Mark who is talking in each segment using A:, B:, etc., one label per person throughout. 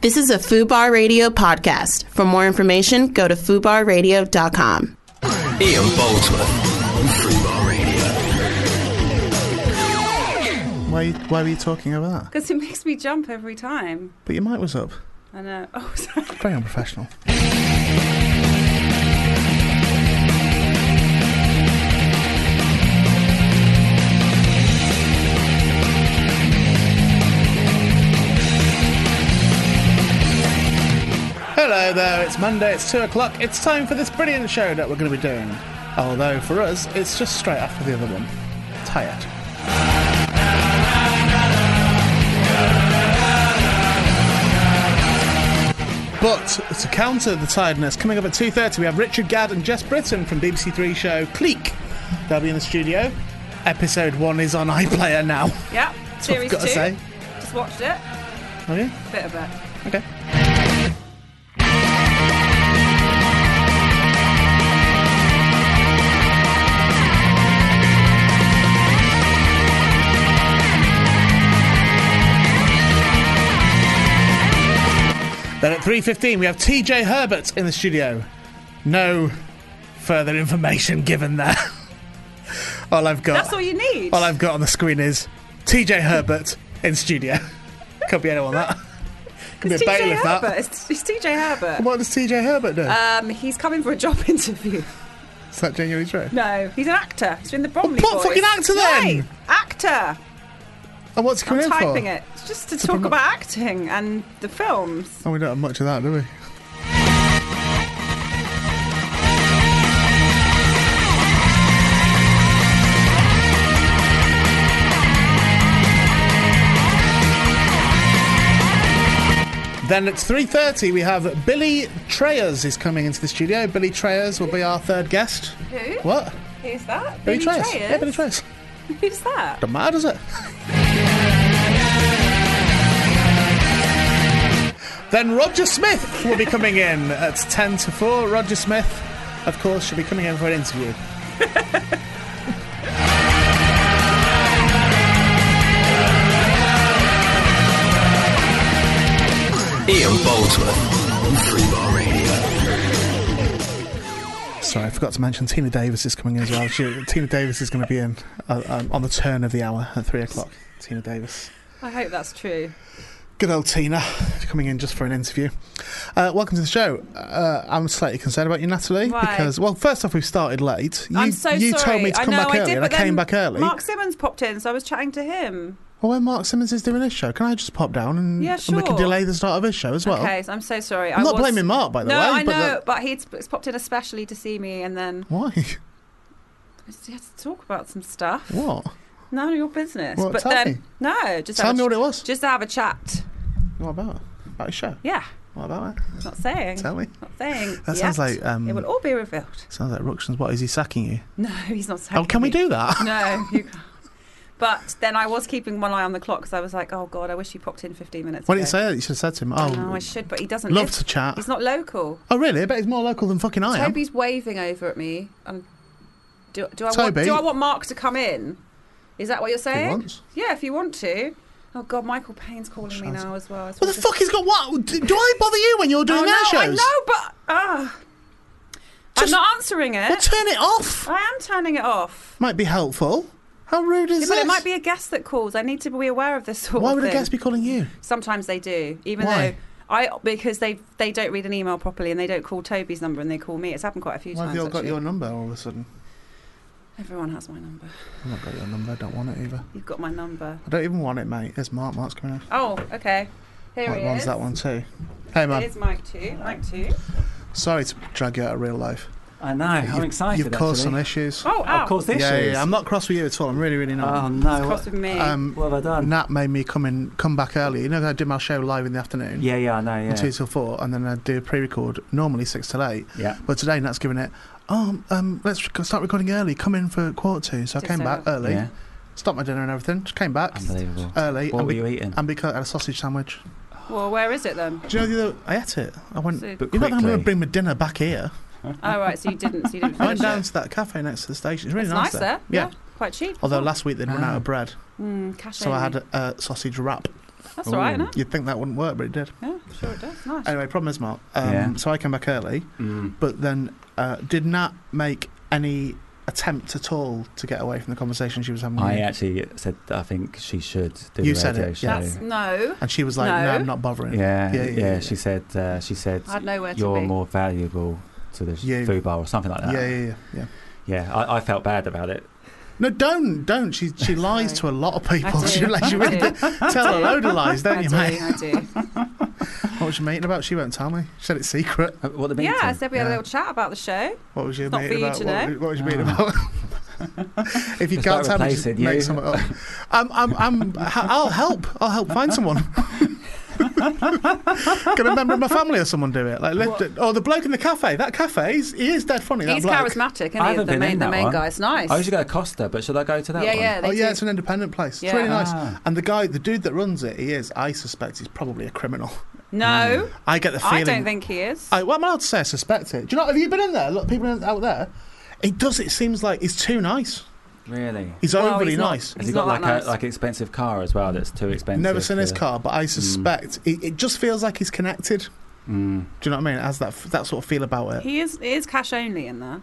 A: This is a FUBAR Radio podcast. For more information, go to FUBARradio.com.
B: Ian Boldsworth.
C: Why, why were you talking about that?
D: Because it makes me jump every time.
C: But your mic was up.
D: I know. Oh, sorry.
C: Very unprofessional. Hello there, it's Monday, it's 2 o'clock. It's time for this brilliant show that we're going to be doing. Although for us, it's just straight after the other one. Tired. But to counter the tiredness, coming up at 2.30 we have Richard Gadd and Jess Britton from BBC Three show Cleek. They'll be in the studio. Episode 1 is on iPlayer now.
D: Yeah.
C: what
D: series
C: I've got
D: two.
C: to say.
D: Just watched it.
C: Oh yeah?
D: Bit of it.
C: Okay. Then at 3.15 we have TJ Herbert in the studio. No further information given there. all I've got
D: That's all you need.
C: all I've got on the screen is TJ Herbert in studio. Could be anyone that. Could be a
D: It's
C: bailiff
D: TJ
C: that.
D: Herbert. It's, it's TJ Herbert.
C: What does TJ Herbert do?
D: Um, he's coming for a job interview.
C: Is that genuinely true?
D: No, he's an actor. He's in the Bromley
C: Oh, what
D: Boys.
C: fucking actor then?
D: Hey, actor.
C: And what's he coming
D: I'm
C: in for?
D: typing it. It's just to talk
C: promo-
D: about acting and the films.
C: Oh, we don't have much of that, do we? Then at 3.30 we have Billy Treyers is coming into the studio. Billy Treyers will be our third guest.
D: Who?
C: What?
D: Who's that?
C: Billy,
D: Billy
C: Treyers? Yeah, Billy
D: Trayers?
C: Treyers.
D: Who's that?
C: Don't matter, does it? then Roger Smith will be coming in at 10 to 4. Roger Smith, of course, should be coming in for an interview.
B: Ian Boldsworth.
C: Sorry, I forgot to mention Tina Davis is coming in as well. She, Tina Davis is going to be in uh, um, on the turn of the hour at 3 o'clock. Tina Davis.
D: I hope that's true.
C: Good old Tina coming in just for an interview. Uh, welcome to the show. Uh, I'm slightly concerned about you, Natalie,
D: Why?
C: because well, first off, we've started late. You,
D: I'm so
C: you
D: sorry.
C: told me to
D: I
C: come
D: know
C: back
D: I
C: early,
D: did,
C: and I
D: but then
C: came back early.
D: Mark Simmons popped in, so I was chatting to him.
C: Well, when Mark Simmons is doing his show, can I just pop down and,
D: Yeah,
C: and we can
D: sure.
C: delay the start of his show as well?
D: Okay, so I'm so sorry.
C: I'm
D: I
C: not
D: was-
C: blaming Mark, by the
D: no,
C: way.
D: I know,
C: but
D: but,
C: the-
D: he'd sp- he's popped in especially to see me, and then
C: why?
D: he had to talk about some stuff.
C: What?
D: None of your business.
C: Well,
D: but
C: tell
D: then
C: me.
D: no, just
C: Tell
D: have
C: me
D: a,
C: what it was.
D: just have a chat.
C: What about? About his show?
D: Yeah,
C: What about it?
D: not saying,
C: Tell me.
D: not saying.
C: That sounds
D: yet.
C: like um,
D: it will all be revealed.
C: sounds like Ruxton's. What is he sacking you?
D: No, he's not saying.
C: Oh, can we do that?
D: No, you can't. But then I was keeping one eye on the clock because I was like, oh god, I wish he popped in 15 minutes.
C: Why
D: ago.
C: didn't you say that? You should have said to him.
D: I know,
C: Oh,
D: I should, but he doesn't.
C: love
D: live-
C: to chat.
D: He's not local.
C: Oh, really? I bet he's more local than fucking I am.
D: Toby's waving over at me. And do, do I want,
C: Toby?
D: do I want Mark to come in? Is that what you're
C: If he
D: saying?
C: wants.
D: Yeah, if you want to. Oh God, Michael Payne's calling me
C: Shaz.
D: now as well. I
C: What the
D: suppose-
C: fuck? He's got what? Do, do I bother you when you're doing
D: Oh,
C: their
D: no, I
C: shows?
D: know, but ah,
C: Just-
D: I'm not answering it.
C: Well, turn it off.
D: I am turning it off.
C: Might be helpful. How rude is
D: Yeah, but
C: this?
D: it might be a guest that calls. I need to be aware of this sort
C: Why
D: of
C: would
D: thing.
C: a guest be calling you?
D: Sometimes they do, even
C: Why?
D: though I because they they don't read an email properly and they don't call Toby's number and they call me. It's happened quite a few
C: Why have
D: times.
C: you all got
D: actually.
C: your number all of a sudden?
D: Everyone has my number.
C: I've not got your number. I don't want it either.
D: You've got my number.
C: I don't even want it, mate. There's Mark. Mark's coming in.
D: Oh, okay. Here
C: Mike
D: he
C: wants
D: is.
C: that one too. Hey, man.
D: It is Mike two. Mike two.
C: Sorry to drag you out of real life.
E: I know. I'm excited.
C: You've caused some
E: actually.
C: issues.
D: Oh, ow.
E: I've caused
C: yeah,
E: issues.
C: yeah, yeah. I'm not cross with you at all. I'm really, really
E: Oh
C: not.
E: no.
D: cross
E: What,
D: with me.
C: um,
E: what have I done?
C: Nat made me come in, come back early. You know, I did my show live in the afternoon.
E: Yeah, yeah, I know.
C: from
E: Yeah.
C: Two till four, and then I do a pre-record normally six till eight.
E: Yeah.
C: But today Nat's given it. Oh, um, let's rec- start recording early. Come in for quarter two. So I
D: Six
C: came back
D: hours.
C: early.
E: Yeah.
C: Stopped my dinner and everything. Just came back
E: Unbelievable.
C: early.
E: What
C: and,
E: were
C: be-
E: you eating?
C: and because I had a sausage sandwich.
D: well, where is it then?
C: Do you know the other? I ate it. I went.
D: So-
C: you
D: But
C: know I'm going to
E: quickly.
C: bring my dinner back here.
D: Oh right, so you didn't. So you didn't
C: I
D: finish
C: went down
D: it.
C: to that cafe next to the station. It's really
D: It's
C: nice,
D: nice there.
C: Yeah.
D: Yeah. Quite cheap.
C: Although
D: Oh.
C: last week they'd run out
E: Ah.
C: of bread,
D: Mm, cash
C: so I
D: only.
C: had a, a sausage wrap.
D: That's all right,
E: Ooh.
D: isn't it?
C: You'd think that wouldn't work, but it did.
D: Yeah. sure it does. Nice.
C: Anyway, problem is, Mark. Um,
E: Yeah.
C: So I came back early,
E: Mm.
C: but then uh, did not make any attempt at all to get away from the conversation she was having. with
E: I
C: you.
E: actually said that I think she should do
C: Mm. You
E: the
C: said
E: radio
C: it,
E: show.
C: yeah.
D: That's no.
C: and she was like,
D: No.
C: "No, I'm not bothering."
E: Yeah,
C: Yeah,
E: yeah,
C: yeah, yeah.
E: She said, uh, she said,
D: I had nowhere to
E: you're
D: be.
E: more valuable to the
C: You.
E: food bar or something like
C: yeah,
E: that.
C: yeah, yeah. yeah.
E: Yeah, I, I felt bad about it.
C: No, don't, don't. She she lies to a lot of people.
D: do.
C: She, like, she
D: I
C: really
D: do.
C: did tell a load of lies, don't
D: I
C: you,
D: do,
C: mate?
D: I do.
C: What was your meeting about? She won't tell me. She said it's secret.
E: Uh, What the
D: Yeah,
E: meeting?
D: I said we had a
C: Yeah.
D: little chat about the show.
C: What was your
D: It's not
C: meeting
D: for you
C: about?
D: to
C: What,
D: know.
C: what was your meeting
E: Ah.
C: about? if you can't
E: Just don't
C: tell me,
E: replace
C: just
E: it,
C: make
E: you.
C: something up. I'm, I'm, I'm, ha- I'll help. I'll help find someone. Can a member of my family or someone do it? Like, let, or the bloke in the cafe. That cafe, he's, he is dead funny.
D: He's
C: that bloke.
D: charismatic, isn't
E: I
D: he?
E: haven't
D: The
E: been in
D: main, the
E: that
D: main
E: one.
D: guy. It's nice.
E: I usually go to Costa, but should I go to that
D: yeah,
E: one?
D: yeah. They
C: Oh yeah,
D: do.
C: it's an independent place. It's
D: Yeah.
C: really nice.
E: Ah.
C: And the guy, the dude that runs it, he is. I suspect he's probably a criminal.
D: no,
C: I get Mm. the feeling.
D: I don't think he is.
C: I, well, I'm allowed to say I suspect it. Do you know? Have you been in there? Look, people out there. It does. It seems like he's too nice.
E: Really?
C: He's
D: Well,
C: overly
D: he's not-
C: nice.
E: Has
D: He's
E: he got
D: not
E: like
D: that nice.
E: a like expensive car as well? That's too expensive.
C: Never seen his
E: for-
C: car, but
D: Mm.
C: I suspect it, it just feels like he's connected.
E: Mm.
C: Do you know what I mean? It has that f- that sort of feel about it.
D: he is. He is cash only in there,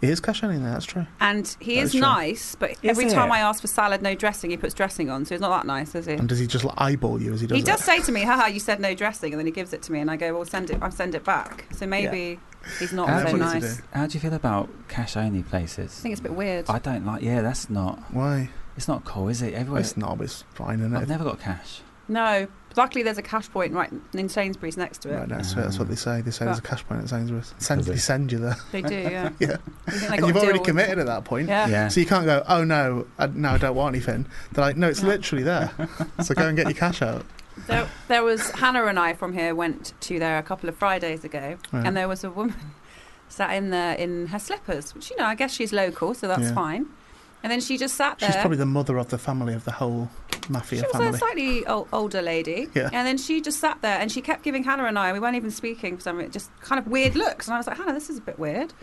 C: He is cash only there. That's true.
D: and he
C: That
D: is
C: is true.
D: nice. But every
E: it?
D: time I ask for salad, no dressing, he puts dressing on. So he's not that nice, is he?
C: And does he just like, eyeball you as he does?
D: he does
C: It?
D: say to me, "Haha, you said no dressing," and then he gives it to me, and I go, "Well, send it. I'll send it back." So maybe he's not
E: How
D: so
E: do you-
D: nice. I
E: How do you feel about cash only places?
D: think it's a bit weird.
E: I don't like. Yeah, that's not.
C: Why?
E: It's not cool, is it? Everywhere.
C: It's not. It's fine, isn't
E: I've
C: it?
E: never got cash.
D: No, luckily there's a cash point right in Sainsbury's next to it.
C: Right, that's, that's what they say. They say there's a cash point at Sainsbury's. Send,
E: Does it?
C: they send you there,
D: They do, yeah.
C: Yeah.
D: I think they
C: and you've
D: got a
C: already
D: deal with-
C: committed at that point.
D: Yeah.
E: Yeah.
C: So you can't go. Oh no, I, no, I don't want anything. They're like, no, it's
D: No.
C: literally there. So go and get your cash out.
D: There, there was Hannah and I from here went to there a couple of Fridays ago,
C: Right.
D: and there was a woman sat in there in her slippers, which you know I guess she's local, so that's
C: Yeah.
D: fine. And then she just sat there.
C: She's probably the mother of the family of the whole
D: she
C: mafia
D: was
C: family.
D: a slightly ol older lady,
C: Yeah.
D: and then she just sat there, and she kept giving Hannah and I, we weren't even speaking for some reason, just kind of weird looks, and I was like, Hannah, this is a bit weird.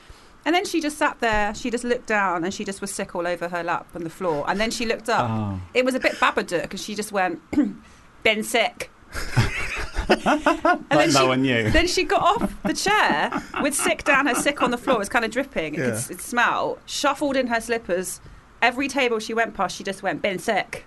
D: And then she just sat there, she just looked down, and she just was sick all over her lap and the floor. And then she looked
C: Uh-huh.
D: up,
E: Oh.
D: it was a bit Babadook, and she just went, "Been sick." and then, she,
E: knew.
D: then she got off the chair with sick down her sick on the floor. It was kind of dripping. It
C: Yeah.
D: could it smell. Shuffled in her slippers. Every table she went past, she just went, "Been sick."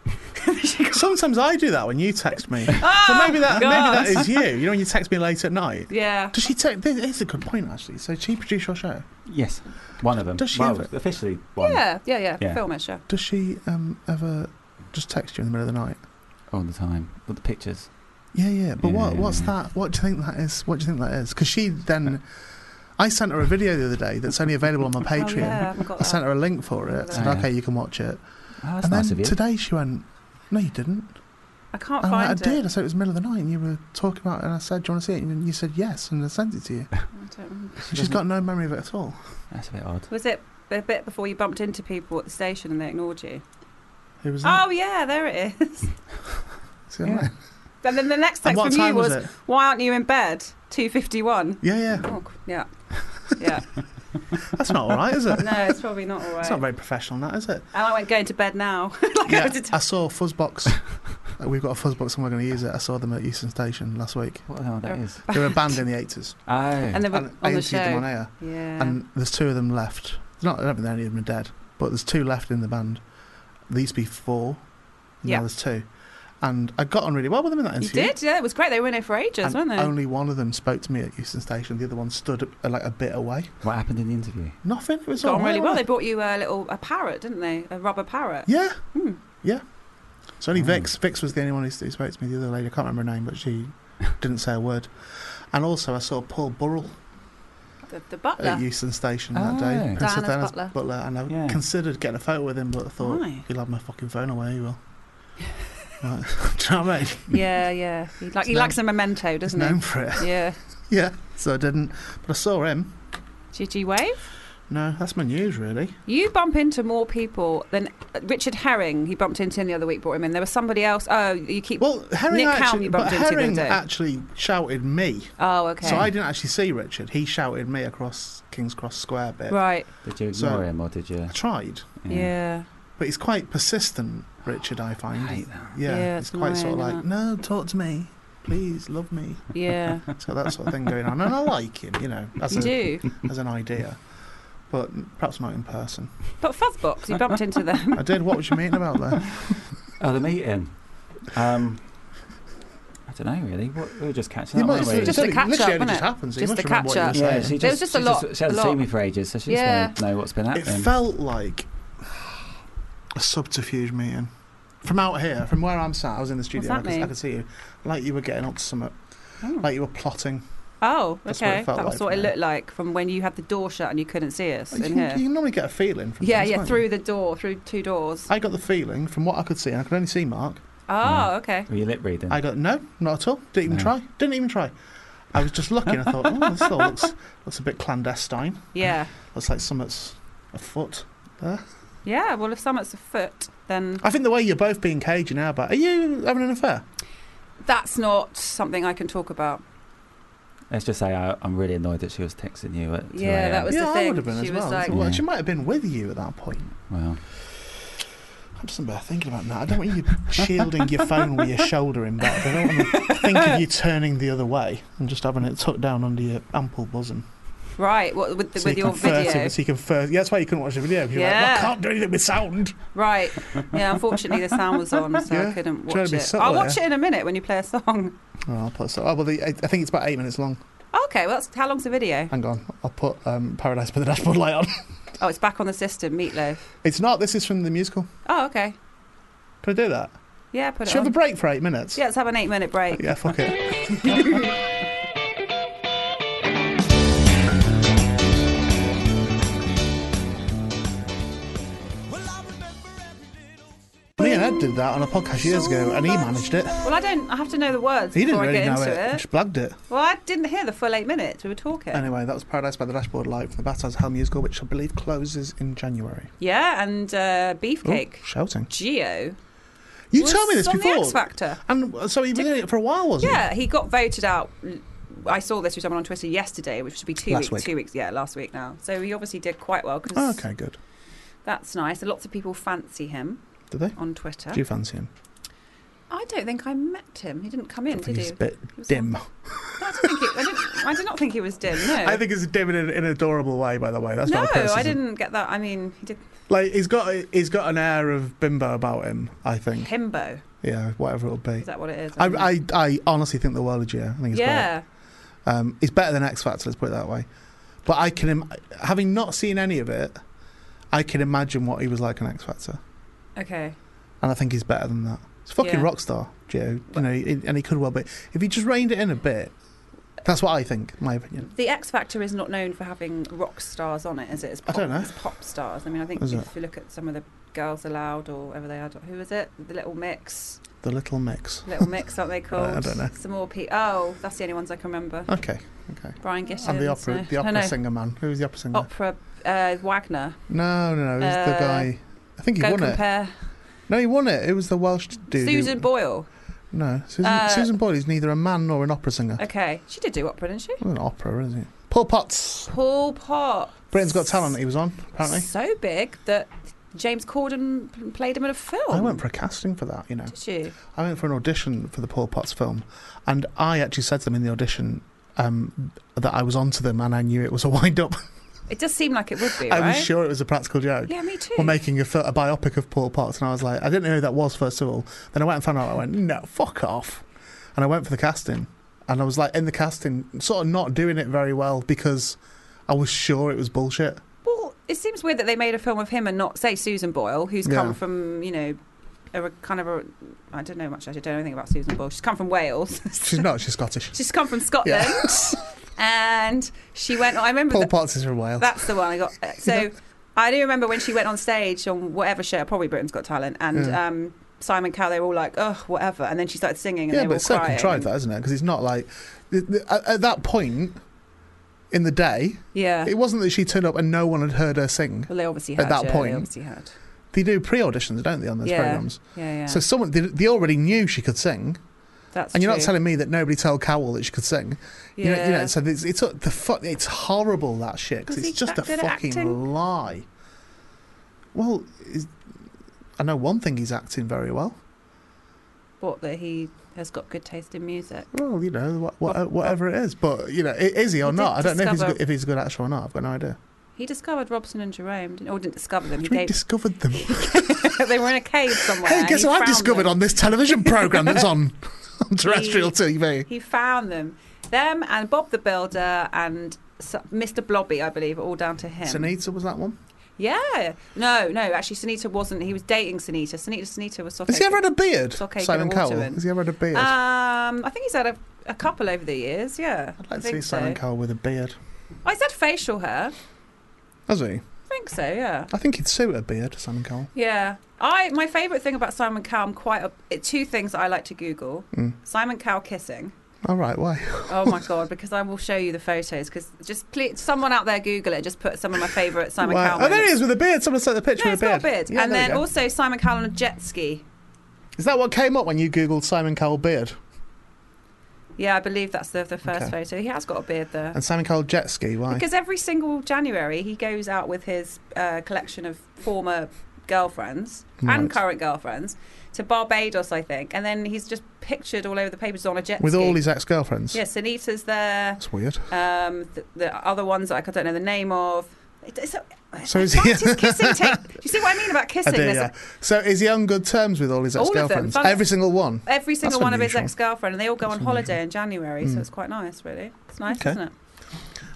D: she got,
C: Sometimes I do that when you text me.
D: oh,
C: So maybe that
D: God.
C: maybe that is you. You know when you text me late at night.
D: Yeah.
C: Does she take? This is a good point actually. So she produced your show.
E: Yes, one of them.
C: Does she
E: well,
C: have it?
E: officially one
D: yeah, yeah, yeah,
E: Yeah.
D: Film it, sure.
C: Does she um, ever just text you in the middle of the night?
E: all the time. With the pictures.
C: Yeah, yeah. But what?
E: Yeah.
C: What's that? What do you think that is? What do you think that is? Because she then, I sent her a video the other day that's only available on my Patreon.
D: Oh, yeah, I haven't got
C: I sent
D: that.
C: her a link for it. Said,
E: Yeah.
C: okay, you can watch it.
E: Oh, that's
C: and
E: nice
C: then
E: of you.
C: today she went, no, you didn't.
D: I can't
C: And Oh, I,
D: find
C: I
D: it.
C: did. I said it was the middle of the night, and you were talking about it. And I said, do you want to see it? And you said yes, and I sent it to you.
D: I don't remember.
E: She
C: She's
E: doesn't-
C: got no memory of it at all.
E: That's a bit odd.
D: Was it a bit before you bumped into people at the station and they ignored you?
C: Who was that?
D: Oh yeah, there it is.
C: See what I mean?
D: And then the next
C: And
D: text
C: what
D: from you
C: time was
D: was,
C: it?
D: Why aren't you in bed? 251.
C: Yeah, yeah.
D: Oh, yeah. Yeah.
C: That's not all right, is it?
D: No, it's probably not all right.
C: It's not very professional, that is it?
D: and I went going to bed now. like I
C: Yeah,
D: was a t-
C: I saw a fuzzbox. Uh, We've got a fuzzbox and we're going to use it. I saw them at Euston Station last week.
E: What the hell that is?
C: They were a band in the 80s.
E: Oh.
D: and they were
C: And I
D: on the
C: interviewed them on
D: show.
C: air.
D: Yeah.
C: And there's two of them left. Not, I don't think any of them are dead, but there's two left in the band. There used to be four. Now
D: Yeah.
C: there's two. And I got on really well with them in that
D: you
C: interview.
D: did? Yeah, it was great. They were in it for ages,
C: And
D: weren't they?
C: only one of them spoke to me at Euston Station. The other one stood uh, like a bit away.
E: What happened in the interview?
C: Nothing. It was
D: Got
C: all
D: on
C: right,
D: really well. They
C: wasn't
D: bought you a little a parrot, didn't they? A rubber parrot.
C: it? Yeah,
D: Hmm.
C: yeah. It's only
E: Hmm.
C: Vix. Vix was the only one who, who spoke to me. The other lady, I can't remember her name, but she didn't say a word. And also, I saw Paul Burrell
D: The, the
C: at
D: butler. Ah.
C: Euston Station that day.
E: Oh.
C: Prince of
D: Diana's
C: Diana's
D: butler.
C: And I
E: Yeah.
C: considered getting a photo with him, but I thought,
D: Why?
C: he'll have my fucking phone away, he will. Right. Do you know what I mean?
D: Yeah, yeah. He, like, he
C: known-
D: likes a memento,
C: He's
D: doesn't
C: known for it.
D: he? Yeah.
C: Yeah, so I didn't. But I saw him.
D: Gigi Wave.
C: No, that's my news, really.
D: You bump into more people than uh, Richard Herring. He bumped into him the other week. Brought him in. There was somebody else. Oh, you keep.
C: Well, Herring
D: Nick Helm
C: actually,
D: you
C: but
D: bumped into the other
C: Herring
D: day.
C: actually shouted me.
D: oh, okay.
C: So I didn't actually see Richard. He shouted me across King's Cross Square a bit.
D: right.
E: Did you
C: So-
E: ignore him or did you?
C: I tried,
D: Yeah.
C: but he's quite persistent, Richard, I find.
E: I hate that.
C: Yeah,
D: Yeah,
C: it's
D: it's
C: quite sort of
D: annoying,
C: like, no, talk to me. please love me.
D: Yeah,
C: It's got that sort of thing going on, and I like him, you know, as,
D: you
C: a,
D: do.
C: as an idea, but perhaps not in person.
D: But Fuzzbox, you bumped into them.
C: I did. What was you meeting about there?
E: Oh, the meeting. Um, I don't know really. What, we were just catching
C: You
E: up.
C: might-
E: weren't we?
C: it
D: Just a
C: literally-
D: catch up,
C: literally only
D: wasn't
C: just
D: it?
C: happened. So
D: Just
C: you must
D: a
C: remember what you were
D: catch up.
E: yeah,
C: saying.
E: she just,
D: There was just a
E: she
D: lot-
E: she hasn't
D: a
E: seen
D: lot.
E: me for ages, so she just
D: Yeah.
E: wanted to know what's been
C: It
E: happening.
C: felt like a subterfuge meeting. From out here, from where I'm sat, I was in the studio.
D: that
C: I, could, I
D: mean?
C: could see you, like you were getting up to something,
D: Oh.
C: like you were plotting.
D: Oh,
C: That's what it
D: okay.
C: felt
D: that was
C: like for
D: what
C: me.
D: it looked like from when you had the door shut and you couldn't see us
C: You
D: in
C: can,
D: here.
C: you can normally get a feeling from
D: yeah,
C: things,
D: yeah,
C: can't
D: through
C: you?
D: the door, through two doors.
C: I got the feeling from what I could see, and I could only see Mark.
D: Oh, okay.
E: Were you lip reading?
C: I got no, not at all. Didn't even
E: No.
C: try. Didn't even try. I was just looking. I thought, oh, this all looks looks a bit clandestine.
D: Yeah.
C: Looks like something's afoot.
D: Yeah, well, if someone's afoot, then
C: I think the way you're both being cagey now, but are you having an affair?
D: that's not something I can talk about.
E: Let's just say I, I'm really annoyed that she was texting you at 2
D: Yeah,
E: a.m.
D: that was- the
C: yeah, I
D: thing.
C: would have been
D: She
C: as
D: was
C: well.
D: like-
C: Well,
E: Yeah.
C: She might have been with you at that point.
E: Well,
C: I'm just about thinking about that. I don't want you shielding your phone with your shoulder in back. I don't want to think of you turning the other way and just having it tucked down under your ample bosom.
D: Right, what with, the,
C: so
D: with
C: you
D: your
C: can furtive-
D: video?
C: so you can furtive- yeah, that's why you couldn't watch the video. 'cause You're like, well, I
D: Yeah.
C: can't do anything with sound.
D: Right. Yeah, unfortunately, the sound was on, so
C: Yeah,
D: I couldn't
C: try to
D: watch
C: be
D: it.
C: subtle
D: I'll
C: there.
D: watch it in a minute when you play a song.
C: Oh, I'll put so. Oh, well, the, I, I think it's about eight minutes long.
D: Okay, well, that's, how long's the video?
C: Hang on, I'll put um, Paradise by the Dashboard Light on.
D: Oh, it's back on the system, Meatloaf.
C: It's not. This is from the musical.
D: Oh, okay.
C: Can I do that?
D: Yeah, put it
C: Should we have
D: on.
C: a break for eight minutes?
D: Yeah, let's have an eight minute break.
C: Yeah, fuck it. Me and Ed did that on a podcast years ago, and he managed it.
D: Well, I don't. I have to know the words
C: He didn't
D: before I
C: really
D: get
C: know
D: into
C: it.
D: it.
C: He Just blagged it.
D: Well, I didn't hear the full eight minutes. We were talking.
C: Anyway, that was Paradise by the Dashboard Light from the Baptized Hell musical, which I believe closes in January.
D: Yeah, and uh,
C: Ooh,
D: Beefcake.
C: shouting.
D: Geo.
C: Oh. You
D: was
C: told me this
D: on
C: before.
D: The X Factor.
C: And uh, so he was in it for a while, wasn't
D: Yeah, he got voted out. I saw this with someone on Twitter yesterday, which should be two
C: Last
D: weeks.
C: week.
D: Two weeks, yeah, last week now. So he obviously did quite well
C: he? Oh,
D: because
C: okay, good.
D: that's nice. And lots of people fancy him
C: Did they?
D: on Twitter.
C: Do you fancy him?
D: I don't think I met him. He didn't come in,
C: I
D: did
C: think
D: he?
C: he's a bit
D: He was
C: dim.
D: I, don't think it, I, didn't, I did not think he was dim. No,
C: I think it's dim in an, in an adorable way, by the way. That's
D: no,
C: not a criticism.
D: I didn't get that. I mean, he did
C: Like he's got he's got an air of bimbo about him. I think.
D: himbo.
C: Yeah, whatever it'll be.
D: Is that what it is?
C: I,
D: don't know.
C: I, I honestly think the world of Gio. I think he's
D: yeah.
C: great. Um, he's better than X Factor. Let's put it that way. But I can, Im- having not seen any of it, I can imagine what he was like on X Factor,
D: Okay.
C: and I think he's better than that. He's a fucking
D: Yeah.
C: rock star, Gio. You know, he- and he could well be if he just reined it in a bit. That's what I think. My opinion.
D: The X Factor is not known for having rock stars on it, is it? It's
C: I
D: pop,
C: don't know.
D: It's pop stars. I mean, I think
C: Is
D: if you look at some of the girls allowed or whatever they are, who is it? The Little Mix,
C: The Little Mix.
D: Little Mix, aren't they called?
C: I don't know.
D: Some more people. Oh, that's the only ones I can remember.
C: Okay.
D: Brian Gittins.
C: And the opera,
D: no.
C: the
D: No,
C: opera
D: no.
C: singer man. Who was the opera singer?
D: Opera uh, Wagner.
C: No, no, no. It was the
D: Uh,
C: guy. I think he
D: Go
C: won it.
D: compare
C: No, he won it. It was the Welsh dude. who-
D: Susan Boyle.
C: No, Susan,
D: Uh,
C: Susan Boyle is neither a man nor an opera singer.
D: Okay, she did do opera, didn't she?
C: Well, an opera, isn't it? Paul Potts.
D: Paul Pot.
C: Britain's Got Talent. He was on apparently.
D: So big that James Corden p- played him in a film.
C: I went for a casting for that. You know,
D: Did you?
C: I went for an audition for the Paul Potts film, and I actually said to them in the audition. Um, that I was onto them and I knew it was a wind up.
D: It does seem like it would be,
C: I
D: right?
C: was sure it was a practical joke.
D: Yeah, me too.
C: We're making a, fil- a biopic of Paul Potts, and I was like, I didn't know who that was first of all. Then I went and found out. I went, no, fuck off, and I went for the casting, and I was like in the casting, sort of not doing it very well because I was sure it was bullshit.
D: Well, it seems weird that they made a film of him and not say Susan Boyle, who's
C: Yeah.
D: come from you know, a re- kind of a I don't know much. I don't know anything about Susan Boyle. She's come from Wales.
C: She's not. She's Scottish.
D: She's come from Scotland, and she went. I remember
C: Paul
D: that-
C: Potts is from Wales.
D: that's the one I got. uh, So I do remember when she went on stage on whatever show, probably Britain's Got Talent, and
C: Yeah.
D: um, Simon Cowell. They were all like, "Oh, whatever," and then she started singing. And
C: yeah,
D: they
C: but
D: were
C: it's
D: all
C: so
D: crying.
C: contrived, that isn't it? Because it's not like th- th- at, at that point in the day,
D: Yeah.
C: it wasn't that she turned up and no one had heard her sing.
D: well, they obviously
C: at
D: had
C: that
D: yeah,
C: point-
D: They obviously had.
C: They do pre-auditions, don't they, on those
D: Yeah.
C: programs?
D: Yeah, yeah.
C: So someone they, they already knew she could sing.
D: that's
C: and you're
D: true.
C: not telling me that nobody told Cowell that she could sing.
D: Yeah.
C: You know, you know so it's, it's a- the fu- It's horrible that shit because
D: Was
C: it's
D: he
C: just a
D: that good at
C: fucking
D: acting?
C: lie. Well, is- I know one thing. He's acting very well.
D: what that he has got good taste in music.
C: Well, you know, what, what, whatever it is. But, you know, i- is he or
D: He
C: not? I
D: did
C: don't know if he's,
D: discover-
C: good, if he's a good actor or not. I've got no idea.
D: He discovered Robson and Jerome, didn't, or didn't discover them. He
C: We
D: gave,
C: discovered them.
D: they were in a cave somewhere.
C: Hey,
D: and
C: guess
D: he
C: what I've
D: found
C: discovered
D: them.
C: on this television program that's on, on terrestrial TV?
D: He found them, them and Bob the Builder and so- Mr. Blobby, I believe, are all down to him.
C: Sunita was that one?
D: Yeah. No, no. Actually, Sunita wasn't. He was dating Sunita. Sunita, Sunita was.
C: Has he ever
D: suffocating.
C: had a beard?
D: It's okay,
C: Simon
D: get water
C: Cowell.
D: in.
C: Has he ever had a beard?
D: Um, I think he's had a, a couple over the years. Yeah.
C: I'd like to see
D: think
C: Simon
D: so.
C: Cowell with a beard.
D: Oh, he's had facial hair.
C: Has he?
D: I think so. Yeah.
C: I think he'd suit a beard, Simon Cowell.
D: Yeah. I my favourite thing about Simon Cowell, I'm quite a, it- two things that I like to Google:
C: Mm.
D: Simon Cowell kissing.
C: All right, why?
D: Oh my god! Because I will show you the photos. Because just please, someone out there Google it. Just put some of my favourite Simon
C: why?
D: Cowell.
C: Oh, there he
D: moments.
C: is with a beard. Someone sent the picture
D: No,
C: with
D: it's
C: a beard.
D: got a beard.
C: Yeah,
D: and
C: there
D: then
C: you go.
D: also Simon Cowell on a jet ski.
C: Is that what came up when you Googled Simon Cowell beard?
D: Yeah, I believe that's the, the first
C: Okay.
D: photo. He has got a beard there.
C: And Simon Cowell jet ski, why?
D: Because every single January he goes out with his uh, collection of former girlfriends
C: Right.
D: and current girlfriends to Barbados, I think, and then he's just pictured all over the papers on a jet
C: with
D: ski.
C: all his ex girlfriends.
D: yeah, Sunita's there.
C: That's weird.
D: Um, the, the other ones that I don't know the name of. It- it's a-
C: So is
D: Back
C: he-
D: to his kissing tape. Do you see what I mean about
C: I
D: kissing?
C: do,
D: There's a-
C: yeah. So is he on good terms with all his
D: All
C: ex
D: of them.
C: girlfriends?
D: Fun-
C: Every single one.
D: Every single
C: That's
D: one of his
C: unusual.
D: ex-girlfriend, and they all go
C: That's Hmm.
D: on holiday in January, so it's quite nice, really. It's nice,
C: Okay.
D: isn't it?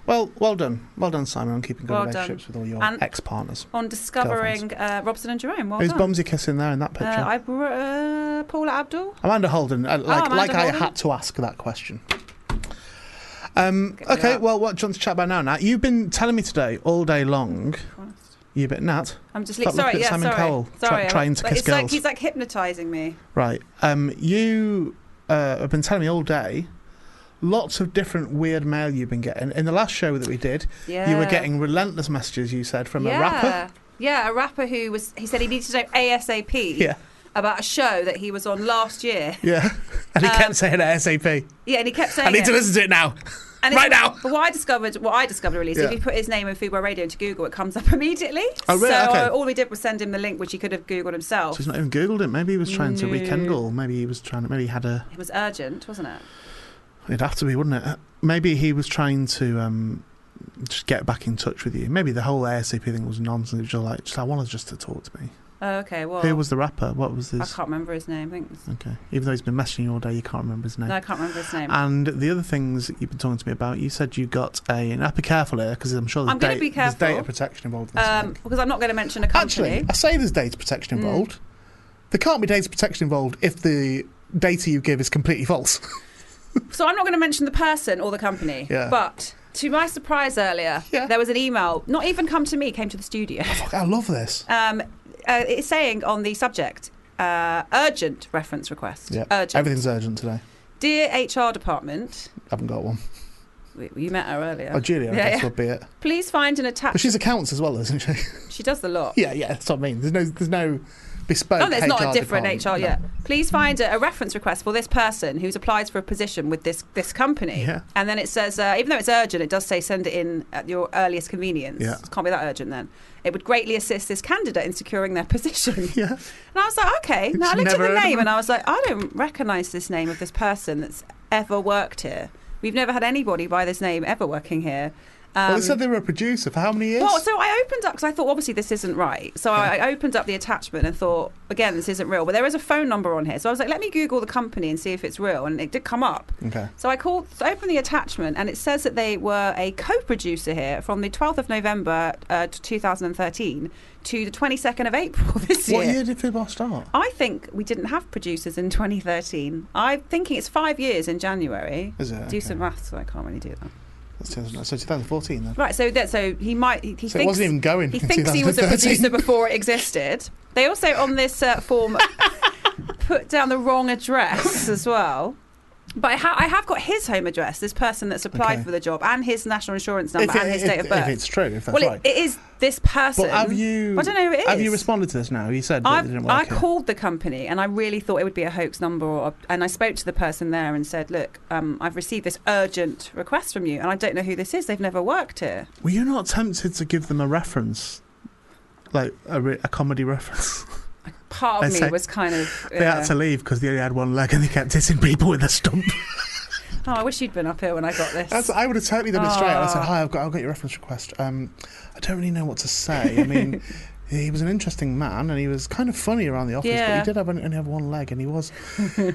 C: Well, well done, well done, Simon, on keeping good
D: Well done.
C: relationships with all your
D: And-
C: ex partners.
D: On discovering uh, Robson and Jerome. Well
C: Who's
D: done.
C: bums you kissing there in that
D: Uh,
C: picture?
D: I br- uh, Paula Abdul.
C: Amanda Holden. uh, Like,
D: Amanda
C: like I
D: Holden.
C: had to ask that question. Um,
D: Get rid of
C: okay,
D: that.
C: well, what do you want to chat about now, Nat? You've been telling me today all day long. You bit Nat,
D: I'm just
C: Stop
D: sorry.
C: looking at
D: Yeah,
C: Simon
D: sorry.
C: Cowell, try-
D: sorry.
C: trying to
D: Like,
C: kiss
D: it's like
C: girls.
D: he's like hypnotizing me.
C: right? Um, you uh, have been telling me all day. Lots of different weird mail you've been getting. In the last show that we did,
D: Yeah.
C: you were getting relentless messages. You said from
D: yeah.
C: a rapper.
D: Yeah, a rapper who was he said he needed to know ASAP
C: Yeah,
D: about a show that he was on last year.
C: yeah. And he
D: Um,
C: kept saying ASAP.
D: Yeah, and he kept saying
C: I need
D: it.
C: to listen to it now.
D: And
C: right
D: it's-
C: now.
D: But what I discovered, what I discovered really, is
C: Yeah.
D: if you put his name in Fubar Radio into Google, it comes up immediately.
C: Oh, really?
D: So
C: Okay.
D: uh, all we did was send him the link, which he could have googled
C: So
D: himself.
C: he's not even googled it. Maybe he was trying to
D: No.
C: rekindle. Maybe he was trying to. Maybe he had a.
D: It was urgent, wasn't it?
C: It'd have to be, wouldn't it? Uh, Maybe he was trying to um, just get back in touch with you. Maybe the whole ASAP thing was nonsense. It was just like, just, I wanted just to talk to me.
D: Oh, okay. Well,
C: Who was the rapper? What was
D: I
C: his?
D: can't remember his name. I think it's-
C: Okay. Even though he's been messaging you all day, you can't remember his name.
D: no, I can't remember his name.
C: And the other things that you've been talking to me about, you said you got a. And I'll be careful here because I'm sure there's,
D: I'm gonna
C: data,
D: be
C: there's
D: careful.
C: data protection involved. In this, I
D: Um,
C: think.
D: because I'm not going to mention a company.
C: Actually, I say there's data protection
D: Mm.
C: involved. There can't be data protection involved if the data you give is completely false.
D: So I'm not going to mention the person or the company.
C: Yeah.
D: But to my surprise earlier,
C: Yeah.
D: there was an email, not even come to me, came to the studio.
C: Oh, Fuck, I love this.
D: Um, uh, it's saying on the subject, uh, urgent reference request.
C: Yeah.
D: Urgent.
C: Everything's urgent today.
D: Dear HR department,
C: Haven't got one.
D: we, you met her earlier.
C: Oh, Julia, I
D: Yeah,
C: guess
D: yeah.
C: would be it.
D: Please find an
C: But
D: attachment.
C: she's accounts as well, isn't she?
D: She does the lot.
C: yeah, yeah. That's what I mean. There's no, there's no bespoke.
D: Oh, there's not a
C: HR
D: different
C: department.
D: HR. Yeah. Please find a, a reference request for this person who's applied for a position with this this company.
C: Yeah.
D: And then it says, uh, even though it's urgent, it does say send it in at your earliest convenience.
C: Yeah.
D: It can't be that urgent then. It would greatly assist this candidate in securing their position.
C: No. Yeah.
D: And I was like, okay. Now I
C: It's
D: looked at
C: never heard
D: the
C: of
D: name
C: them.
D: and I was like, I don't recognise this name of this person that's ever worked here. We've never had anybody by this name ever working here. Um,
C: well, they said they were a producer for how many years?
D: well, so I opened up because I thought obviously this isn't right. So I, I opened up the attachment and thought again this isn't real. But there is a phone number on here, so I was like, let me Google the company and see if it's real. And it did come up.
C: okay.
D: So I called, so I opened the attachment, and it says that they were a co-producer here from the 12th of November uh, 2013 to the 22nd of April this
C: What
D: year.
C: year did Fubar start?
D: I think we didn't have producers in 2013. I'm thinking it's five years in January.
C: Is it?
D: Do some
C: Okay.
D: maths, so I can't really do that.
C: That's 2000 So 2014 then.
D: Right, so that so he might he, he
C: so it
D: thinks
C: wasn't even going.
D: he
C: in
D: thinks he was a
C: 2013.
D: producer before it existed. They also on this uh, form put down the wrong address as well. But I, ha- I have got his home address, this person that's applied
C: Okay.
D: for the job, and his national insurance number
C: If, it-
D: and his
C: if-
D: date of
C: if
D: birth.
C: it's true, if that's
D: well, it-
C: right.
D: it is this person.
C: but have you?
D: I don't know who it
C: Have you
D: is.
C: responded to this now? You said that it
D: I,
C: didn't work.
D: I
C: here.
D: called the company and I really thought it would be a hoax number, or, and I spoke to the person there and said, "Look, um, I've received this urgent request from you, and I don't know who this is. They've never worked here."
C: Were you not tempted to give them a reference, like a, re- a comedy reference?
D: part of
C: They
D: me
C: say-
D: was kind of.
C: They had
D: yeah.
C: to leave because they only had one leg and they kept hitting people with a stump.
D: Oh, I wish you'd been up here when I got this.
C: That's, I would have totally done it straight. I said,
D: Aw.
C: "Hi, I've got, I've got your reference request. Um, I don't really know what to say. I mean, he was an interesting man, and he was kind of funny around the office, but
D: Yeah.
C: he did have only only have one leg, and he was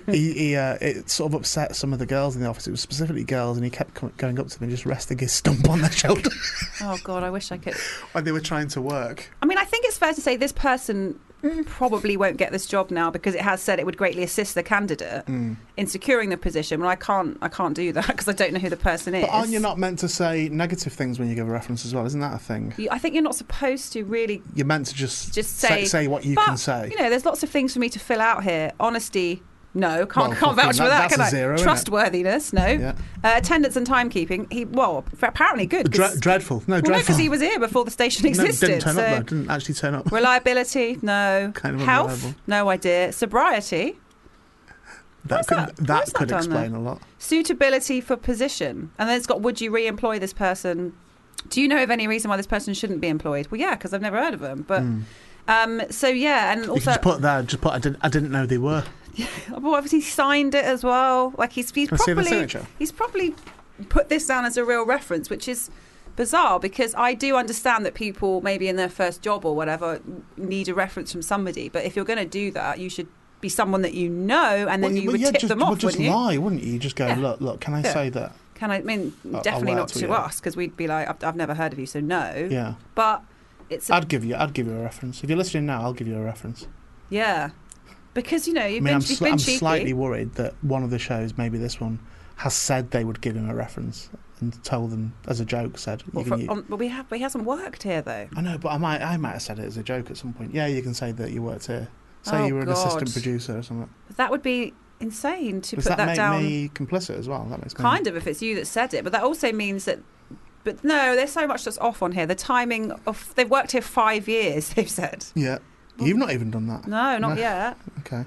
C: he, he uh, it sort of upset some of the girls in the office. It was specifically girls, and he kept co- going up to them and just resting his stump on their shoulder
D: Oh God, I wish I could.
C: when they were trying to work.
D: I mean, I think it's fair to say this person
C: Mm.
D: probably won't get this job now because it has said it would greatly assist the candidate
C: Mm.
D: in securing the position. Well, I can't, I can't do that because I don't know who the person is.
C: But aren't you not meant to say negative things when you give a reference as well? Isn't that a thing?
D: You- I think you're not supposed to really
C: You're meant to just
D: just
C: say,
D: say.
C: say what you
D: but,
C: can say.
D: You know, there's lots of things for me to fill out here. Honesty, no, can't,
C: Well,
D: can't vouch
C: fucking
D: for
C: that-
D: that.
C: that's
D: can
C: a
D: I?
C: zero, innit?
D: Trustworthiness, no.
C: Yeah.
D: Uh, attendance and timekeeping. He well, apparently good. 'cause-
C: Dre- dreadful. No,
D: well, no,
C: dreadful.
D: because he was here before the station
C: No,
D: existed.
C: didn't turn
D: so-
C: up though. Didn't actually turn up.
D: Reliability, no.
C: Kind of
D: Health,
C: unreliable.
D: no idea. Sobriety,
C: That
D: Why's
C: could
D: that?
C: that,
D: Why's that
C: could
D: done
C: explain a lot.
D: suitability for position, and then it's got would you re-employ this person? Do you know of any reason why this person shouldn't be employed? Well, yeah, because I've never heard of them. But
C: Hmm.
D: um, so yeah, and
C: you can
D: also oh,
C: just put there. Just put. I didn't. I didn't know they were.
D: well, obviously he signed it as well. Like he's he's
C: I see the
D: properly
C: signature.
D: he's probably put this down as a real reference, which is bizarre because I do understand that people maybe in their first job or whatever need a reference from somebody. But if you're going to do that, you should be someone that you know, and
C: Well,
D: then you
C: well,
D: would
C: yeah,
D: tip
C: just,
D: them
C: well,
D: off,
C: just
D: wouldn't you?
C: lie, wouldn't you? Just go.
D: Yeah.
C: Look, look. Can I
D: Yeah.
C: say that?
D: Can I? I mean,
C: I'll
D: definitely
C: wear
D: not
C: it to
D: to
C: you.
D: us because we'd be like, I've, I've never heard of you, so no.
C: Yeah.
D: But it's a,
C: I'd give you. I'd give you a reference. If you're listening now, I'll give you a reference.
D: yeah, because you know you've
C: I mean,
D: been,
C: I'm,
D: you've
C: sli-
D: been
C: I'm
D: cheeky.
C: slightly worried that one of the shows, maybe this one, has said they would give him a reference and told them as a joke. Said you
D: Well,
C: can.
D: for-
C: u-
D: on- but we have, but he hasn't worked here though.
C: I know, but I might. I might have said it as a joke at some point. Yeah, you can say that you worked here. Say
D: Oh,
C: you were an
D: God.
C: assistant producer or something.
D: That would be insane to
C: Does that,
D: put that,
C: make
D: down.
C: me complicit as well? That makes me-
D: Kind of, if it's you that said it, but that also means that. But no, there's so much that's off on here. The timing of they've worked here five years. They've said
C: Yeah. You've not even done that.
D: no, not
C: No.
D: yet.
C: Okay.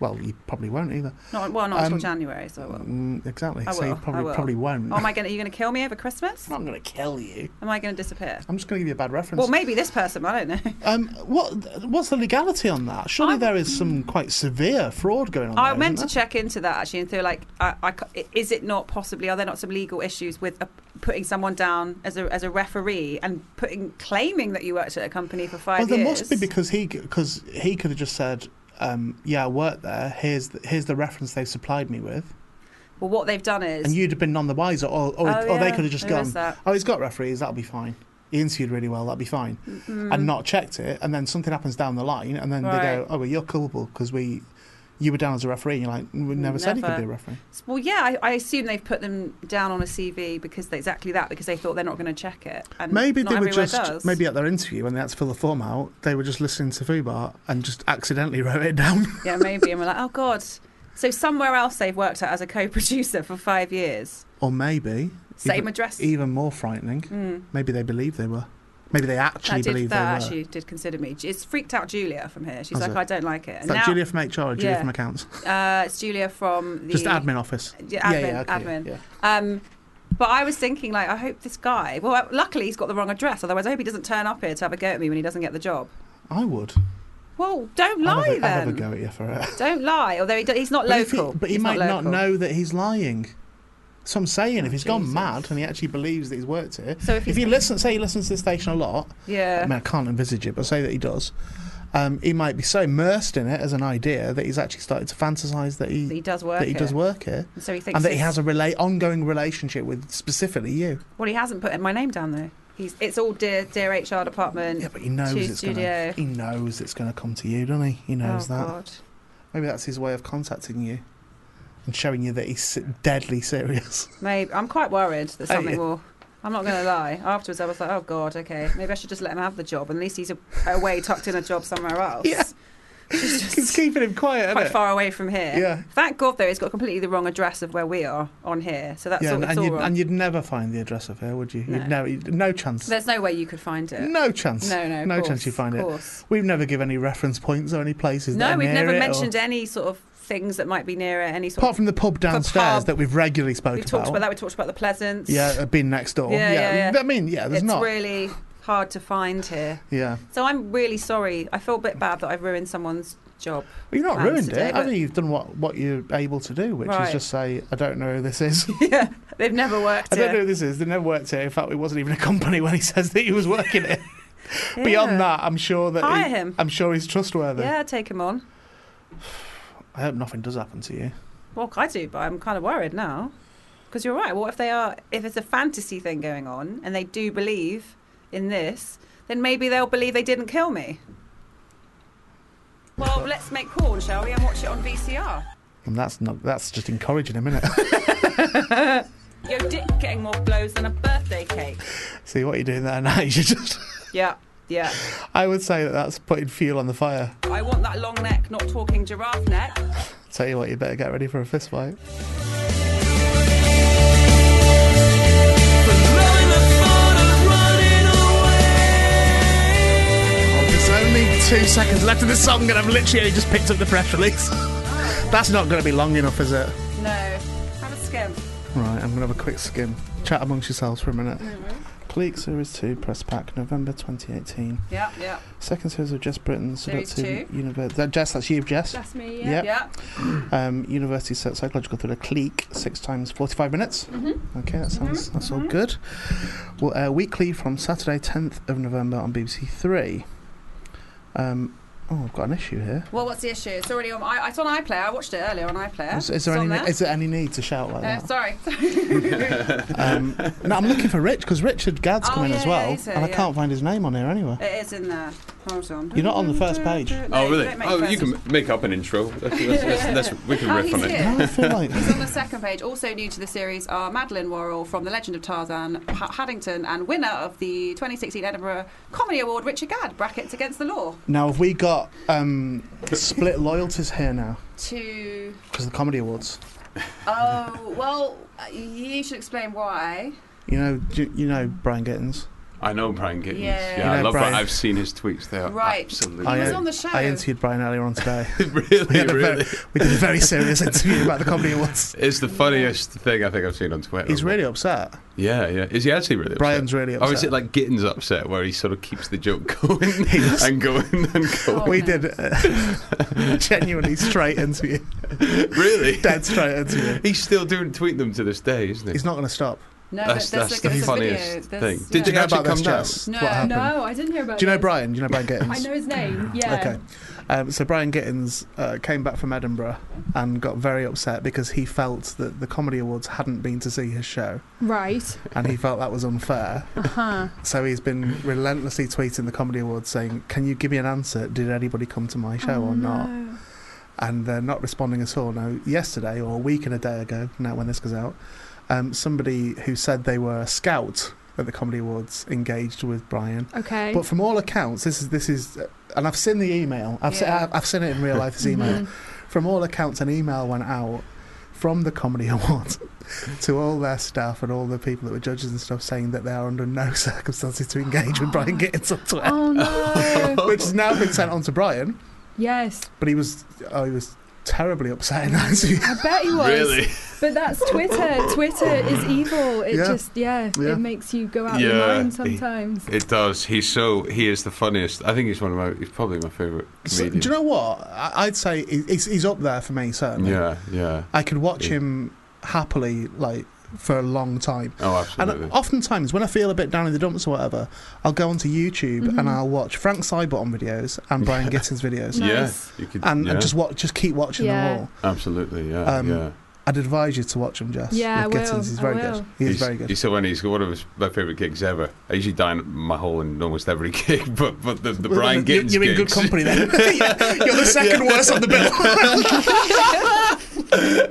C: Well, you probably won't either.
D: Not well, not until
C: Um,
D: January. So I will.
C: Mm, exactly.
D: I
C: so you
D: will, I
C: probably
D: will.
C: probably won't.
D: Oh, am I gonna? Are you gonna kill me over Christmas?
C: I'm going to kill you.
D: Am I gonna disappear?
C: I'm just going to give you a bad reference.
D: Well, maybe this person. I don't know.
C: um, what what's the legality on that? Surely
D: I'm-
C: there is some quite severe fraud going on.
D: I
C: there,
D: meant to
C: isn't
D: check into that actually, and through like, I, I ca- is it not possibly? Are there not some legal issues with uh, putting someone down as a as a referee and putting claiming that you worked at a company for
C: there? Well,
D: five
C: there
D: years?
C: must be because he because he could have just said, um, "Yeah, I worked there. Here's the, here's the reference they supplied me with,"
D: well, what they've done is
C: and you'd have been none the wiser, or or,
D: Oh,
C: or they
D: yeah,
C: could have just
D: there
C: gone,
D: is that.
C: "Oh, he's got referees. That'll be fine." He interviewed really well. That'll be fine. and not checked it, and then something happens down the line, and then they go,
D: Mm. Right.
C: "Oh, well, you're culpable because we, you were down as a referee." And you're like, "We never, said he could
D: Never.
C: be a referee."
D: Well, yeah, I, I assume they've put them down on a CV because they, exactly that because they thought they're not going to check it. And
C: Maybe
D: not
C: they were
D: everywhere
C: just
D: does.
C: maybe at their interview when they had to fill the form out, they were just listening to Fubar and just accidentally wrote it down.
D: yeah, maybe, and we're like, oh god. So somewhere else they've worked at as a co-producer for five years,
C: or maybe
D: same
C: even,
D: address.
C: even more frightening,
D: Mm.
C: maybe they believe they were. Maybe they actually
D: That did
C: believe
D: that
C: they were.
D: actually did consider me. It's freaked out Julia from here. She's
C: Has it?
D: like, I don't like it.
C: Is that Julia from HR or Julia
D: Yeah.
C: from accounts?
D: Uh, it's Julia from the
C: Just admin office.
D: Yeah, admin,
C: yeah, yeah, okay,
D: admin.
C: yeah.
D: Um, but I was thinking, like, I hope this guy. Well, uh, luckily he's got the wrong address. Otherwise, I hope he doesn't turn up here to have a go at me when he doesn't get the job.
C: I would.
D: Well, don't
C: I'd
D: lie
C: have a- I'd
D: then.
C: have a go at you for it.
D: Don't lie. Although he do, he's not
C: But if he-
D: local.
C: But he,
D: He's
C: might not,
D: local.
C: know that he's lying. So I'm saying, if he's gone
D: Jesus.
C: mad and he actually believes that he's worked here,
D: So if
C: if
D: he's-
C: he listens, say he listens to the station a lot, I mean,
D: Yeah.
C: I can't envisage it, but say that he does, um, he might be so immersed in it as an idea that he's actually started to fantasize that he,
D: That he does work.
C: that he does
D: here.
C: work here
D: And So he thinks.
C: and that he
D: it's-
C: has a rela- ongoing relationship with specifically you.
D: Well, he hasn't put my name down though. He's. It's all dear, dear HR department.
C: Yeah, but he knows
D: Choose
C: it's going to.
D: studio.
C: He knows it's going to come to you, doesn't he? He
D: oh
C: knows that.
D: God.
C: Maybe that's his way of contacting you and showing you that he's se- deadly serious.
D: Maybe I'm quite worried that
C: Oh,
D: something
C: yeah.
D: will. I'm not going to lie. Afterwards, I was like, "Oh God, okay, maybe I should just let him have the job. And at least he's a- away, tucked in a job somewhere else.
C: Yeah.
D: He's just
C: it's keeping him quiet, isn't
D: quite
C: it?
D: far away from here.
C: Yeah.
D: Thank God though, he's got completely the wrong address of where we are on here. So that's
C: yeah,
D: all.
C: and,
D: It's
C: and
D: all
C: you'd,
D: wrong.
C: and you'd never find the address of her, would you? You'd
D: No.
C: never, you'd, no chance.
D: There's no way you could find it.
C: no chance.
D: No, no, of
C: no
D: course,
C: chance you find
D: of
C: it.
D: course.
C: We've never given any reference points or any places. that
D: No,
C: are
D: we've
C: near
D: never
C: it or-
D: mentioned any sort of things that might be near it. Any sort
C: apart
D: of
C: from the pub downstairs
D: pub.
C: that we've regularly spoke
D: we talked about
C: about.
D: that. We talked about the Pleasants.
C: Yeah, uh, been next door.
D: Yeah, yeah, yeah.
C: I mean, yeah, there's
D: it's
C: not.
D: really hard to find here.
C: Yeah.
D: So I'm really sorry. I feel a bit bad that I've ruined someone's job.
C: Well, you're not
D: plans
C: ruined
D: today,
C: it. I
D: but-
C: think you've done what, what you're able to do, which
D: Right.
C: is just say, I don't know who this is.
D: yeah, they've never worked
C: I
D: here.
C: don't know who this is. They never worked here. In fact, it wasn't even a company when he says that he was working it. Beyond that, I'm sure that
D: hire
C: he-
D: him.
C: I'm sure he's trustworthy.
D: Yeah, take him on.
C: I hope nothing does happen to you.
D: Well, I do, but I'm kind of worried now because you're right. What if they are? If it's a fantasy thing going on and they do believe in this, then maybe they'll believe they didn't kill me. Well, let's make porn, shall we, and watch it on VCR.
C: And that's not. That's just encouraging him, isn't it?
D: Yo, dick getting more blows than a birthday cake.
C: See what you're doing there now. You should just.
D: Yeah, yeah.
C: I would say that that's putting fuel on the fire.
D: I want that long neck, not talking giraffe neck.
C: Tell you what, you better get ready for a fist fight. Oh, There's only two seconds left of the song, and I've literally only just picked up the press release. That's not going to be long enough, is it?
D: No, have a skim.
C: Right, I'm going to have a quick skim. Chat amongst yourselves for a minute. Clique Series 2 Press Pack, November 2018.
D: Yeah, yeah.
C: Second series of Jess Britain,
D: Series
C: Seductive Universe. That Jess, that's you, Jess.
F: That's me,
C: Yep.
D: Yeah.
C: Um, university set psychological thriller clique six times 45 minutes
D: Mm-hmm.
C: okay that sounds that's all good well uh, weekly from saturday 10th of november on bbc 3 um, oh i've got an issue here
D: Well, what's the issue? It's already on. I, it's on iPlayer. I watched it earlier on iPlayer.
C: is, is there
D: It's
C: any
D: on
C: is there any need to shout like
D: Uh,
C: that
D: sorry.
C: um, no i'm looking for rich because richard gadd's
D: Oh,
C: come in
D: yeah,
C: as
D: yeah,
C: well
D: he's here,
C: and i
D: yeah.
C: can't find his name on here anywhere
D: it is in there. Hold on.
C: You're not on the first page.
D: No,
G: Oh,
D: you
G: really?
D: don't make
G: Oh,
D: first.
G: you can make up an intro. That's, that's, that's, that's, we can
D: Oh,
G: riff
D: he's
G: on it.
D: here.
C: i feel like
D: He's on the second page. Also new to the series are Madeline Worrell from The Legend of Tarzan, Ha- Haddington, and winner of the 2016 Edinburgh Comedy Award, Richard Gadd, brackets against the law.
C: now have we got um, split loyalties here now
D: To
C: because the comedy awards
D: oh well, you should explain why.
C: you know do you, you know brian gittins
G: I know Brian Gittins.
D: Yeah.
G: Yeah,
D: You
C: know
G: I love
C: Brian.
G: Brian. I've seen his tweets. They are
D: Right.
G: absolutely
D: He was
C: uh,
D: on the show.
C: I interviewed Brian earlier on today. we,
G: really,
C: had a very-
G: really.
C: we did a very serious interview about the comedy awards.
G: It's the funniest thing I think I've seen on Twitter.
C: He's really upset.
G: Yeah, yeah. Is he actually really upset?
C: Brian's really
G: Or Oh, is
C: upset.
G: it like Gittins upset where he sort of keeps the joke going
C: He was-
G: and going and going?
D: Oh,
C: we did a genuinely straight interview,
G: Really?
C: dead straight interview.
G: He's still doing tweet them to this day, isn't he?
C: He's not going to stop.
D: no,
G: that's
D: but there's
G: that's
D: a,
G: the
D: there's a video.
G: funniest
D: There's-
G: thing.
D: yeah.
G: Did you
C: Do you know
G: actually
C: about this,
G: come down?
C: Jess?
D: No.
C: What happened?
F: No, I didn't hear about
C: Do you know
F: this.
C: Brian? Do you know Brian Gittins?
F: I know his name, yeah.
C: Okay. Um, so Brian Gittins uh, came back from Edinburgh and got very upset because he felt that the comedy awards hadn't been to see his show,
F: Right.
C: and he felt that was unfair.
F: Uh-huh.
C: So he's been relentlessly tweeting the Comedy Awards saying, Can you give me an answer? Did anybody come to my
F: Oh,
C: show
A: Oh,
C: or not? And they're not responding at all. Now, yesterday or a week and a day ago, now when this goes out, um, somebody who said they were a scout at the Comedy Awards engaged with Brian.
F: Okay.
C: But from all accounts, this is, this is, and I've seen the email, I've,
D: Yeah.
C: se- I've seen it in real life, this email
F: Mhm.
C: from all accounts, an email went out from the Comedy Awards to all their staff and all the people that were judges and stuff saying that they are under no circumstances to engage with Brian Gittins on Twitter,
F: Oh no.
C: which has now been sent on to Brian.
F: yes.
C: But he was, oh, he was terribly upset in that interview.
F: I bet he was.
G: Really?
F: But that's Twitter. Twitter is evil. It
C: Yeah.
F: just yeah,
C: Yeah.
F: it makes you go out of your
G: Yeah.
F: mind sometimes.
G: It does. He's so. He is the funniest. I think he's one of my. He's probably my favorite
C: So,
G: comedian.
C: do you know what? I- I'd say he- he's, he's up there for me, certainly.
G: yeah, yeah.
C: I could watch
G: Yeah.
C: him happily, like, for a long time.
G: Oh,
C: And
G: absolutely.
C: oftentimes, when I feel a bit down in the dumps or whatever, I'll go onto YouTube
F: Mhm.
C: and I'll watch Frank Cyberton videos and Brian Gittins videos,
F: No.
G: yeah,
F: Nice.
G: you could.
C: and,
G: yeah,
C: and just watch, just keep watching
F: Yeah.
C: them all.
G: absolutely. Yeah,
C: Um,
G: yeah.
C: I'd advise you to watch him, Jess.
F: Yeah,
C: with
F: I
C: Gittins,
F: will.
C: he's
F: I
C: very
F: will.
C: good. He is very good.
G: He's so funny. He's one of his, my favorite gigs ever. I usually dine my hole in almost every gig, but but the, the
C: Well,
G: Brian
C: you're,
G: Gittins
C: You're in good
G: gigs-
C: company then. you're the second worst on the bill.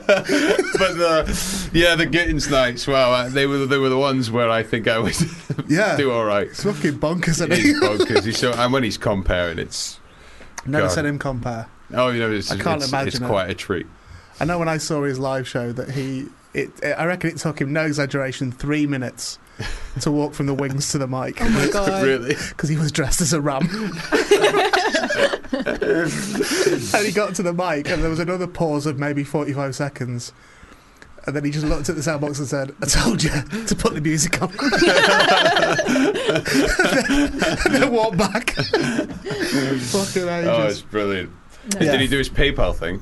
G: but uh, yeah, the Gittins nights. Wow, uh, they were they were the ones where I think I would
C: yeah,
G: do all right.
C: it's fucking bonkers. Isn't
G: He's
C: it?
G: bonkers. He's so, and when he's comparing, it's
C: Never
G: God.
C: said him compare.
G: oh, you know, it's,
C: I can't
G: it's,
C: imagine
G: it's
C: it.
G: quite a treat.
C: I know when I saw his live show that he, it, I reckon it took him no exaggeration three minutes to walk from the wings to the mic
F: Oh my god.
G: really.
C: because he was dressed as a ram. and he got to the mic, and there was another pause of maybe forty-five seconds. And then he just looked at the sound box and said, I told you to put the music on. and then walked back. Fucking
G: Oh, it's
C: ages.
G: brilliant.
F: No.
C: Yeah.
G: Did he do his PayPal thing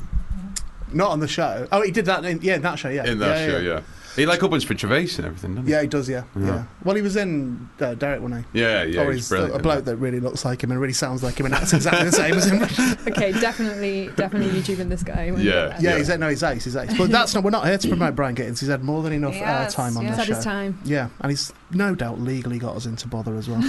C: Not on the show. Oh, he did that in, yeah, in that show, yeah.
G: in that
C: yeah,
G: show?
C: yeah.
G: Yeah. He like opens for Gervais and everything, doesn't he?
C: Yeah, he does, yeah. Yeah.
G: Yeah.
C: Well, he was in uh, Derek, wasn't he?
G: Yeah, yeah.
C: or Oh,
G: he's
C: he's uh,
G: brilliant.
C: a bloke that really looks like him and really sounds like him and acts exactly the same as him.
F: Okay, definitely, definitely YouTubing this guy. when we
G: Yeah.
F: get there.
C: Yeah, he's no, he's ace, he's ace. But that's not. We're not here to promote Brian Gittins. He's had more than enough
D: He has,
C: uh, time on
D: yeah.
F: He's
C: this
F: had
C: show.
F: his time.
C: Yeah, and he's no doubt legally got us into bother as well.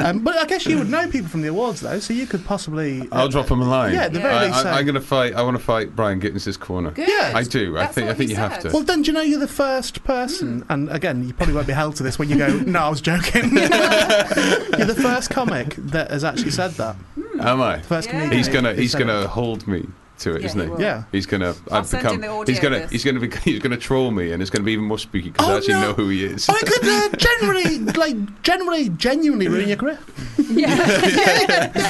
C: um, but I guess you would know people from the awards though, so you could possibly. uh,
G: I'll drop him a line.
C: Yeah, at the
D: Yeah.
C: very
G: I,
C: least. so.
G: am gonna fight. I want to fight Brian Gittins' corner.
D: Good.
C: Yeah.
G: I do. I
D: That's
G: think. I
D: what
G: think
D: he
G: you have
D: said.
G: to.
C: well, then do you know you're the first person, and again, you probably won't be held to this when you go. No, I was joking. you're the first comic that has actually said that.
D: Hmm.
G: Am I?
C: The first
D: Yeah.
C: comedian.
G: He's gonna.
C: who
G: He's
C: said
G: gonna
C: it.
G: hold me to it,
D: Yeah,
G: not
D: he
G: he?
D: will.
C: Yeah.
G: He's gonna.
D: I'll
G: I've
D: send
G: become.
D: him the audio
G: he's gonna.
D: of this.
G: He's gonna be. He's gonna troll me, and it's gonna be even more spooky because
C: Oh,
G: I actually
C: no.
G: know who he is.
C: Oh, it could uh, generally, like, generally, genuinely ruin your career.
F: Yeah.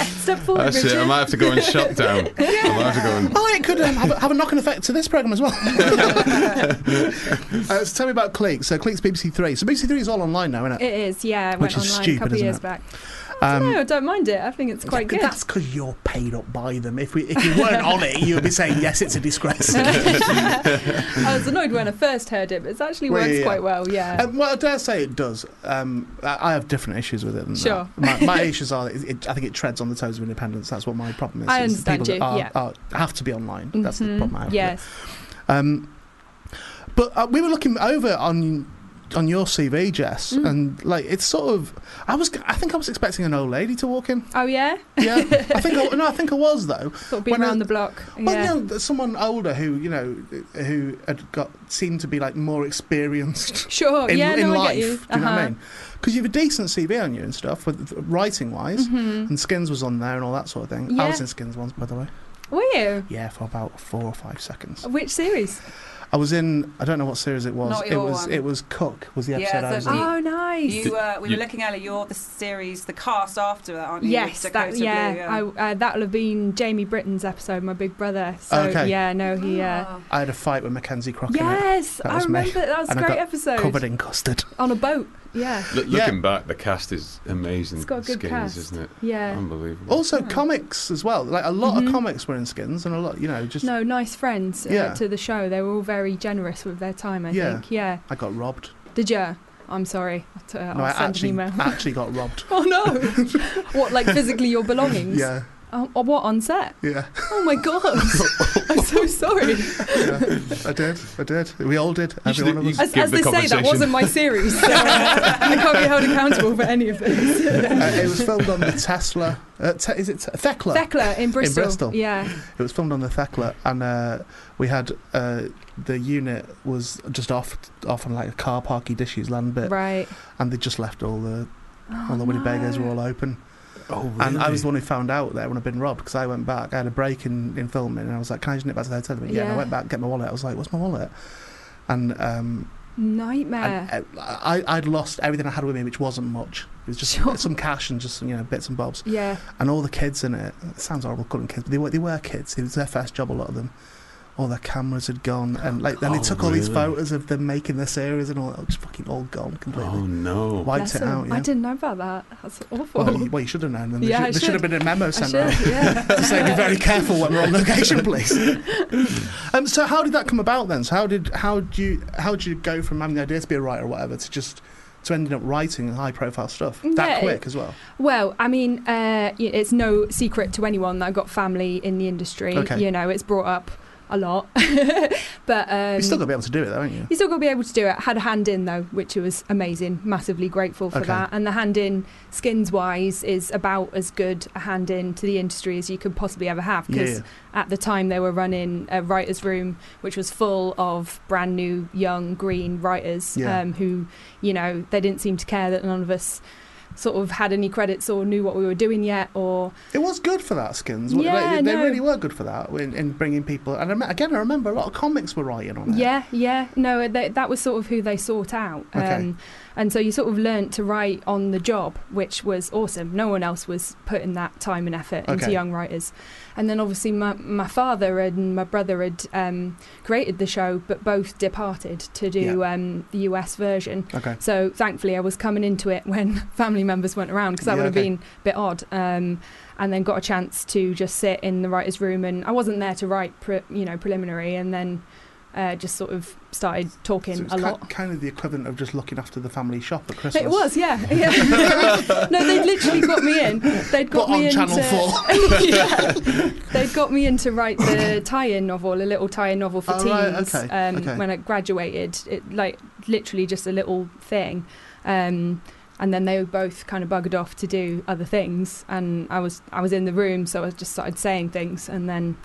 F: Step forward,
G: That's it.
F: Richard.
G: I might have to go and shut down. I might have to go and.
C: Oh, it could um, have, a, have a knock-on effect to this program as well. uh, so tell me about Cleek. So Cleek's BBC Three. So BBC Three is all online now, isn't it?
F: It is, yeah. It
C: Which
F: went
C: is
F: online
C: stupid,
F: a couple of
C: isn't
F: years
C: it?
F: back.
C: Um,
F: no, I don't mind it. I think it's quite good.
C: That's because you're paid up by them. If we, if you weren't on it, you'd be saying yes, it's a disgrace.
F: I was annoyed when I first heard it, but it actually
C: Well,
F: works
C: yeah.
F: quite well. Yeah.
C: Um, well, I dare say it does. Um, I I have different issues with it. Than that.
F: Sure.
C: My, my issues are, that it, I think it treads on the toes of independence. That's what my problem is.
F: I
C: is the
F: understand
C: people
F: you,
C: That are,
F: yeah.
C: are, have to be online. That's the
F: Mhm,
C: problem I have. with it.
F: Yes.
C: Um, but uh, we were looking over on on your CV, Jess,
F: Mm.
C: and like it's sort of. I was. I think I was expecting an old lady to walk in.
F: Oh yeah.
C: Yeah, I think. I, no, I think I was though.
F: Sort of been
C: When I- Oh,
F: around the block.
C: Well,
F: yeah.
C: no, there's someone older who you know who had got seemed to be like more experienced
F: Sure.
C: in,
F: Oh, yeah.
C: in
F: no,
C: life.
F: I get you. Uh-huh.
C: Do you know what I mean? Because you have a decent CV on you and stuff, with writing wise.
F: Mm-hmm.
C: And Skins was on there and all that sort of thing. I
F: Yeah.
C: was in Skins once, by the way.
F: Were you?
C: Yeah, for about four or five seconds.
F: Which series?
C: I was in. I don't know what series it was.
D: Not
C: it
D: your
C: was.
D: one.
C: It was Cook. Was the
D: Yeah,
C: episode I
D: so
C: was
D: the-
C: in.
F: Oh, nice.
D: You, uh, we
G: You-
D: were looking earlier. You're the series, the cast after that, aren't you?
F: Yes,
D: With
F: that,
D: Dakota
F: yeah,
D: Blue, yeah.
F: I, uh, that'll have been Jamie Britton's episode, my big brother. So
C: Okay.
F: yeah, no, he. Uh,
D: Ah.
C: I had a fight with Mackenzie Crocker.
F: yes,
C: That
F: I
C: was me.
F: remember that was a
C: And I
F: great
C: got
F: episode
C: covered in custard.
F: on a boat. Yeah,
G: Look,
C: Yeah.
G: looking back, the cast is amazing.
F: It's got a good
G: Skins,
F: cast.
G: isn't it?
F: yeah.
G: Unbelievable.
C: Also,
D: Yeah.
F: Hmm.
C: comics as well. Like a lot
F: Mhm.
C: of comics were in Skins, and a lot, you know, just
F: No, nice friends uh,
C: Yeah.
F: to the show. They were all very generous with their time. I
C: Yeah.
F: think. Yeah.
C: I got robbed.
F: Did you? I'm sorry. I'll, t- uh,
C: no, I
F: I'll send
C: actually
F: an email.
C: actually got robbed.
F: Oh no! what, like physically your belongings?
C: Yeah,
F: Oh, oh, what on set?
C: yeah,
F: Oh my god! I'm so sorry.
C: yeah. I did. I did. We all did.
G: You
C: Every
G: should-
C: one of
G: you-
C: us.
F: As,
G: Give
F: as
G: the
F: they say, that
G: conversation.
F: wasn't my series, so uh, I can't be held accountable for any of this.
C: Uh, it was filmed on the Tesla. Uh, te- is it te- Thekla?
F: Thekla in Bristol.
C: Bristol.
F: Yeah.
C: It was filmed on the Thekla, and uh, we had uh, the unit was just off, off on like a car parky dishes land bit,
F: Right.
C: and they just left all the
F: Oh,
C: all the Winnebagos were all open.
G: oh, really?
C: And I was the one who found out there when I'd been robbed because I went back. I had a break in, in filming and I was like, Can I just nip back to the hotel? They went, yeah. And I
F: Yeah.
C: went back, get my wallet. I was like, What's my wallet? And, um,
F: Nightmare.
C: and, uh, I, I'd lost everything I had with me, which wasn't much. It was just
F: Sure.
C: some cash and just some, you know bits and bobs.
F: yeah.
C: And all the kids in it. It sounds horrible calling kids, but they were they were kids. It was their first job. A lot of them. All their cameras had gone, and like then they
G: Oh,
C: took all these
G: really?
C: photos of them making their series and all. that. Just fucking all gone completely.
G: Oh no.
C: Wiped it
F: Bless 'em.
C: out. Yeah.
F: I didn't know about that. That's awful.
C: Well, you, well, you should have known. Then. There,
F: Yeah, I
C: should, there should have
F: should.
C: been a memo
F: I
C: sent around.
F: should, yeah.
C: to say be very careful when we're on location, please. um, so how did that come about then? So how did how do you how did you go from having the idea to be a writer or whatever to just to ending up writing high profile stuff that
F: Yeah,
C: quick as well?
F: Well, I mean, uh, y- it's no secret to anyone that I've got family in the industry.
C: Okay.
F: You know, it's brought up a lot. but um,
C: You're still gonna be able to do it though, aren't you?
F: You still got to be able to do it. I had a hand in though, which was amazing. Massively grateful for
C: Okay.
F: that. And the hand in, skins wise, is about as good a hand in to the industry as you could possibly ever have.
C: Yeah,
F: Because at the time they were running a writers' room, which was full of brand new, young, green writers
C: Yeah.
F: um, who, you know, they didn't seem to care that none of us sort of had any credits or knew what we were doing yet or
C: It was good for that, Skins. Like,
F: Yeah,
C: they, they
F: no.
C: really were good for that in, in bringing people. And I me- again, I remember a lot of comics were writing on it.
F: yeah yeah no th that was sort of who they sought out Um,
C: Okay.
F: and so you sort of learnt to write on the job which was awesome no one else was putting that time and effort into
C: Okay.
F: young writers and then obviously my, my father and my brother had um, created the show but both departed to do um, the us version
C: Okay.
F: So thankfully, I was coming into it when family members weren't around because that
C: Yeah,
F: would have
C: okay.
F: been a bit odd. Um, and then got a chance to just sit in the writers' room, and I wasn't there to write, pre- you know, preliminary, and then uh, just sort of started talking
C: So it's
F: a
C: ki-
F: lot.
C: kind of the equivalent of just looking after the family shop at Christmas.
F: It was, yeah, yeah. no, they'd literally got me in. They'd got
C: But on
F: me into.
C: Channel 4.
F: Yeah. They'd got me in to write the tie-in novel, a little tie-in novel for
C: Oh, right,
F: teens.
C: okay,
F: um,
C: okay.
F: When I graduated, it, like literally just a little thing, um, and then they both kind of buggered off to do other things, and I was I was in the room, so I just started saying things, and then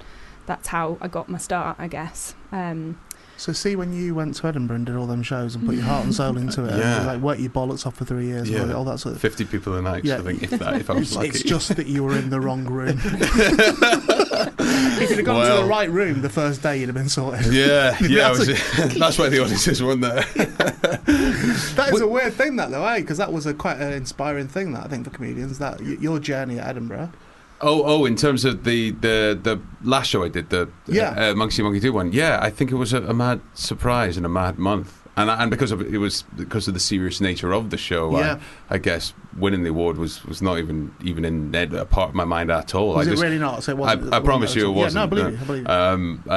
F: that's how I got my start, I guess. Um,
C: So see when you went to Edinburgh and did all them shows and put your heart and soul into it,
G: Yeah.
C: and, like worked your bollocks off for three years, and all
G: Yeah.
C: that- all that sort of.
G: Fifty people an night.
C: Yeah.
G: I think if that, if I was
C: It's,
G: lucky.
C: it's just that you were in the wrong room. if you'd have gone to
G: Well.
C: the right room the first day, you'd have been sorted.
G: yeah, yeah. I was- that's why the audience is, wasn't there?
C: That is a weird thing, that though, eh? Because that was a quite an inspiring thing, that I think for comedians. That y- your journey at Edinburgh.
G: Oh, oh! In terms of the the the last show I did, the
C: Yeah.
G: uh, uh, Monkey See, Monkey Do one, yeah, I think it was a, a mad surprise and a mad month, and I, and because of it was because of the serious nature of the show,
C: Yeah.
G: I, I guess winning the award was, was not even even in Ed, a part of my mind at all.
C: was
G: I
C: it
G: just,
C: really not? So it
G: I-
C: wasn't.
G: I promise you it
C: Yeah, no, I
G: wasn't,
C: believe
G: no.
C: you. I believe you.
G: um, uh,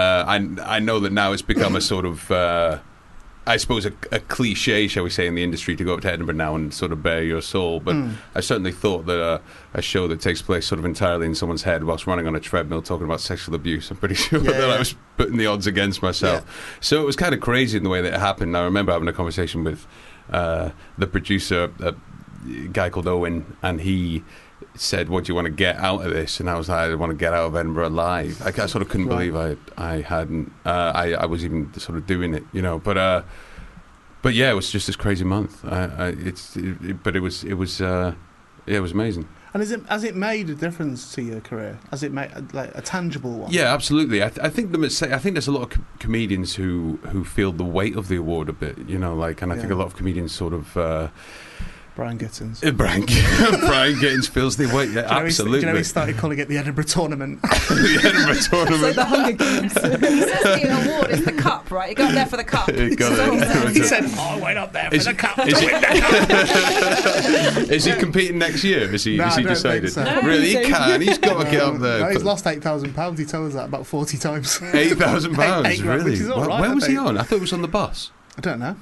G: I I know that now it's become a sort of. Uh, I suppose a, a cliche, shall we say, in the industry to go up to Edinburgh now and sort of bare your soul. But
C: Mm.
G: I certainly thought that uh, a show that takes place sort of entirely in someone's head whilst running on a treadmill talking about sexual abuse, I'm pretty sure
C: Yeah,
G: that
C: yeah.
G: I was putting the odds against myself. So it was kind of crazy in the way that it happened. I remember having a conversation with uh, the producer, a guy called Owen, and he said, What do you want to get out of this? And I was like, I want to get out of Edinburgh alive. I, I sort of couldn't
C: Right.
G: believe I, I hadn't, uh, I, I was even sort of doing it, you know. But, uh, but yeah, it was just this crazy month. I, I, it's, it, it- but it was, it was, uh, yeah, it was amazing.
C: And is it, has it made a difference to your career? Has it made like a tangible one?
G: Yeah, absolutely. I, th- I think the mistake, I think there's a lot of com- comedians who who feel the weight of the award a bit, you know, like, and I think
C: Yeah.
G: a lot of comedians sort of uh,
C: Brian Gittins.
G: eh, Brian Brian Gittins feels the
C: Do
G: weight. Yeah,
C: you know he-
G: absolutely.
C: Do you know he started calling it the Edinburgh tournament?
G: the Edinburgh
D: It's like
G: tournament.
D: the Hunger Games. he says the award is the cup, right? You got there for the cup.
G: It got
D: That's all he
G: there.
D: says.
C: he said, oh, I went up there for
G: Is-
C: the cup. to
G: is it-
C: win the
G: Is he competing next year? Is he?
C: No,
G: is
C: I
G: he
C: don't
G: decided?
C: think so.
G: Really, he can. He's got to get up there.
C: No, he's
G: But-
C: lost eight thousand pounds. He told us that about forty times.
G: Eight thousand
C: Eight-
G: pounds,
C: eight grand,
G: really?
C: which is all
G: Wh-
C: right,
G: Where
C: I
G: was he
C: think.
G: on? I thought it was on the bus.
C: I don't know.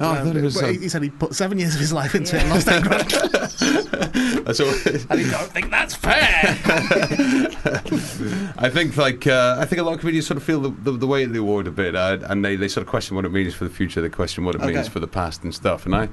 G: Oh, I
C: Um,
G: thought it was.
C: but
G: Um,
C: he said he put seven years of his life into it and
D: Yeah.
C: lost eight grand.
G: that's all-
C: And he don't think that's fair.
G: I think like uh, I think a lot of comedians sort of feel the, the, the weight of the award a bit, uh, and they, they sort of question what it means for the future. They question what it
C: Okay.
G: means for the past and stuff. And I,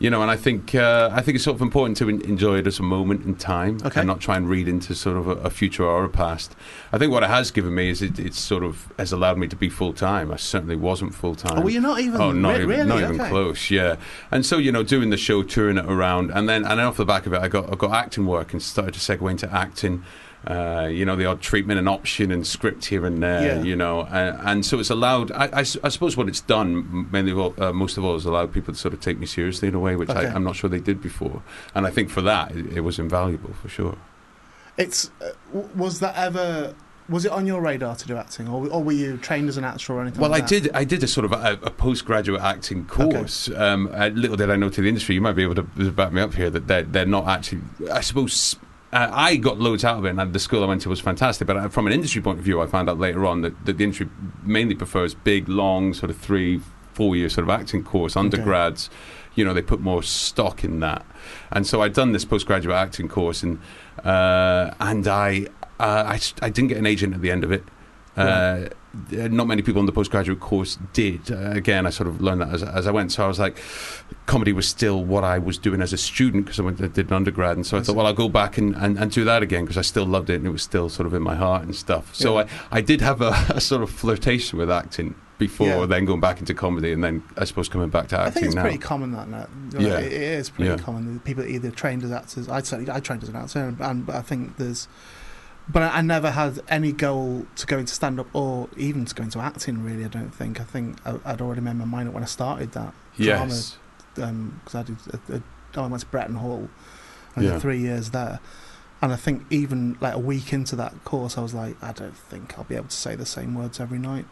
G: you know, and I think uh, I think it's sort of important to en- enjoy it as a moment in time
C: Okay.
G: and not try and read into sort of a, a future or a past. I think what it has given me is it, it's sort of has allowed me to be full time. I certainly wasn't full time.
C: oh, well, you're not even.
G: Oh,
C: re-
G: not even,
C: really?
G: not even
C: Okay.
G: close. Yeah, and so you know, doing the show, touring it around, and then and then off the back of it, I got I got acting work and started to segue into acting. Uh, you know, the odd treatment and option and script here and there.
C: Yeah.
G: You know, and, and so it's allowed. I, I s- I suppose what it's done mainly, of all, uh, most of all, is allowed people to sort of take me seriously in a way which
C: Okay.
G: I, I'm not sure they did before. And I think for that, it, it was invaluable for sure.
C: It's uh, w- was that ever? Was it on your radar to do acting, or, or were you trained as an actor or anything?
G: Well, I
C: like that?
G: did. I did a sort of a, a postgraduate acting course. Um, uh, little did I know to the industry. You might be able to back me up here that they're, they're not actually. I suppose uh, I got loads out of it, and the school I went to was fantastic. But uh, from an industry point of view, I found out later on that, that the industry mainly prefers big, long, sort of three, four year sort of acting course. Undergrads, you know, they put more stock in that. And so I'd done this postgraduate acting course, and uh, and I, uh, I s- I didn't get an agent at the end of it. Uh, uh, not many people on the postgraduate course did. Uh, again, I sort of learned that as, as I went. So I was like, comedy was still what I was doing as a student because I went I did an undergrad, and so I
C: I
G: thought,
C: see.
G: well, I'll go back and, and, and do that again because I still loved it and it was still sort of in my heart and stuff. So I, I did have a, a sort of flirtation with acting before,
C: Yeah.
G: then going back into comedy, and then I suppose coming back to acting
C: I think it's
G: now.
C: pretty common that now. Like,
G: Yeah.
C: it is pretty
G: Yeah.
C: common. that People are either trained as actors. I certainly I trained as an actor, and, and but I think there's, but I, I never had any goal to go into stand up or even to go into acting. Really, I don't think. I think I, I'd already made my mind up when I started that
G: yes,
C: because um, I did. A, a, I went to Bretton Hall, and I
G: Yeah.
C: did three years there. And I think even like a week into that course, I was like, I don't think I'll be able to say the same words every night.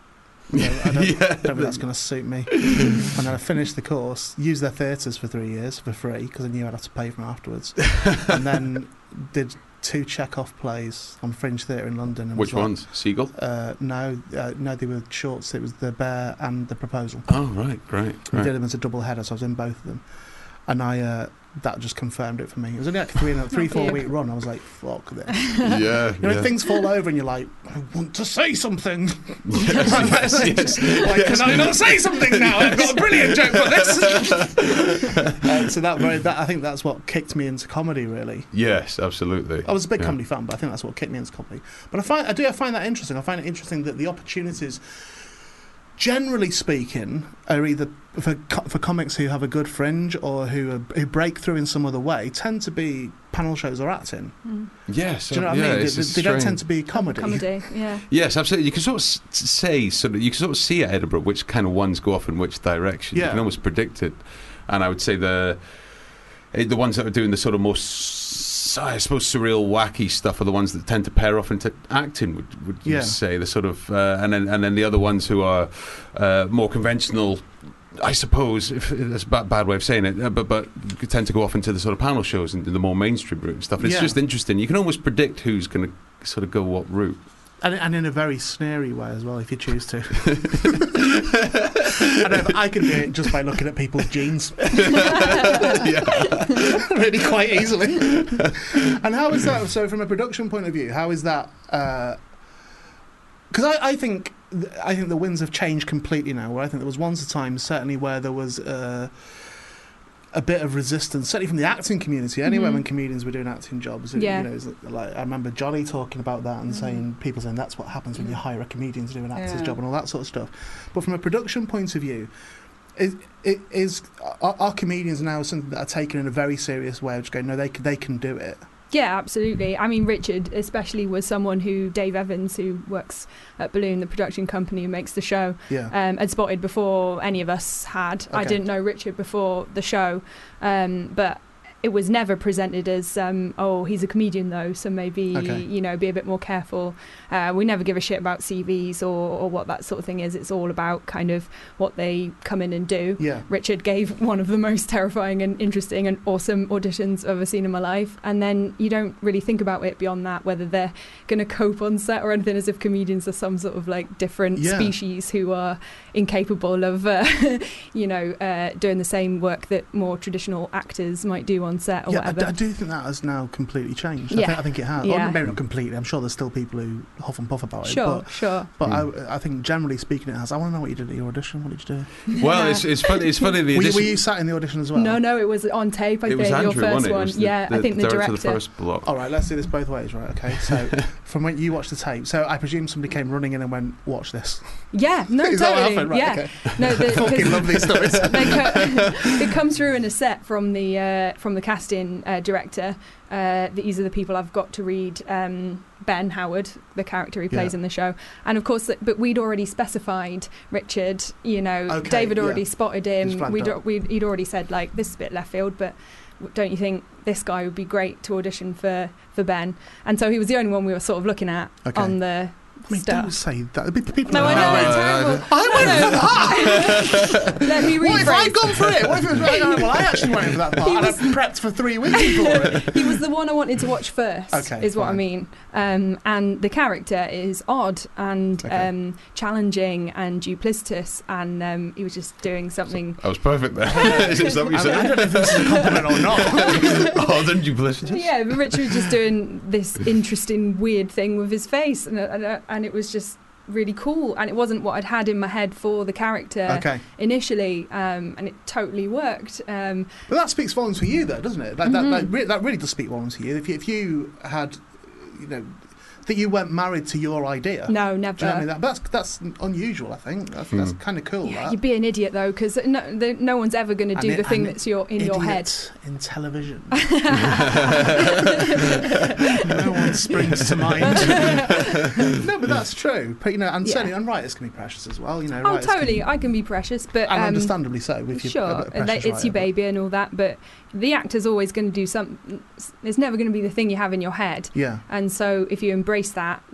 C: You know, I don't,
G: yeah,
C: don't think that's going to suit me. and then I finished the course, used their theatres for three years for free because I knew I'd have to pay for them afterwards. and then did two Chekhov plays on Fringe Theatre in London. And
G: Which
C: was like-
G: ones? Seagull.
C: Uh, no, uh, no, they were shorts. It was The Bear and The Proposal.
G: Oh right, great,
C: We did
G: great.
C: them as a double header, so I was in both of them. And I uh, that just confirmed it for me. It was only like three, and a, three four
F: dear.
C: week run. I was like, fuck this.
G: yeah,
C: You know,
G: yeah.
C: when things fall over and you're like, I want to say something.
G: Yes,
C: Like,
G: yes,
C: like,
G: yes,
C: like,
G: yes.
C: Can I not say something now? I've got a brilliant joke for this. Uh, so that, very, that I think that's what kicked me into comedy. Really,
G: Yes, absolutely.
C: I was a big
G: Yeah.
C: comedy fan, but I think that's what kicked me into comedy. But I find I do I find that interesting. I find it interesting that the opportunities, generally speaking, are either for co- for comics who have a good fringe or who are, who break through in some other way tend to be panel shows or acting.
G: Yes,
C: Do you know what
G: yeah,
C: I mean? They,
G: it's
C: they,
G: a
C: they don't
G: strange-
C: tend to be comedy.
F: Comedy, yeah.
G: Yes, absolutely. You can sort of s- s- say, sort of, you can sort of see at Edinburgh which kind of ones go off in which direction. You
C: Yeah.
G: can almost predict it. And I would say the eh, the ones that are doing the sort of most, s- I suppose, surreal, wacky stuff are the ones that tend to pair off into acting. Would, would you
C: Yeah.
G: say the sort of, uh, and then and then the other ones who are uh, more conventional. I suppose if that's a ba- bad way of saying it, uh, but but tend to go off into the sort of panel shows and the more mainstream route and stuff. It's
C: Yeah.
G: just interesting. You can almost predict who's going to sort of go what route.
C: and, and in a very sneery way as well, if you choose to. I, know, but I can do it just by looking at people's jeans really quite easily. And how is that? So, from a production point of view, how is that? Because I, I think th- I think the winds have changed completely now. Where I think there was once a time certainly where there was. Uh, a bit of resistance, certainly from the acting community. Anyway,
F: Mhm.
C: when comedians were doing acting jobs,
F: Yeah.
C: you know, it's like I remember Johnny talking about that and
D: Mhm.
C: saying people saying that's what happens when you hire a comedian to do an actor's
D: Yeah.
C: job and all that sort of stuff. But from a production point of view, is it is are, are comedians now something that are taken in a very serious way? Of just going, no, they c- they can do it.
F: Yeah, absolutely. I mean, Richard especially was someone who Dave Evans, who works at Balloon, the production company who makes the show,
C: Yeah,
F: um, had spotted before any of us had. I
C: Okay.
F: didn't know Richard before the show, um, but it was never presented as, um, oh, he's a comedian though, so maybe
C: Okay.
F: you know be a bit more careful. Uh, we never give a shit about CVs or, or what that sort of thing is. It's all about kind of what they come in and do.
C: yeah,
F: Richard gave one of the most terrifying and interesting and awesome auditions I've ever seen in my life. And then you don't really think about it beyond that, whether they're going to cope on set or anything, as if comedians are some sort of like different
C: Yeah.
F: species who are incapable of, uh, you know, uh, doing the same work that more traditional actors might do on set or
C: yeah. I,
F: Oh, whatever.
C: d- I do think that has now completely changed. I,
F: Yeah.
C: think, I think it has.
F: Yeah.
C: Or maybe not completely. I'm sure there's still people who huff and puff about it.
F: sure,
C: But,
F: sure.
C: but I, I think generally speaking, it has. I want to know what you did at your audition. What did you do?
G: Well, it's, it's funny. It's funny. The
C: Were you,
G: addition-
C: were you sat in the audition as well?
F: no, no, it was on tape, I
G: it
F: think,
G: was Andrew,
F: your first
G: wasn't it? It
F: one.
G: was the-
F: yeah, I think the director. Oh,
G: of the first block.
C: All right, let's do this both ways, right? Okay, so from when you watched the tape, so I presume somebody came running in and went, "Watch this."
F: Yeah, no,
C: Is that what
F: totally.
C: happened? "Oh, Right,
F: yeah,
C: okay.
F: no, the,
C: Fucking love these stories.
F: They co- it comes through in a set from the uh, from the casting uh, director. Uh, that these are the people I've got to read. Um, ben Howard, the character he plays
C: Yeah.
F: in the show, and of course, that- but we'd already specified Richard. You know,
C: Okay,
F: David
C: yeah.
F: already spotted
C: He's
F: him.
C: flagged up.
F: We'd, al- we'd he'd already said like this is a bit left field, but w- don't you think this guy would be great to audition for for Ben? And so he was the only one we were sort of looking at
C: Okay.
F: on the
C: I mean, don't
F: stuff.
C: say that. There'd be people
F: No, I know
C: around.
F: it's
G: No,
F: terrible.
C: I went for
F: that. Let me rephrase.
C: What if I'd gone for it? What if it was right? No, well, I actually went in for that part,
F: He
C: and I
F: was-
C: prepped for three weeks for it.
F: he was the one I wanted to watch first,
C: Okay,
F: is what I
C: fine.
F: mean. Um, and the character is odd and
C: Okay.
F: um, challenging and duplicitous, and um, he was just doing something.
G: I was perfect there. Is that what you
C: I, mean, I
G: said?
C: don't know if this is a compliment or not.
G: oh, then duplicitous.
F: Yeah, but Richard was just doing this interesting, weird thing with his face, and, and, and it was just really cool. And it wasn't what I'd had in my head for the character
C: okay,
F: initially, um, and it totally worked. Um,
C: but that speaks volumes for you, though, doesn't it? Like, that,
F: Mhm.
C: that, re- that really does speak volumes for you. If you, if you had, you know, that you weren't married to your idea.
F: No,
C: Do you know what I mean?
F: never.
C: That, Uh, that's that's unusual. I think that's, that's
G: Hmm.
C: kind of cool.
F: Yeah,
C: that.
F: you'd be an idiot though, because no, the- no one's ever going to
C: An
F: do
C: i-
F: the thing
C: an
F: that's your in your head.
C: Idiot in television. no one springs to mind. no, but that's true. But you know, and
F: Yeah.
C: certainly, and writers can be precious as well. You know,
F: Oh,
C: writers
F: totally.
C: Can,
F: I can be precious, but
C: and
F: um,
C: understandably so. If you're
F: sure,
C: a bit
F: and they-
C: precious
F: it's your
C: writer,
F: baby and all that, but the actor's always going to do some. It's never going to be the thing you have in your head,
C: but- Yeah,
F: and so if you embrace that,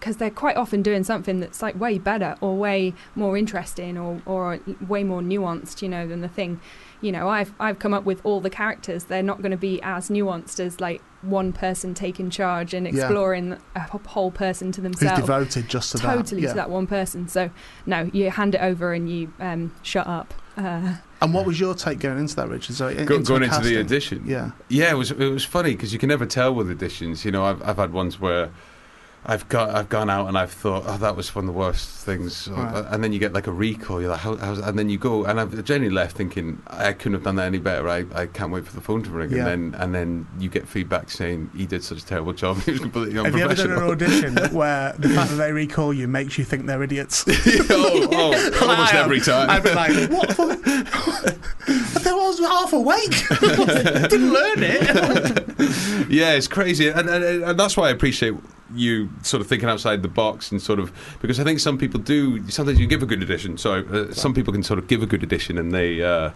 F: because they're quite often doing something that's like way better or way more interesting or or way more nuanced, you know, than the thing. You know, I've I've come up with all the characters. They're not going to be as nuanced as like one person taking charge and
C: Yeah.
F: exploring a whole person to
C: who's
F: themselves
C: devoted just to that.
F: totally
C: yeah.
F: to that one person. So no, you hand it over and you um, shut up. Uh,
C: And what was your take going into that, Richard? So in-
G: Go, going
C: the
G: into the
C: casting?
G: audition.
C: Yeah,
G: Yeah, it was it was funny because you can never tell with editions. You know, I've I've had ones where I've got I've gone out and I've thought, oh, that was one of the worst things, Or-
C: Right.
G: and then you get like a recall. You're like, how, how's, and then you go, and I've genuinely left thinking I couldn't have done that any better. I, I can't wait for the phone to ring,
C: Yeah.
G: and then and then you get feedback saying he did such a terrible job. He was completely
C: have you ever done
G: unprofessional.
C: an audition where the fact that they recall you makes you think they're idiots?
G: oh, oh,
C: Like,
G: almost
C: I am.
G: every time.
C: I'd be like, what? The fuck? there was half awake. Didn't learn it.
G: yeah, it's crazy, and, and and that's why I appreciate you sort of thinking outside the box and sort of because I think some people do. Sometimes you give a good edition. So uh, some people can sort of give a good edition, and they. Uh,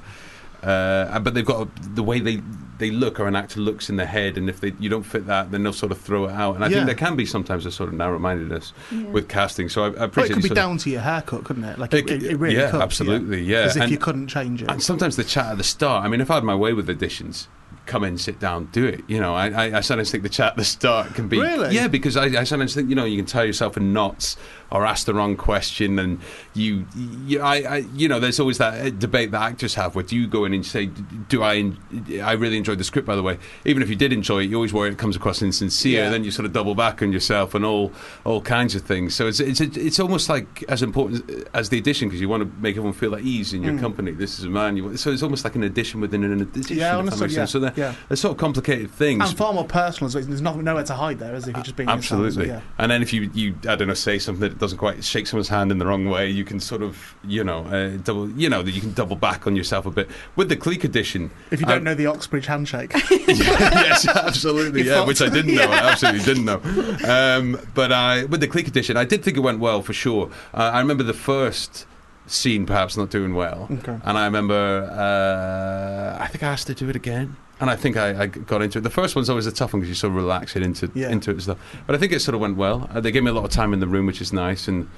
G: uh, but they've got a, the way they, they look, or an actor looks in their head, and if they, you don't fit that, then they'll sort of throw it out. And I
C: Yeah.
G: think there can be sometimes a sort of narrow-mindedness with casting. So I, I
C: Well, it
G: appreciate
C: could
G: you
C: be
G: sort of-
C: down to your haircut, couldn't it? Like it, it, it really
G: yeah,
C: could.
G: absolutely, yeah.
C: Because if
G: And-
C: you couldn't change it,
G: and sometimes the chat at the start, I mean, if I had my way with auditions, come in, sit down, do it. You know, I, I, I sometimes think the chat at the start can be.
C: Really?
G: Yeah, because I, I sometimes think, you know, you can tie yourself in knots or ask the wrong question. And you, you, I, I, you know, there's always that uh, debate that actors have where do you go in and say, do I, en- I really enjoyed the script, by the way. Even if you did enjoy it, you always worry it comes across insincere.
C: Yeah.
G: Then you sort of double back on yourself and all, all kinds of things. So it's, it's, it's almost like as important as the audition because you want to make everyone feel at ease in your
C: Mm.
G: company company. This is a man. You want. So it's almost like an addition within an addition. if
C: yeah,
G: that
C: honestly,
G: makes
C: yeah,
G: sense. So they're,
C: yeah.
G: they're sort of complicated things.
C: And far more personal. as well. There's nothing, nowhere to hide there, is there? If you're just being yourself,
G: Absolutely.
C: so, yeah.
G: And then if you, you, I don't know, say something that doesn't quite shake someone's hand in the wrong way, you can sort of, you know, uh, double, you know, that you can double back on yourself a bit. With the clique edition,
C: If you don't
G: Um,
C: know the Oxbridge handshake,
G: yes, absolutely.
C: You
G: Yeah,
C: fucked.
G: which I didn't know. I absolutely didn't know. Um, but I, with the click edition, I did think it went well for sure. Uh, I remember the first scene perhaps not doing well,
C: Okay.
G: and I remember uh, I think I asked to do it again. And I think I, I got into it. The first one's always a tough one because you're so relaxed and into
C: Yeah.
G: into it and stuff. But I think it sort of went well. Uh, they gave me a lot of time in the room, which is nice, and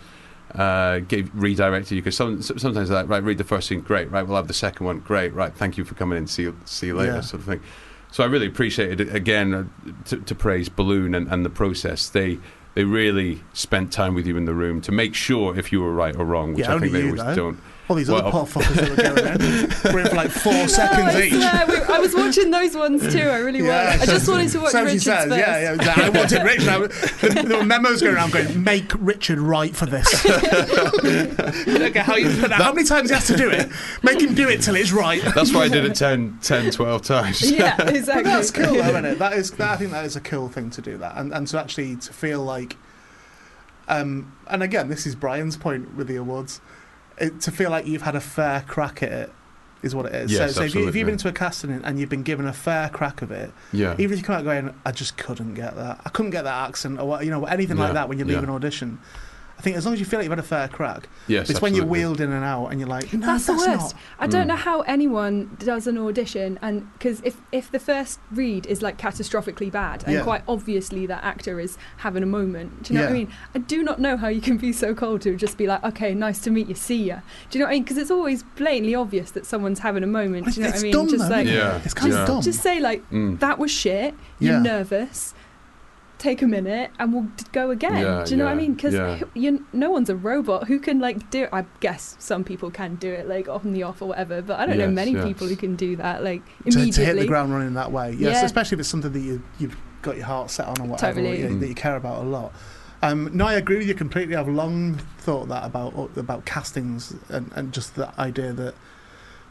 G: uh, gave redirected you because some, some- sometimes they're like right, read the first scene, great, right, we'll have the second one, great, right, thank you for coming in, see you, see you later,
C: Yeah.
G: sort of thing. So I really appreciated it again uh, to, to praise Balloon and, and the process. They they really spent time with you in the room to make sure if you were right or wrong, which
C: Yeah,
G: I think
C: only
G: they
C: you,
G: always
C: though.
G: don't.
C: all these other
G: Well-
C: pot fuckers that were going in, were in for like four seconds
F: I,
C: each.
F: swear, we- I was watching those ones too. I really
C: Yeah,
F: was. I just
C: so-
F: wanted to watch
C: so she
F: Richard's
C: says,
F: first.
C: Yeah, yeah. exactly. I wanted Richard. I was- there- there were memos going around going, make Richard write for this. You don't get how, you put that. how many times he has to do it? Make him do it till it's right.
G: That's why I did it 10, 10 12 times.
F: Yeah, exactly.
C: That's cool, though, isn't it? That is, that, I think that is a cool thing to do that, and and to actually to feel like, um, and again, this is Brian's point with the awards, it, to feel like you've had a fair crack at it is what it is.
G: Yes,
C: so, so if, you, if
G: absolutely.
C: you've been to a casting and you've been given a fair crack of it,
G: Yeah.
C: even if you come out going, I just couldn't get that, I couldn't get that accent, or what- you know, anything
G: Yeah,
C: like that when you leave
G: yeah.
C: an audition. I think as long as you feel like you've had a fair crack,
G: Yes,
C: it's when you're
G: absolutely.
C: wheeled in and out and you're like, no,
F: that's
C: that's,
F: the worst.
C: not.
F: I don't
G: Mm.
F: know how anyone does an audition, and because if if the first read is like catastrophically bad, and
C: Yeah.
F: quite obviously that actor is having a moment. Do you know what I
C: Yeah.
F: mean? I do not know how you can be so cold to just be like, okay, nice to meet you, see ya. Do you know what I mean? Because it's always blatantly obvious that someone's having a moment.
C: It's,
F: Do you know what I
C: it's
F: mean?
C: dumb,
F: just
C: though,
F: like
C: isn't it?
G: Yeah,
C: It's kind
G: yeah.
C: of dumb.
F: just say like
G: Mm.
F: that was shit. You're
C: Yeah.
F: nervous. Take a minute, and we'll d- go again.
G: Yeah,
F: do you know what I
G: yeah,
F: mean? Because
G: yeah.
F: you, no one's a robot who can like do. I guess some people can do it, like on the off or whatever. But I don't know
G: Yes,
F: many
G: yes.
F: people who can do that, like
C: to,
F: immediately.
C: to hit the ground running that way. Yes,
F: Yeah.
C: especially if it's something that you, you've got your heart set on or whatever or
F: Totally.
C: you,
G: Mm.
C: that you care about a lot. Um, no, I agree with you completely. I've long thought that about uh, about castings and, and just the idea that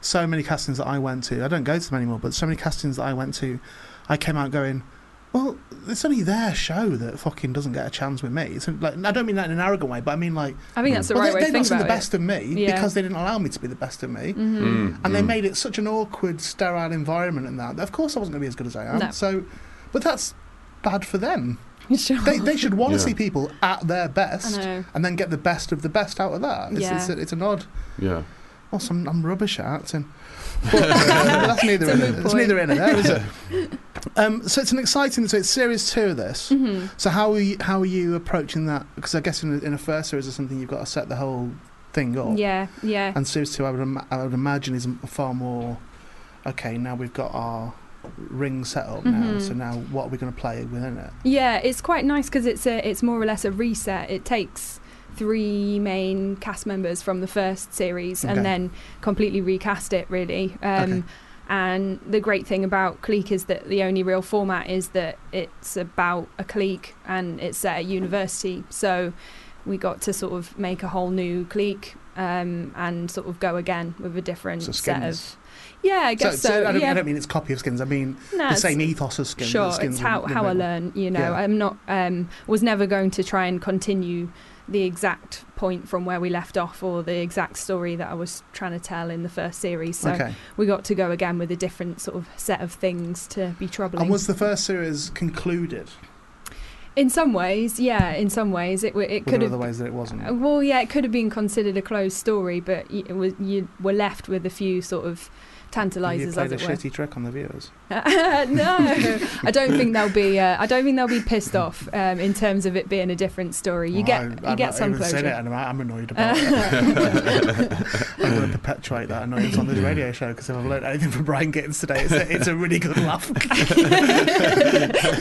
C: so many castings that I went to, I don't go to them anymore, but so many castings that I went to, I came out going, Well, it's only their show that fucking doesn't get a chance with me. It's like I don't mean that in an arrogant way, but I mean like
F: I think that's the
C: well,
F: right
C: they,
F: way to
C: they
F: think
C: wasn't
F: about
C: the best of me
F: Yeah.
C: because they didn't allow me to be the best of me,
F: it. Mm-hmm.
G: Mm,
C: and they
G: mm.
C: made it such an awkward, sterile environment and that. Of course, I wasn't going to be as good as I am.
F: No.
C: So, but that's bad for them.
F: sure.
C: They they should want to
G: Yeah.
C: see people at their
F: I
C: best
F: know.
C: and then get the best of the best out of that. It's, it's,
F: Yeah.
C: a, it's an odd.
G: Yeah.
C: Well, some, I'm rubbish at acting. But, that's neither
F: It's a
C: in
F: moot
C: it. It's
F: point.
C: neither in it there, is it? Um, so it's an exciting. So it's series two of this.
F: hmm
C: So how are you, how are you approaching that? Because I guess in a, in a first series or something, you've got to set the whole thing up.
F: Yeah, yeah.
C: And series two, I would, Im- I would imagine, is m- far more. Okay, now we've got our ring set up now.
F: Mhm.
C: So now, what are we going to play within it?
F: Yeah, it's quite nice because it's a, it's more or less a reset. It takes three main cast members from the first series
C: Okay.
F: and then completely recast it really. Um,
C: Okay.
F: And the great thing about clique is that the only real format is that it's about a clique and it's at a university. So we got to sort of make a whole new clique um, and sort of go again with a different
C: So
F: set
C: Skins.
F: of. Yeah, I guess so.
C: I, don't,
F: yeah,
C: I don't mean it's copy of skins. I mean
F: No,
C: the
F: it's-
C: same ethos as skins.
F: Sure,
C: that skins
F: it's how,
C: would-
F: how I
C: would-
F: learn. You know,
C: Yeah.
F: I'm not um, was never going to try and continue the exact point from where we left off or the exact story that I was trying to tell in the first series. So
C: Okay.
F: we got to go again with a different sort of set of things to be troubling.
C: And was the first series concluded?
F: in some ways, yeah, in some ways it wa-
C: Were
F: it could
C: there
F: have
C: other ways that it wasn't?
F: Uh, Well, yeah, it could have been considered a closed story, but y- it was, you were left with a few sort of
C: Have you
F: tantalisers,
C: played
F: as
C: a
F: it were.
C: shitty trick on the viewers.
F: no, I don't think they'll be. Uh, I don't think they'll be pissed off um, in terms of it being a different story. You
C: Well,
F: get,
C: I,
F: you
C: I've
F: get
C: not
F: some
C: even seen it,
F: closure.
C: and I'm, I'm annoyed about it. I'm going to perpetuate that annoyance on this radio show because if I've learned anything from Brian Gittins today, it's a, it's a really good laugh.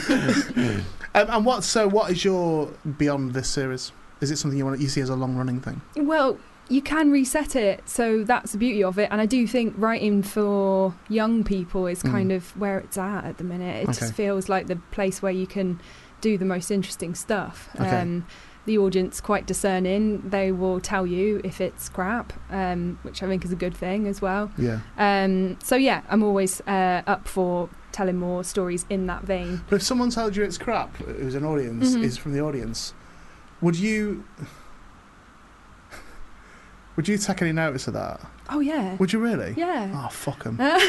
C: um, and what? So, what is your beyond this series? Is it something you want? You see as a long-running thing?
F: Well, you can reset it, so that's the beauty of it. And I do think writing for young people is
C: Mm.
F: kind of where it's at at the minute. It
C: Okay.
F: just feels like the place where you can do the most interesting stuff.
C: Okay.
F: Um, the audience quite discerning; they will tell you if it's crap, um, which I think is a good thing as well.
C: Yeah.
F: Um, so yeah, I'm always uh, up for telling more stories in that vein.
C: But if someone told you it's crap, who's an audience,
F: Mhm.
C: is from the audience, would you? Would you take any notice of that?
F: Oh yeah,
C: Would you really?
F: yeah.
C: Oh fuck 'em.
F: Well,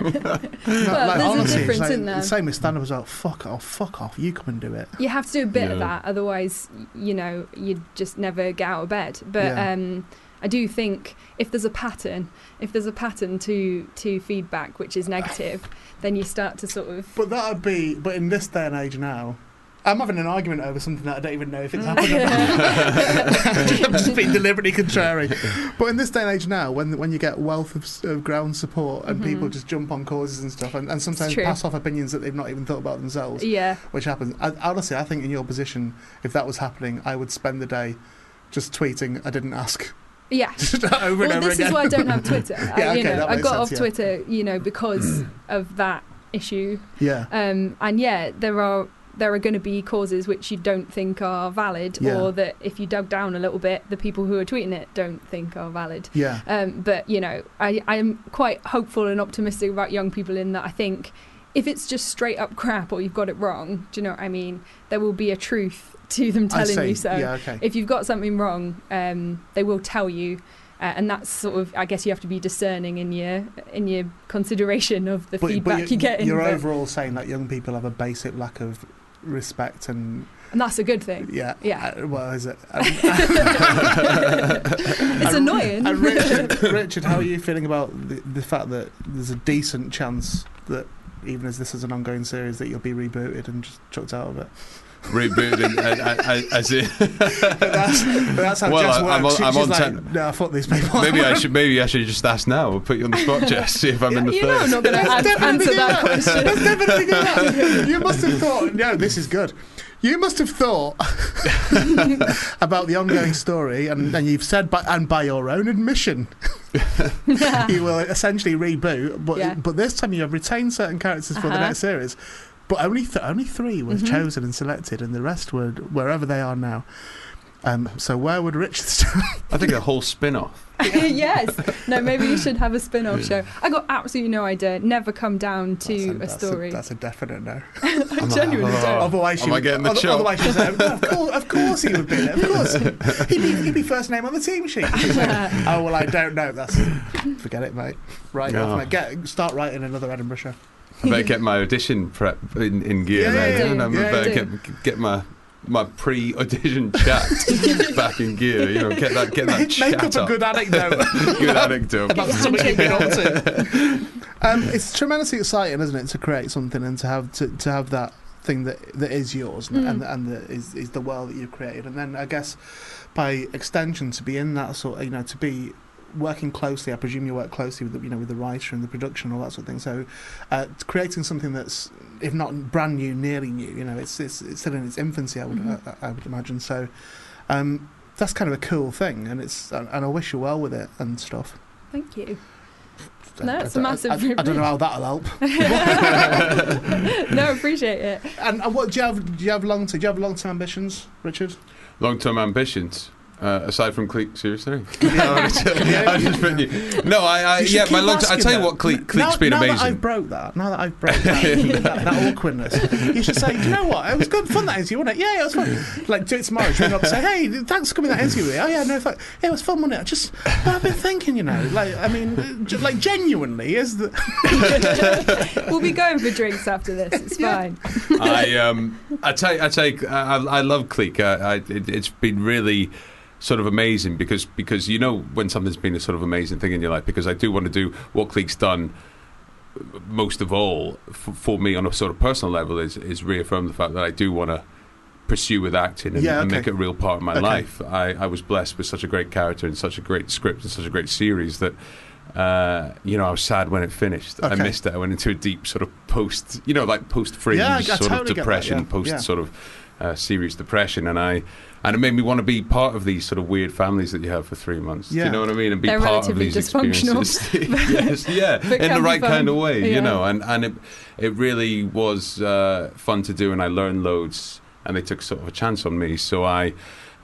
C: No, like,
F: there's a
C: honestly,
F: difference,
C: it's like,
F: isn't there?
C: the same with stand-up as well. Fuck off, fuck off. You come and do it.
F: you have to do a bit of
G: Yeah.
F: that, otherwise, y- you know, you'd just never get out of bed. But
C: Yeah.
F: um, I do think if there's a pattern, if there's a pattern to to feedback which is negative, then you start to sort of.
C: But that'd be. But in this day and age now, I'm having an argument over something that I don't even know if it's happened. Or not. I'm just being deliberately contrary. But in this day and age now, when when you get wealth of, s- of ground support and
F: Mhm.
C: people just jump on causes and stuff, and, and sometimes
F: true.
C: pass off opinions that they've not even thought about themselves,
F: Yeah,
C: which happens. I, honestly, I think in your position, if that was happening, I would spend the day just tweeting. I didn't ask.
F: yeah.
C: Just over and
F: well,
C: over
F: this
C: again.
F: is why I don't have Twitter.
C: Yeah,
F: I, you
C: okay,
F: know,
C: that
F: I
C: makes
F: got
C: sense,
F: off
C: yeah.
F: Twitter, you know, because of that issue.
C: yeah.
F: Um, and yeah, there are there are going to be causes which you don't think are valid,
C: Yeah.
F: or that if you dug down a little bit, the people who are tweeting it don't think are valid.
C: Yeah.
F: Um, but you know, I I am quite hopeful and optimistic about young people in that I think if it's just straight up crap or you've got it wrong, do you know what I mean? There will be a truth to them
C: I
F: telling
C: see.
F: you so.
C: Yeah, okay.
F: If you've got something wrong, um, they will tell you. Uh, and that's sort of, I guess, you have to be discerning in your in your consideration of the feedback
C: you're,
F: you get. in
C: You're
F: but-
C: overall saying that young people have a basic lack of respect and
F: and that's a good thing.
C: yeah,
F: Yeah.
C: Uh, well, is it?
F: It's
C: And-
F: annoying.
C: And uh, Richard, Richard, how are you feeling about the, the fact that there's a decent chance that even as this is an ongoing series, that you'll be rebooted and just chucked out of it?
G: Reboot and, and, and- as it.
C: But that's, but that's how
G: Well,
C: Jess works.
G: I- I'm on-
C: She-
G: I'm
C: she's
G: on
C: like,
G: ten-
C: no, fuck these people.
G: Maybe I should. Maybe I should just ask now. We'll put you on the spot, Jess. See if I'm in the
F: You know I'm
G: third.
F: not going
C: Let's
F: to
C: definitely
F: answer
C: do
F: that question.
C: Let's definitely do that. You must have thought, no, this is good. You must have thought about the ongoing story, and, and you've said, by, and by your own admission, you will essentially reboot, but
F: Yeah.
C: but this time you have retained certain characters for the
F: Uh-huh.
C: next series. But only th- only three were
F: Mhm.
C: chosen and selected, and the rest were wherever they are now. Um, so where would Richard start?
G: I think a whole spin-off.
F: yes. No, maybe you should have a spin off show. I got absolutely no idea. Never come down to a,
C: that's
F: story.
C: that's a definite no.
F: I genuinely don't.
C: otherwise,
G: Oh, am
C: she
G: I
C: would-
G: getting the
C: oth-
G: job?
C: Otherwise, she'd say, "No, of, course, of course he would be there. Of course, he'd be, he'd be first name on the team sheet. She'd say, oh well, I don't know. That's forget it, mate. Right,
G: Yeah.
C: off, mate. Get, start writing another Edinburgh show.
G: I better get my audition prep in, in gear
C: Yeah,
G: now.
C: yeah,
G: then,
F: yeah.
G: and
C: Yeah,
G: I better
F: yeah.
G: get, get my my pre-audition chat back in gear. You know, get that get that
C: Make,
G: chat
C: up a good anecdote.
G: Good anecdote.
C: about something you've been up to. Um, it's tremendously exciting, isn't it, to create something and to have to, to have that thing that that is yours and
F: Mm.
C: and, and that is, is the world that you've created. And then I guess by extension, to be in that sort, of, you know, to be working closely. I presume you work closely with the, you know with the writer and the production and all that sort of thing. So uh, it's creating something that's if not brand new, nearly new. You know, it's it's, it's still in its infancy. I would
F: Mhm.
C: I, I would imagine so. Um, that's kind of a cool thing, and it's and and I wish you well with it and stuff.
F: Thank you.
C: I-
F: No,
C: I
F: it's a
C: don't-
F: massive
C: I, I, I don't know how that'll help.
F: no, appreciate it.
C: And, and what do you have? Do you have long? Do you have long-term ambitions, Richard?
G: Long-term ambitions. Uh, aside from Cleek, seriously? No, I'm just- I'm just kidding. No, I, I
C: You should
G: yeah, my
C: keep
G: long. I
C: asking
G: tell you
C: that.
G: what, Cleek,
C: now,
G: Cleek's been
C: now
G: amazing.
C: that I've broke that, now that I've broke that, that, that awkwardness, you should say, do you know what? It was good fun that interview, wasn't it? Yeah, yeah, it was fun. Like do it tomorrow. Ring up, and say, hey, thanks for coming to that interview. Oh yeah, no, thank- yeah, it was fun, wasn't it? I just, but I've been thinking, you know, like I mean, j- like genuinely, is the
F: We'll be going for drinks after this. It's fine.
G: I um, I take, I take, I, I I love Clique. Uh, I, I, it, it's been really sort of amazing because because you know when something's been a sort of amazing thing in your life because I do want to do what Clique's done most of all f- for me on a sort of personal level is is reaffirm the fact that I do want to pursue with acting and,
C: Yeah,
G: and
C: okay.
G: make it a real part of my
C: Okay.
G: life. I, I was blessed with such a great character and such a great script and such a great series that uh, you know I was sad when it finished. I
C: Okay.
G: missed it. I went into a deep sort of post, you know, like post fringe
C: Yeah, I- I
G: sort
C: totally
G: of
C: get that,
G: depression,
C: yeah,
G: post
C: yeah.
G: sort of uh, serious depression, and I and it made me want to be part of these sort of weird families that you have for three months. Do
C: Yeah.
G: you know what I mean? And be
F: They're
G: part of
F: relatively
G: these
F: dysfunctional,
G: experiences. yes, yeah,
F: but
G: in
F: can
G: the
F: be
G: right
F: fun.
G: kind of way,
F: Yeah.
G: you know. And and it it really was uh, fun to do, and I learned loads. And they took sort of a chance on me, so I.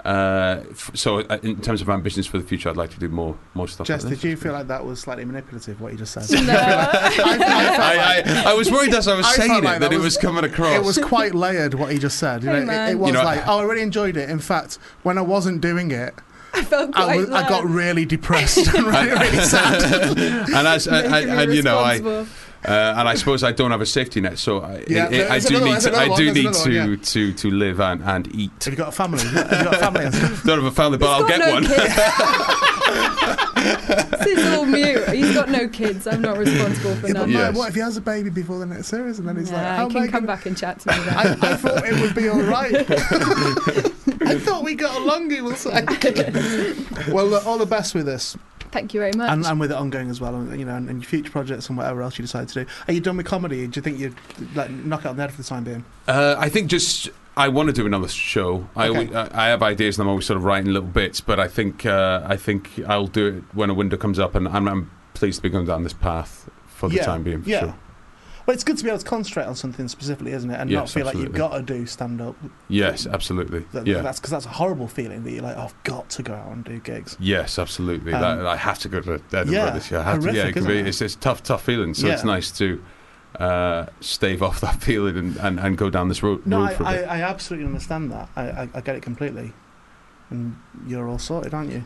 G: Uh, f- so, uh, in terms of ambitions for the future, I'd like to do more more stuff.
C: Jess,
G: like this.
C: did you feel like that was slightly manipulative? What you just said?
G: I, I, I was worried as I was
C: I
G: saying
C: felt
G: it
C: like
G: that,
C: that
G: it
C: was-
G: was coming across.
C: It was quite layered what he just said. You
F: Hey,
C: know, it-
F: man.
C: it, was
G: You know,
C: like, oh, I really enjoyed it. In fact, when I wasn't doing it,
F: I felt quite
C: I, was, I got really depressed and really, really sad.
G: and as, I, I, and you know, I uh, and I suppose I don't have a safety net, so I,
C: Yeah,
G: it, it, I
C: there's
G: do
C: another one,
G: need to,
C: there's
G: I
C: another
G: do
C: one,
G: need
C: there's
G: to,
C: another one,
G: to to live and, and eat.
C: Have you got a family? Have you got a family? and stuff?
G: Don't have a family, but I'll get one.
F: It's all mute. He's got no kids. I'm not responsible for
C: Yeah, but
F: none.
G: Yeah.
C: mate,
G: Yes.
C: what if he has a baby before the next series and then he's like,
F: Nah,
C: how
F: he
C: am
F: can
C: I
F: come
C: gonna-
F: back and chat to me. Then.
C: I, I thought it would be all right. I thought we got along, he will say. well, look, all the best with this
F: Thank you very much.
C: and, and with it ongoing as well, and, you know, and, and your future projects and whatever else you decide to do. Are you done with comedy? Do you think you'd like, knock it on the head for the time being?
G: Uh, I think just I want to do another show. I,
C: Okay.
G: always- I I have ideas and I'm always sort of writing little bits, but I think uh, I think I'll do it when a window comes up, and I'm, I'm pleased to be going down this path for the
C: Yeah,
G: time being. For
C: yeah.
G: sure.
C: Well, it's good to be able to concentrate on something specifically, isn't it? And not
G: Yes,
C: feel like you've got
G: absolutely.
C: to do stand up.
G: Yes, absolutely.
C: That,
G: yeah.
C: That's because that's a horrible feeling that you're like, I've got to go out and do gigs.
G: Yes, absolutely.
C: Um,
G: that, I have to go to Edinburgh
C: yeah,
G: this year. I have to, yeah,
C: horrific,
G: it can
C: isn't
G: be,
C: it?
G: It's, it's tough, tough feeling. So it's
C: Yeah.
G: nice to uh, stave off that feeling and, and, and go down this road,
C: No,
G: road
C: I,
G: for a
C: I,
G: bit.
C: I absolutely understand that. I, I, I get it completely. And you're all sorted, aren't you?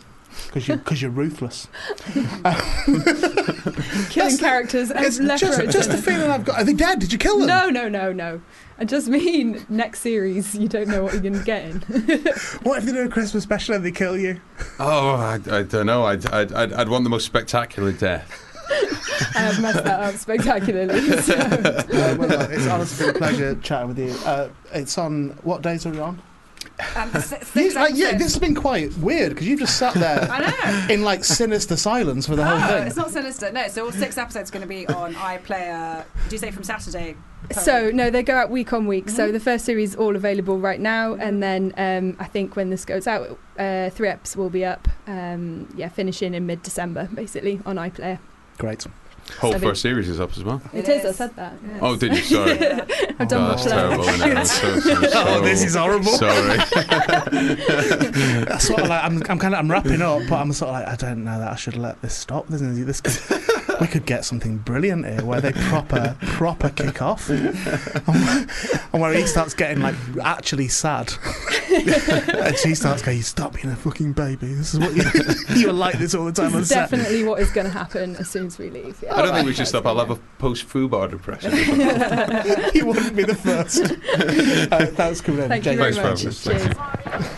C: Because you, 'cause you're ruthless.
F: Killing
C: That's-
F: characters
C: It's
F: as
C: just,
F: leopards.
C: just the feeling I've got. Are they dead? Did you kill them?
F: no, no, no, no. I just mean next series, you don't know what you're going to get in.
C: What if they do a Christmas special and they kill you?
G: Oh, I, I don't know. I'd, I'd, I'd, I'd want the most spectacular death.
F: I have messed that up spectacularly. So.
C: Uh, well, look, it's honestly been a pleasure chatting with you. Uh, it's on. What days are we on?
D: Um, s- six
C: You- uh, yeah,
D: episodes.
C: this has been quite weird because you've just sat there
D: I know.
C: in like sinister silence for the whole
D: Oh,
C: thing.
D: it's not sinister. No, so all six episodes are going to be on iPlayer. Do you say from Saturday?
F: So no, they go out week on week. So the first series all available right now, and then um, I think when this goes out, uh, three eps will be up. Um, yeah, finishing in mid December, basically on iPlayer.
G: Oh,
C: Great.
G: Whole
F: So they-
G: first series is up as well.
F: It is. I said that. yeah.
G: Oh, did you? Sorry.
F: I've done
G: oh,
F: my
G: that's
F: plug.
G: terrible. isn't it? I'm so- so-
C: Oh,
G: so
C: this is horrible.
G: Sorry.
C: That's what I like. I'm, I'm kind of I'm wrapping up, but I'm sort of like I don't know that I should let this stop. This, is- this could, we could get something brilliant here where they proper proper kick off, and where he starts getting like actually sad, and she starts going, "You stop being a fucking baby. This is what you you were like this all the time on
F: It's
C: set."
F: definitely what is going to happen as soon as we leave. Yeah.
G: I don't think we should stop. I'll have a post bar depression.
C: He wouldn't be the first. Uh, that's coming in.
F: Thank you
C: Jake.
F: very
G: Thanks,
F: much.
G: Francis. Thank
F: Cheers.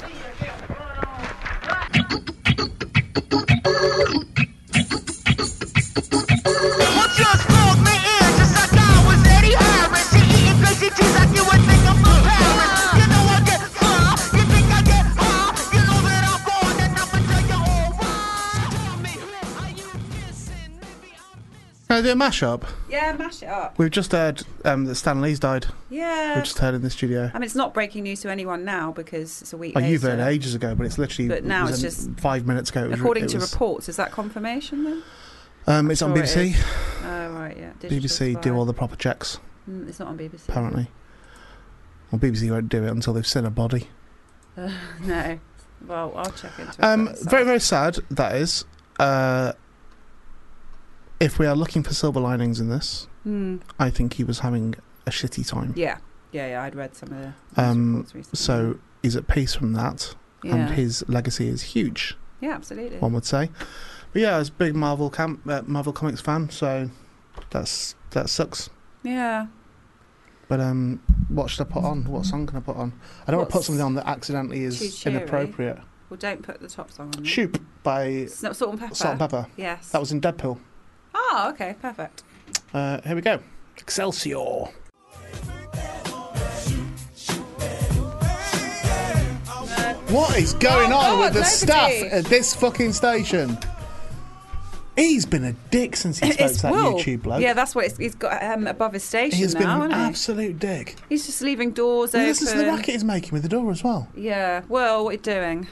H: Well, drugs pulled me in just like I was Eddie Harris. And eating crazy cheese like you would think I'm from Paris. You know I get fly, you think I get high. You know that I'm going and I'ma tell you all why. Tell me, are you missing? Maybe I'm missing.
C: Can I do a mashup?
D: Yeah, mash it up.
C: We've just heard um, that Stan Lee's died.
D: Yeah.
C: We've just heard in the studio.
D: I mean, it's not breaking news to anyone now because it's a week.
C: Oh, you've
D: later.
C: heard ages ago, but it's literally.
D: uh, But now
C: it was
D: it's
C: in
D: just-
C: five minutes ago. It was,
D: According
C: it
D: to
C: was-
D: reports, is that confirmation then?
C: Um, it's on
D: Sure it
C: BBC.
D: Oh, right, yeah. Digital
C: BBC
D: Spy.
C: do all the proper checks,
D: Mm, it's not on BBC.
C: apparently. Well, BBC won't do it until they've seen a body.
D: Uh, no. Well, I'll check into it.
C: Um,
D: myself.
C: very, very sad, that is. Uh, if we are looking for silver linings in this,
D: Mm,
C: I think he was having a shitty time.
D: yeah. yeah, yeah. I'd read some of the news
C: Um,
D: reports recently.
C: So he's at peace from that,
D: yeah,
C: and his legacy is huge,
D: yeah, absolutely.
C: one would say. But yeah, I was a big Marvel, camp, uh, Marvel Comics fan, so that's that sucks.
D: Yeah,
C: But um, what should I put on? What song can I put on? I don't want to put
D: What's
C: something on that accidentally
D: too
C: is
D: cheery?
C: inappropriate.
D: well, don't put the top song on. there.
C: Shoop by
D: It's not salt and pepper.
C: Salt and Pepper.
D: Yes.
C: That was in Deadpool.
D: Oh, okay, perfect.
C: Uh, here we go. Excelsior. What is going
D: Oh,
C: on
D: God,
C: with the
D: nobody.
C: staff at this fucking station? He's been a dick since he spoke to that
D: Will.
C: YouTube bloke.
D: Yeah, that's what it's, he's got um, above his station
C: He's been
D: now,
C: an
D: isn't he?
C: absolute dick.
D: He's just leaving doors
C: And
D: open.
C: Listen to the racket he's making with the door as well.
D: Yeah. Well, what are you doing?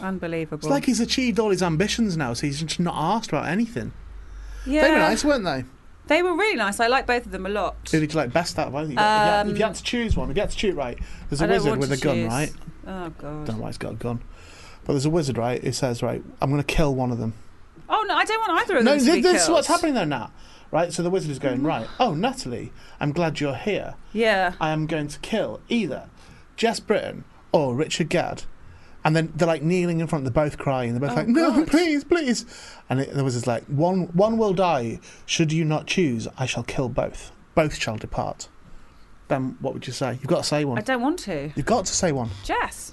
D: Unbelievable.
C: It's like he's achieved all his ambitions now, so he's just not asked about anything.
D: yeah.
C: They were nice, weren't they?
D: They were really nice. I like both of them a lot.
C: Who did you like best out of? If you, had- if you
D: Um,
C: had to choose one, if you had to choose, right, there's a
D: I don't
C: wizard
D: want
C: with
D: to
C: a gun,
D: choose.
C: right?
D: Oh
C: don't know
D: god.
C: why he's got a gun. But there's a wizard, right, who says, right, I'm going to kill one of them.
D: Oh no, I don't want either of
C: No,
D: them to
C: th-
D: be
C: this is
D: killed. Mm-hmm.
C: what's happening though, Nat. Right, so the wizard is going, right, oh, Natalie, I'm glad you're here.
D: Yeah.
C: I am going to kill either Jess Britton or Richard Gadd. And then they're like kneeling in front, they're both crying. They're both
D: Oh,
C: like, no,
D: God.
C: please, please. And it, there was this like, one, one will die. Should you not choose, I shall kill both. Both shall depart. Then what would you say? You've got to say
D: I
C: one.
D: don't want to.
C: You've got to say one.
D: Jess.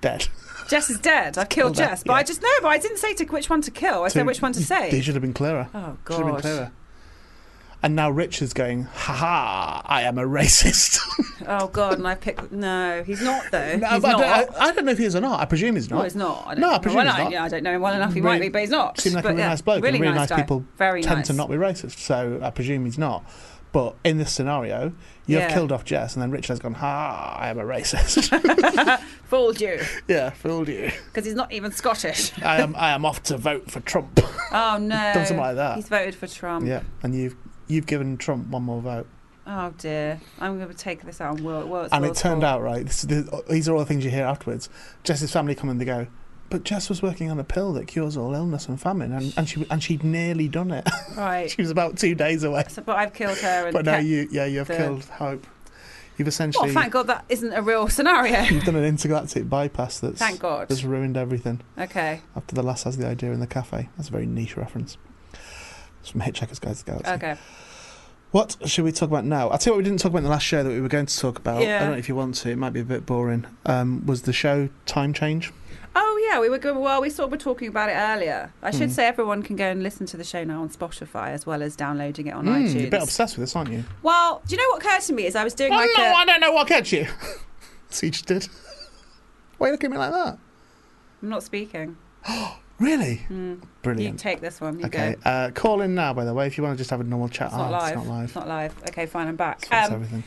C: Dead.
D: Jess is dead. I've killed
C: Well, that-
D: Jess, but
C: yeah.
D: I just no, but I didn't say to which one to kill. I said
C: To-
D: which one to
C: They
D: say.
C: should have been clearer.
D: Oh
C: Should have been
D: god.
C: clearer. And now Richard's going, ha ha, I am a racist.
D: Oh god, and I picked no. He's not though.
C: No,
D: he's
C: but I,
D: not.
C: don't, I, I don't know if he is or not. I presume he's not.
D: well, he's not. I don't
C: No, I
D: know.
C: presume
D: well,
C: he's
D: I,
C: not.
D: yeah, I don't know him well enough. He
C: Really-
D: might be, but he's not.
C: Seemed like a
D: But,
C: really
D: yeah,
C: nice bloke.
D: Really,
C: and really
D: nice,
C: nice,
D: guy.
C: people
D: Very
C: tend
D: nice.
C: to not be racist, so I presume he's not. But in this scenario, you've
D: Yeah.
C: killed off Jess, and then Richard has gone, ha, I am a racist.
D: fooled you
C: yeah, fooled you.
D: because he's not even Scottish.
C: I am, I am off to vote for Trump.
D: Oh no.
C: Done something like that.
D: He's voted for Trump.
C: yeah, and you've you've given Trump one more vote,
D: Oh dear. I'm going to take this out on Will. Will
C: and it turned out right. This, this, these are all the things you hear afterwards. Jess's family come and they go. But Jess was working on a pill that cures all illness and famine, and, and she and she'd nearly done it.
D: Right.
C: she was about two days away.
D: So, but I've killed her. And
C: But now
D: kept-
C: you, yeah, you have
D: the-
C: killed hope. You've
D: Well,
C: essentially
D: thank God that isn't a real scenario.
C: you've done an intergalactic bypass that's
D: Thank God.
C: that's ruined everything.
D: Okay.
C: After the last has the idea in the cafe, that's a very niche reference. It's from Hitchhiker's Guide to the Galaxy.
D: Okay.
C: What should we talk about now? I tell you what we didn't talk about in the last show that we were going to talk about. I
D: Yeah.
C: don't know if you want to. It might be a bit boring. Um, was the show time change?
D: Oh yeah, we were good. Well, we sort of were talking about it earlier. I should
C: Hmm.
D: say everyone can go and listen to the show now on Spotify as well as downloading it on
C: Mm,
D: iTunes.
C: you're a bit obsessed with this, aren't you?
D: Well, do you know what occurred to me is I was doing
C: Well,
D: like
C: no,
D: a.
C: I don't know what catch you. See, you just did. Why are you looking at me like that?
D: I'm not speaking.
C: Really?
D: Mm. You
C: Brilliant.
D: take this one. You
C: Okay.
D: go.
C: Uh, call in now, by the way, if you want to just have a normal chat.
D: It's not
C: Ah,
D: live.
C: It's not live.
D: It's not live. Okay, fine. I'm back.
C: Sorts
D: Um,
C: everything.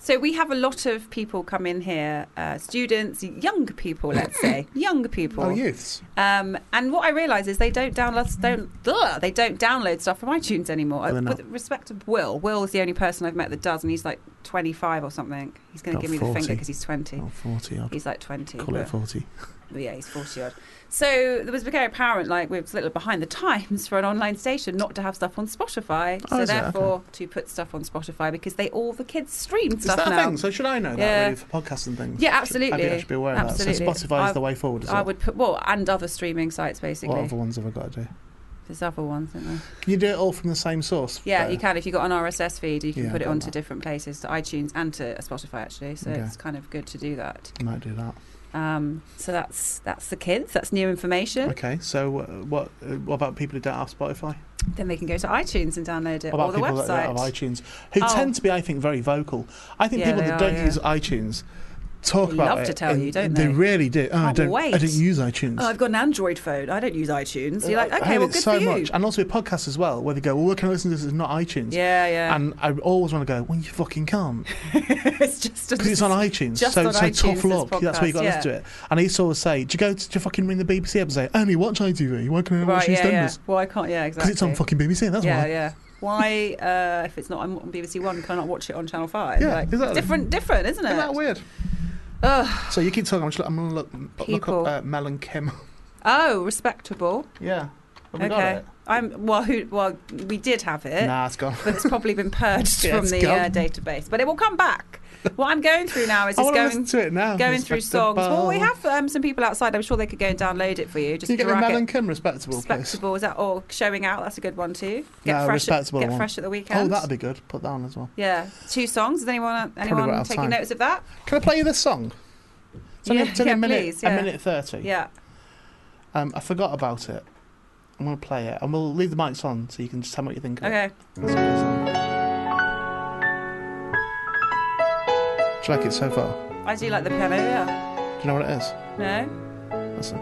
D: So we have a lot of people come in here, uh, students, young people, let's say, young people.
C: Oh, youths.
D: Um, and what I realise is they don't download don't ugh, they don't download stuff from iTunes anymore.
C: No, they're not.
D: With respect to Will, Will is the only person I've met that does, and he's like 25 or something. He's going to
C: About
D: give me the
C: 40.
D: finger because he's 20.
C: Oh, 40 odd.
D: He's like 20.
C: Call it
D: but-
C: 40.
D: but yeah, he's 40 odd. So it was very apparent, like, we was a little behind the times for an online station not to have stuff on Spotify.
C: Oh,
D: so,
C: is it? Okay.
D: therefore, to put stuff on Spotify because they all the kids stream
C: Is
D: stuff
C: that
D: now.
C: a thing? So should I know that
D: Yeah.
C: really for podcasts and things?
D: Yeah,
C: Should- I think I
D: absolutely.
C: should be aware
D: Absolutely.
C: of that. So Spotify is
D: I-
C: the way forward as well.
D: I would put, well, and other streaming sites, basically.
C: what other ones have I got to do?
D: There's other ones, isn't there?
C: Can you do it all from the same source?
D: Yeah,
C: though?
D: you can. If you've got an RSS feed, you can
C: Yeah,
D: put
C: I've
D: it
C: done
D: onto
C: that.
D: different places, to iTunes and to Spotify, actually. So
C: Okay.
D: it's kind of good to do that.
C: I might do that.
D: Um, so that's that's the kids. That's new information.
C: Okay, so uh, what, uh, what about people who don't have Spotify?
D: Then they can go to iTunes and download it
C: What about
D: or the
C: people
D: website.
C: that don't have iTunes? Who
D: Oh.
C: tend to be, I think, very vocal. I think
D: Yeah,
C: people
D: they
C: that
D: are,
C: don't
D: yeah.
C: use iTunes talk
D: They
C: about
D: love
C: it.
D: to tell
C: and
D: you, don't
C: They
D: they?
C: really do. Oh, I
D: Can't
C: don't. I
D: wait.
C: don't use iTunes.
D: Oh, I've got an Android phone. I don't use iTunes. You're like,
C: I
D: okay,
C: hate
D: well,
C: it
D: good
C: Uh, so
D: for you.
C: much, and also with podcasts as well, where they go, "Well, where can I listen to this? It's not iTunes."
D: Yeah, yeah.
C: And I always want to go, "Well, you fucking can't,"
D: it's just
C: because it's on iTunes.
D: Just
C: so
D: on
C: so
D: iTunes,
C: tough
D: this
C: luck. That's where you
D: podcast,
C: got to
D: yeah.
C: listen to it. And I used to always say, "Do you go? To, do you fucking ring the BBC up and say, only watch ITV? Why can I not watch
D: right, yeah, yeah.
C: EastEnders?
D: Well, I can't. Yeah,
C: Because
D: exactly.
C: it's on fucking BBC. That's
D: yeah,
C: why."
D: yeah. Why, uh, if it's not on BBC One, can I not watch it on Channel Five?
C: Yeah,
D: like,
C: exactly.
D: different, different, isn't it?
C: Isn't that weird?
D: Ugh.
C: So you keep talking. I'm, just, I'm gonna look look
D: People.
C: up uh, Mel and Kim.
D: Oh, respectable.
C: yeah. Have we
D: okay. Eh.
C: got it?
D: I'm well. Who? Well, we did have it,
C: Nah, it's gone.
D: but it's probably been purged
C: Yeah,
D: from
C: it's
D: the
C: gone.
D: uh, database. But it will come back. What I'm going through now is
C: I
D: just
C: want to
D: going
C: listen to it now.
D: going through songs.
C: Respectable.
D: Well, we have um, some people outside. I'm sure they could go and download it for you. Just
C: Can you get me
D: drag
C: Mel
D: it.
C: and Kim respectable, please?
D: Respectable, is that all? Showing out, that's a good one too.
C: No,
D: fresh
C: respectable
D: At, get
C: one.
D: fresh at the weekend.
C: Oh, that'd be good. Put that on as well.
D: Yeah, two songs. Is anyone
C: got out
D: anyone
C: of
D: taking
C: time.
D: notice of that?
C: Can I play you this song? It's only,
D: Yeah,
C: it's only
D: yeah,
C: a minute,
D: please,
C: a
D: yeah.
C: minute thirty.
D: Yeah.
C: Um, I forgot about it. I'm gonna play it, and we'll leave the mics on so you can just tell me what you think. Of
D: Okay.
C: It. Do you like it so far?
D: I do like the piano. Yeah.
C: Do you know what it is?
D: No.
C: Listen.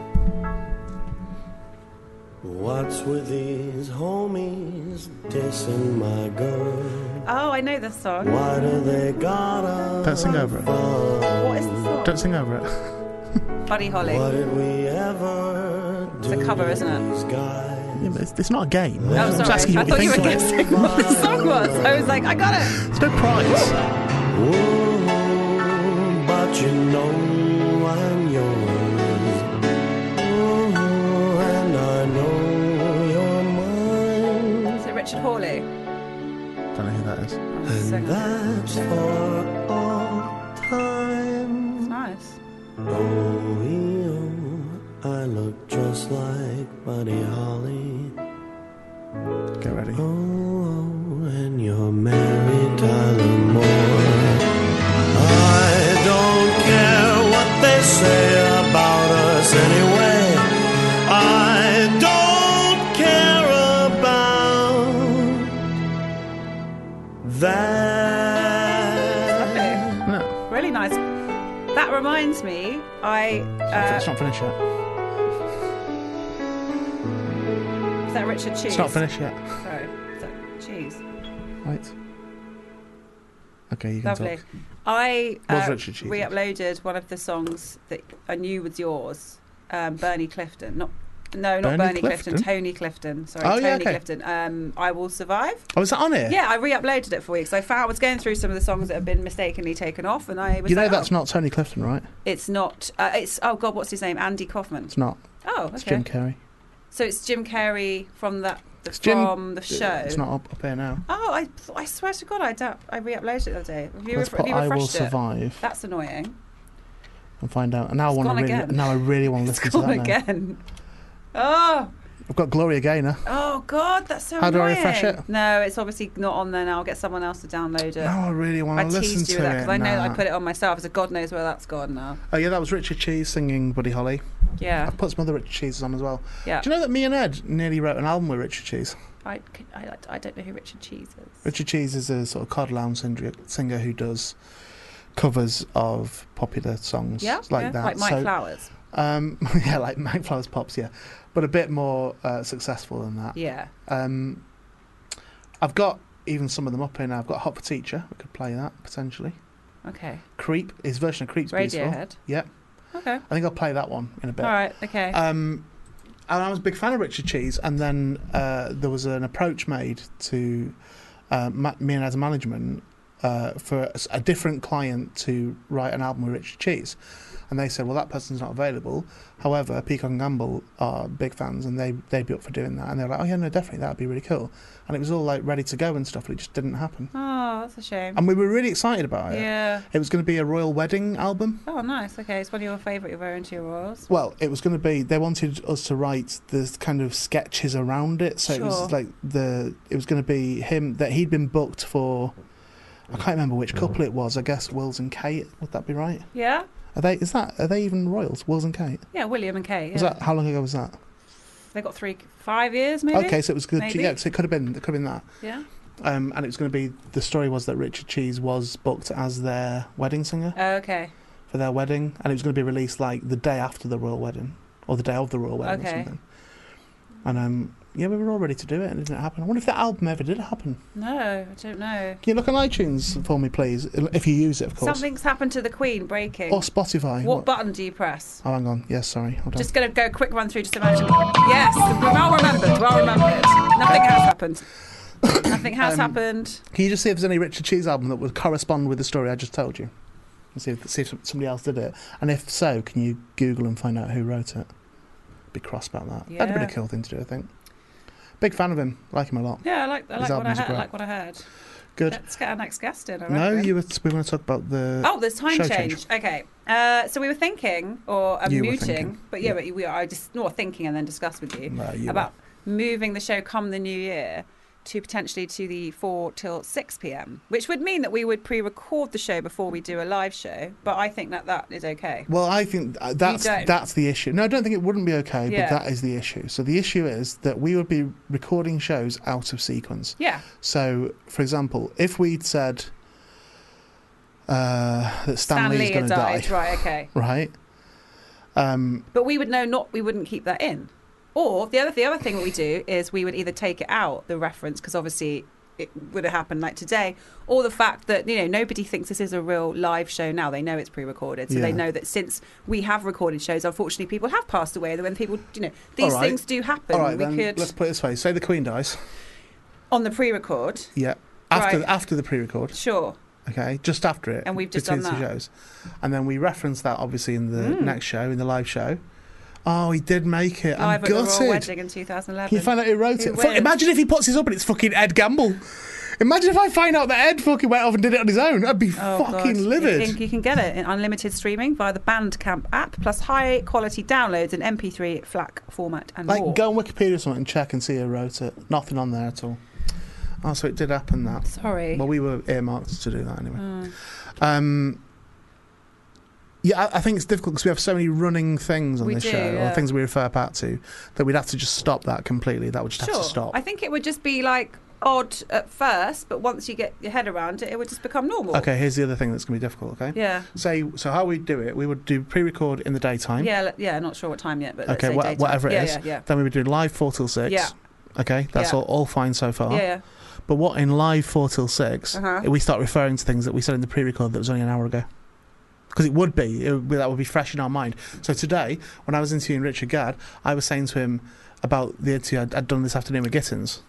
I: What's with these homies dissing my girl?
D: Oh, I know this song.
I: Why do they gotta
C: Don't sing over it.
I: fuck?
D: What is the song?
C: Don't sing over it.
D: Buddy Holly.
I: What did we ever do?
D: It's a cover, isn't it?
I: to These guys.
C: Yeah, but it's, it's not a game. I'm
D: Oh,
C: just
D: sorry.
C: asking
D: I
C: what
D: thought you
C: you
D: were
C: think. of it.
D: guessing what the song was. I was like, I got it.
C: It's no prize.
I: Ooh, but you know I'm yours. Ooh, and I know you're mine.
D: Is it Richard Hawley?
C: Don't know who that is.
I: And that's for all time.
D: Nice.
I: Oh, you, Oh, I look just like Buddy Holly.
C: Get ready.
I: Oh, and you're Mary Tyler Moore. I don't care what they say about us anyway. I don't care about that.
D: Lovely.
C: No,
D: Really nice. That reminds me, I. Uh,
C: it's not finished yet.
D: is that Richard Cheese?
C: It's not finished yet.
D: Sorry. Is that Cheese.
C: Wait. Okay, you can
D: Lovely. Uh,
C: talk.
D: I
C: Was Richard Cheese?
D: re-uploaded one of the songs that I knew was yours, um, Bernie Clifton. Not no,
C: Bernie
D: not Bernie Clifton.
C: Clifton?
D: Tony Clifton. Sorry,
C: Oh,
D: Tony
C: yeah, okay.
D: Clifton. Um, I will survive.
C: Oh, is that on here?
D: Yeah, I re-uploaded it for you because I found I was going through some of the songs that have been mistakenly taken off, and I was
C: You know
D: like,
C: that's
D: oh,
C: not Tony Clifton, right?
D: It's not. Uh, it's oh god, what's his name? Andy Kaufman.
C: It's not.
D: Oh,
C: It's
D: okay.
C: Jim Carrey.
D: so it's Jim Carrey from that the,
C: It's Jim-
D: from the show.
C: It's not up, up here now.
D: Oh, I, I swear to God, I don't. I re-uploaded it the other day. Have you,
C: Let's
D: ref- have
C: put
D: you
C: "I
D: refreshed
C: Will
D: it?
C: Survive"
D: That's annoying.
C: and find out. And now I
D: It's
C: want to
D: gone
C: really,
D: again.
C: now I really want to
D: It's
C: listen to that.
D: gone
C: now.
D: again. Oh,
C: I've got Gloria Gaynor.
D: oh God, that's so
C: How do I
D: annoying.
C: refresh it?
D: No, it's obviously not on there now. I'll get someone else to download it.
C: Now I really
D: I
C: want to listen
D: teased you
C: to
D: with that
C: it.
D: because I know that I
C: now.
D: put it on myself. So God knows where that's gone now.
C: Oh yeah, that was Richard Cheese singing Buddy Holly.
D: Yeah,
C: I've put some other Richard Cheeses on as well.
D: yeah.
C: Do you know that me and Ed nearly wrote an album with Richard Cheese?
D: I, c- I, like- I don't know who Richard Cheese is.
C: Richard Cheese is a sort of cod lounge singer singer who does covers of popular songs
D: yeah,
C: like
D: yeah,
C: that.
D: like Mike
C: So-
D: Flowers.
C: Um, yeah, like Mike Flowers Pops, yeah. But a bit more uh, successful than that.
D: Yeah,
C: Um, I've got even some of them up here now. I've got Hot for Teacher. We could play that potentially.
D: Okay.
C: Creep. His version of Creep's beautiful.
D: Radiohead.
C: Yeah.
D: Okay.
C: I think I'll play that one in a bit.
D: All right. Okay.
C: Um, and I was a big fan of Richard Cheese, and then uh, there was an approach made to uh, ma- me and as management uh, for a s- a different client to write an album with Richard Cheese. And they said, well, that person's not available. However, Peacock and Gamble are big fans, and they, they'd be up for doing that. And they were like, oh, yeah, no, definitely, that'd be really cool. And it was all like ready to go and stuff, but it just didn't happen.
D: oh, that's a shame.
C: And we were really excited about it.
D: yeah.
C: It was going to be a royal wedding album.
D: Oh, nice. Okay, it's one of your favourite You're Very Into Your Royals.
C: Well, it was going to be. They wanted us to write the kind of sketches around it, so it
D: Sure.
C: was like the. It was going to be him that he'd been booked for. I can't remember which couple it was. I guess Wills and Kate. Would that be right?
D: Yeah.
C: Are they? Is that? Are they even royals? Wills and Kate.
D: Yeah, William and Kate.
C: Was
D: yeah.
C: that? How long ago was that?
D: They got three, five years maybe.
C: Okay, so it was good.
D: Maybe.
C: Yeah, so it could have been. It could have been that.
D: Yeah.
C: Um, and it was going to be. The story was that Richard Cheese was booked as their wedding singer
D: Oh, Okay.
C: for their wedding, and it was going to be released like the day after the royal wedding or the day of the royal wedding
D: Okay.
C: or something. And um, yeah, we were all ready to do it, and it didn't happen. I wonder if that album ever did happen.
D: No, I don't know.
C: Can you look on iTunes for me, please? If you use it, of course.
D: Something's happened to the Queen breaking.
C: or Spotify.
D: what button do you press?
C: Oh, hang on. Yeah, sorry. Hold on.
D: Just gonna go quick run through just to imagine. Yes, we're well remembered. Well remembered. Nothing has happened. Nothing has
C: Um,
D: happened.
C: Can you just see if there's any Richard Cheese album that would correspond with the story I just told you? And see if, see if somebody else did it. And if so, can you Google and find out who wrote it? Be cross about that. That'd have been
D: Yeah.
C: a cool thing to do, I think. Big fan of him. Like him a lot.
D: Yeah, I like
C: His
D: I like what I
C: albums are
D: heard. I
C: great.
D: like what I heard.
C: Good.
D: Let's get our next guest in. I
C: No,
D: reckon.
C: you were, we want to talk about the.
D: Oh, there's time
C: Uh, Show
D: change.
C: change.
D: Okay. Uh, so we were thinking, or uh,
C: You were
D: muting,
C: thinking.
D: but yeah,
C: Yeah. Mm,
D: but we are just no thinking and then discussed with you
C: No, you
D: about moving the show come the new year to potentially to the 4 till 6 p.m., which would mean that we would pre-record the show before we do a live show. But I think that that is okay.
C: Well, I think uh, that's
D: don't.
C: that's the issue. No, I don't think it wouldn't be okay,
D: Yeah.
C: but that is the issue. So the issue is that we would be recording shows out of sequence.
D: Yeah.
C: So, for example, if we'd said uh, that Stan,
D: Stan
C: Lee's
D: Lee
C: going to
D: had
C: die,
D: died. Right. Okay.
C: right? Um,
D: But we would know not. We wouldn't keep that in. Or the other the other thing that we do is we would either take it out the reference because obviously it would have happened like today, or the fact that you know nobody thinks this is a real live show now. They know it's pre-recorded, so they
C: Yeah.
D: know that since we have recorded shows, unfortunately people have passed away. That when people you know these
C: right.
D: things do happen,
C: all right,
D: we
C: then
D: could
C: let's put it this way: say the Queen dies,
D: on the pre-record,
C: yeah. After
D: Right.
C: after the pre-record,
D: sure.
C: okay, just after it,
D: And we've just
C: between
D: done
C: two
D: that. Hmm.
C: shows, and then we reference that obviously in the next show, in the live show. Oh, he did make it.
D: Live
C: I'm
D: at the
C: gutted.
D: Royal Wedding in
C: Can
D: 2011.
C: you find out who wrote it?
D: Who wrote
C: Fuck,
D: it?
C: imagine if he puts his up and it's fucking Ed Gamble. Imagine if I find out that Ed fucking went off and did it on his own. I'd be
D: Oh,
C: fucking
D: God.
C: livid.
D: You, think you can get it in unlimited streaming via the Bandcamp app, plus high quality downloads in MP3, FLAC format, and
C: like,
D: more.
C: go on Wikipedia or something and check and see who wrote it. Nothing on there at all. Oh, so it did happen that.
D: Sorry.
C: Well, we were earmarked to do that anyway.
D: Mm,
C: Um, yeah, I, I think it's difficult because we have so many running things on
D: We
C: this
D: do,
C: show,
D: yeah.
C: or things we refer back to, that we'd have to just stop that completely. That would just have to stop.
D: I think it would just be like odd at first, but once you get your head around it, it would just become normal.
C: okay, here's the other thing that's going to be difficult, okay?
D: Yeah.
C: Say, so how we do it, we would do pre record in the daytime.
D: Yeah. le- Yeah. Not sure what time yet, but let's
C: Okay,
D: say
C: wha-
D: daytime.
C: whatever it
D: yeah,
C: is.
D: Yeah.
C: Then we would do live four till six.
D: Yeah.
C: Okay, that's
D: Yeah.
C: all, all fine so far.
D: Yeah. Yeah.
C: But what in live four till 6
D: Uh-huh.
C: we start referring to things that we said in the pre-record that was only an hour ago. Because it would be, it would be- that would be fresh in our mind. So today, when I was interviewing Richard Gadd, I was saying to him about the interview I'd, I'd done this afternoon with Gittins.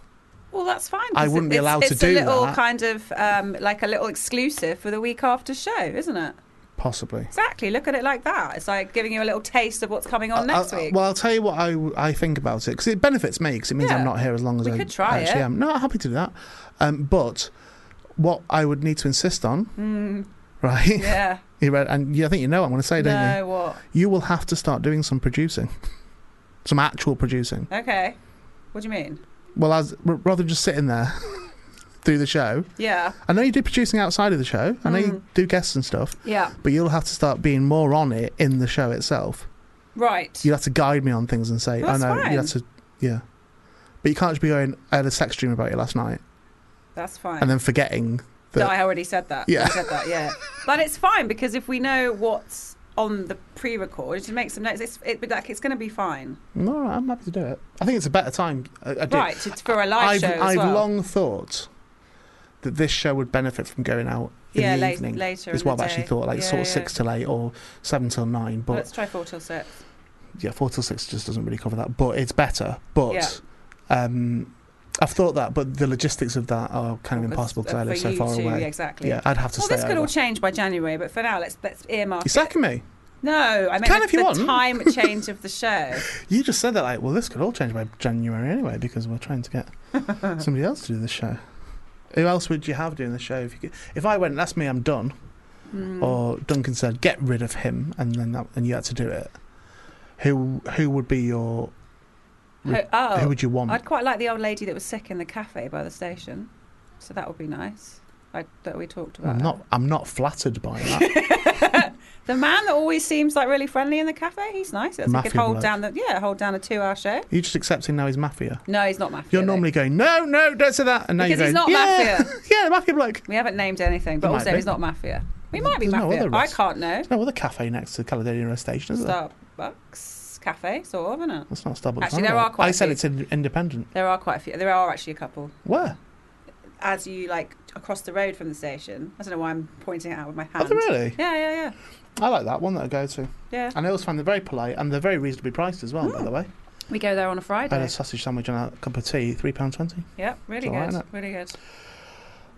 D: Well, that's fine.
C: I
D: 'cause
C: wouldn't be
D: it's-
C: allowed to
D: it's
C: do
D: a little
C: that.
D: kind of um, like a little exclusive for the week after show, isn't it?
C: Possibly.
D: Exactly. Look at it like that. It's like giving you a little taste of what's coming on
C: I-
D: next
C: I-
D: week.
C: well, I'll tell you what I, I think about it because it benefits me because it means
D: Yeah.
C: I'm not here as long as
D: We
C: I
D: could try
C: actually
D: it.
C: am. No, I'm happy to do that. Um, but what I would need to insist on, right?
D: Hmm, yeah.
C: You read, and you, I think you know what I'm going to say, don't
D: No. What?
C: you? You will have to start doing some producing, some actual producing.
D: Okay. What do you mean?
C: Well, as r- rather than just sitting there through the show.
D: Yeah.
C: I know you do producing outside of the show. I know
D: Mm.
C: you do guests and stuff,
D: Yeah.
C: but you'll have to start being more on it in the show itself.
D: Right.
C: You'll have to guide me on things and say,
D: That's
C: "I know."
D: fine.
C: You have to, yeah. But you can't just be going, "I had a sex dream about you last night,"
D: That's fine.
C: and then forgetting that.
D: No, I already said that.
C: Yeah.
D: I said that, yeah. But it's fine because if we know what's on the pre-record, to make some notes, it's it, like it's going to be fine,
C: No, all right, I'm happy to do it. I think it's a better time. I, I do.
D: right? It's for a live
C: I've,
D: show as
C: I've
D: well.
C: long thought that this show would benefit from going out in
D: yeah,
C: the
D: late,
C: evening.
D: later.
C: is
D: in the
C: what I've actually
D: day.
C: thought, like
D: Yeah,
C: sort of
D: yeah.
C: six till eight or seven till nine. But
D: Let's try four till six.
C: yeah, four till six just doesn't really cover that, but it's better. But um, I've thought that, but the logistics of that are kind of impossible because I
D: uh, For
C: live so
D: you
C: far
D: two,
C: away.
D: yeah, exactly.
C: Yeah, I'd have to
D: Well,
C: stay.
D: this could all
C: over.
D: change by January, but for now, let's let's earmark.
C: You
D: it.
C: sacking me?
D: No, I mean
C: Can
D: the,
C: if you
D: the
C: want.
D: time change of the show.
C: You just said that like, well, this could all change by January anyway because we're trying to get somebody else to do this show. Who else would you have doing the show if you could, if I went? That's me. I'm done.
D: Mm.
C: Or Duncan said, get rid of him, and then that, and you had to do it. Who who would be your
D: Who- oh,
C: who would you want?
D: I'd quite like the old lady that was sick in the cafe by the station, so that would be nice. I, that we talked about.
C: I'm not I'm not flattered by that.
D: The man that always seems like really friendly in the cafe. He's nice. That's he
C: Mafia
D: could hold
C: bloke.
D: down the yeah, hold down a two-hour show.
C: You're just accepting now he's mafia.
D: No, he's not mafia.
C: You're
D: though.
C: normally going, no, no, don't say that, and now
D: Because
C: you're
D: he's
C: going,
D: not
C: yeah,
D: mafia.
C: yeah, the mafia bloke.
D: We haven't named anything, but
C: He might
D: also
C: be.
D: he's not mafia. We might be
C: There's no
D: mafia.
C: other
D: I
C: rest-
D: can't know.
C: There's no other Oh, cafe next to Caledonia Rest Station, is there?
D: Starbucks cafe, sort of, isn't it?
C: That's not Starbucks.
D: Actually,
C: I
D: there
C: know.
D: are quite
C: I
D: a
C: said
D: few.
C: it's in- independent.
D: There are quite a few. There are actually a couple.
C: Where?
D: As you like across the road from the station. I don't know why I'm pointing it out with my
C: Are
D: hand.
C: they really?
D: Yeah, yeah, yeah,
C: I like that one that I go to.
D: yeah.
C: And I always find them very polite and they're very reasonably priced as well, by
D: Hmm.
C: the way.
D: We go there on
C: I
D: a
C: had
D: Friday.
C: a sausage sandwich and a cup of tea, £3.20.
D: Yeah, really
C: It's all
D: good.
C: right, innit?
D: really good.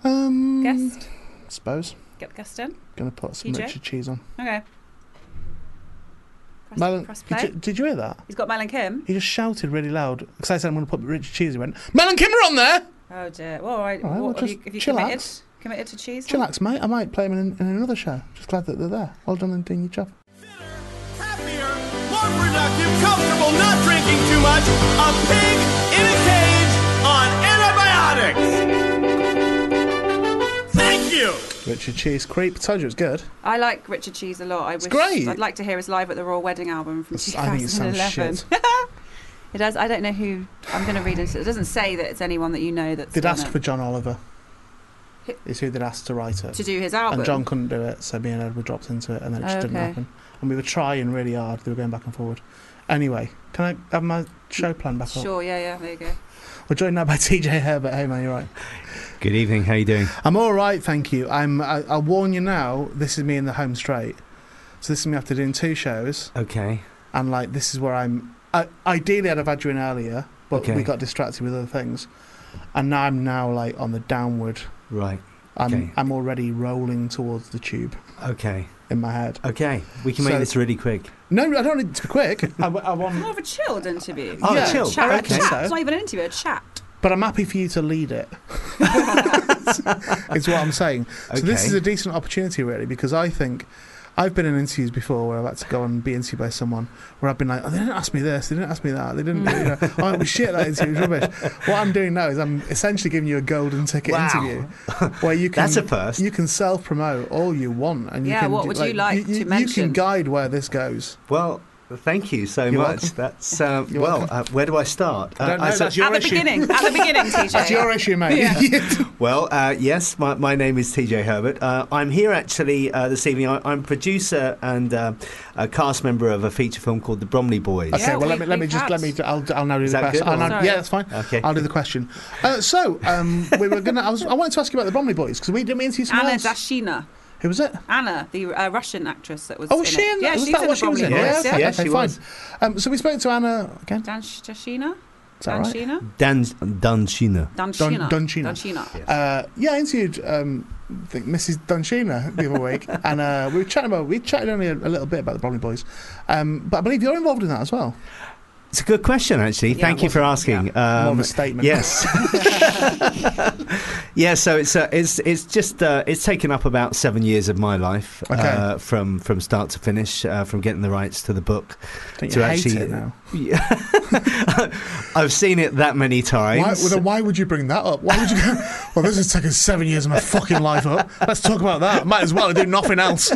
C: Um,
D: Guest,
C: suppose.
D: get the guest in.
C: Gonna put some
D: TJ?
C: Richard cheese on.
D: Okay. Press,
C: Melon,
D: press play.
C: did, you, did you hear that?
D: He's got Mel and Kim.
C: He just shouted really loud because I said I'm going to put Richard Cheese. He went, Mel and Kim are on there!
D: Oh dear. Well, all right.
C: All right,
D: what,
C: well,
D: have you,
C: just
D: have you committed,
C: chillax.
D: committed to cheese? then?
C: Chillax, mate. I might play them in, in another show. Just glad that they're there. Well done in doing your job.
I: happier, more productive, comfortable, not drinking too much, a pig in a cage on antibiotics. Thank you.
C: Richard Cheese Creep. Told you it's good.
D: I like Richard Cheese a lot. I wish
C: great.
D: I'd like to hear his live at the Royal Wedding album from
C: It's- I think it sounds
D: 2011.
C: shit.
D: It does. I don't know who. I'm going to read into it. It doesn't say that it's anyone that you know that's
C: They'd
D: done
C: asked
D: it
C: for John Oliver.
D: Who-
C: Is who they'd asked to write it.
D: to do his album.
C: And John couldn't do it, so me and Edward dropped into it, and then it just
D: Oh,
C: didn't
D: okay.
C: happen. And we were trying really hard. They were going back and forward. Anyway, can I have my show plan back up?
D: Sure. Yeah. Yeah. There you go.
C: We're joined now by TJ Herbert. Hey, man, you're right.
J: Good evening. How you doing?
C: I'm all right, thank you. I'm. I, I'll warn you now. This is me in the home straight. So this is me after doing two shows,
J: Okay.
C: and like this is where I'm. I, ideally, I'd have had you in earlier, but
J: Okay.
C: we got distracted with other things, and now I'm now like on the downward.
J: Right.
C: I'm
J: Okay.
C: I'm already rolling towards the tube
J: Okay.
C: in my head.
J: Okay. We can make
C: So-
J: this really quick.
C: No, I don't need it to be quick,
J: I, w- I want.
D: More of a chilled interview.
J: Oh,
C: Yeah,
J: chill.
D: Chat, a
C: okay.
D: chat.
C: So-
D: It's not even an interview. A chat.
C: but I'm happy for you to lead it. is what I'm saying. So this
J: Okay.
C: is a decent opportunity, really, because I think I've been in interviews before where I've had to go and be interviewed by someone where I've been like, oh, they didn't ask me this, they didn't ask me that, they didn't, you know, oh, it was shit, that interview was rubbish. What I'm doing now is I'm essentially giving you a golden ticket
J: Wow.
C: interview where you can
J: That's a first.
C: you can self promote all you want and you
D: Yeah,
C: can
D: what
C: do-
D: would you like to
C: You can
D: mention?
C: guide where this goes.
J: Well, thank you so
C: You're
J: much.
C: welcome.
J: That's uh,
C: You're
J: well.
C: welcome.
J: Uh, where do I start?
C: I don't
J: Uh,
C: know,
J: su-
C: that's your
D: at the
C: issue.
D: beginning. At the beginning,
C: That's
D: TJ.
C: your issue, mate.
J: Well, uh, yes, my, my name is TJ Herbert. Uh, I'm here actually uh, this evening. I, I'm producer and uh, a cast member of a feature film called The Bromley Boys.
C: Okay,
D: Yeah,
C: well, let me
D: we-
C: let me
D: we
C: just let me.
D: can't.
C: I'll, I'll now do
J: Is
C: the
J: that
C: question.
J: good or
C: I'll now-
J: not?
C: yeah, that's fine.
J: Okay.
C: I'll do the question. Uh, so um, we were gonna. I was. I wanted to ask you about the Bromley Boys because we didn't we interview someone
D: Anna
C: else?
D: Dashina.
C: Who was it?
D: Anna, the uh, Russian actress that was.
C: Oh, was she
D: it.
C: in?
D: Yeah,
C: was
D: she's
C: that
D: in
C: what
D: the
C: she was in?
D: Bromley
J: Yes,
D: Boys, yeah.
J: yeah.
C: okay,
J: she
C: fine.
J: was.
C: Um, so we spoke to Anna again.
D: Dash- Dashina.
C: Is that right?
D: Danshina.
J: Dan Danshina.
D: Danshina.
C: Dunshina.
D: Danshina.
C: Uh, yeah, I interviewed um, I think Mrs. Dunshina the other week, and uh, we were chatting about. We chatted only a, a little bit about the Bromley Boys, um, but I believe you're involved in that as well.
J: It's a good question, actually.
D: Yeah,
J: Thank you for asking.
C: More of
J: Um,
C: a statement.
J: Yes. yeah. So it's uh, it's it's just uh, it's taken up about seven years of my life
C: Okay.
J: uh, from from start to finish, uh, from getting the rights to the book.
C: Don't you
J: to
C: hate
J: actually-
C: it now?
J: Yeah. I've seen it that many
C: Why, well,
J: times.
C: then why would you bring that up? Why would you go, well, this has taken seven years of my fucking life up. Let's talk about that. Might as well do nothing else.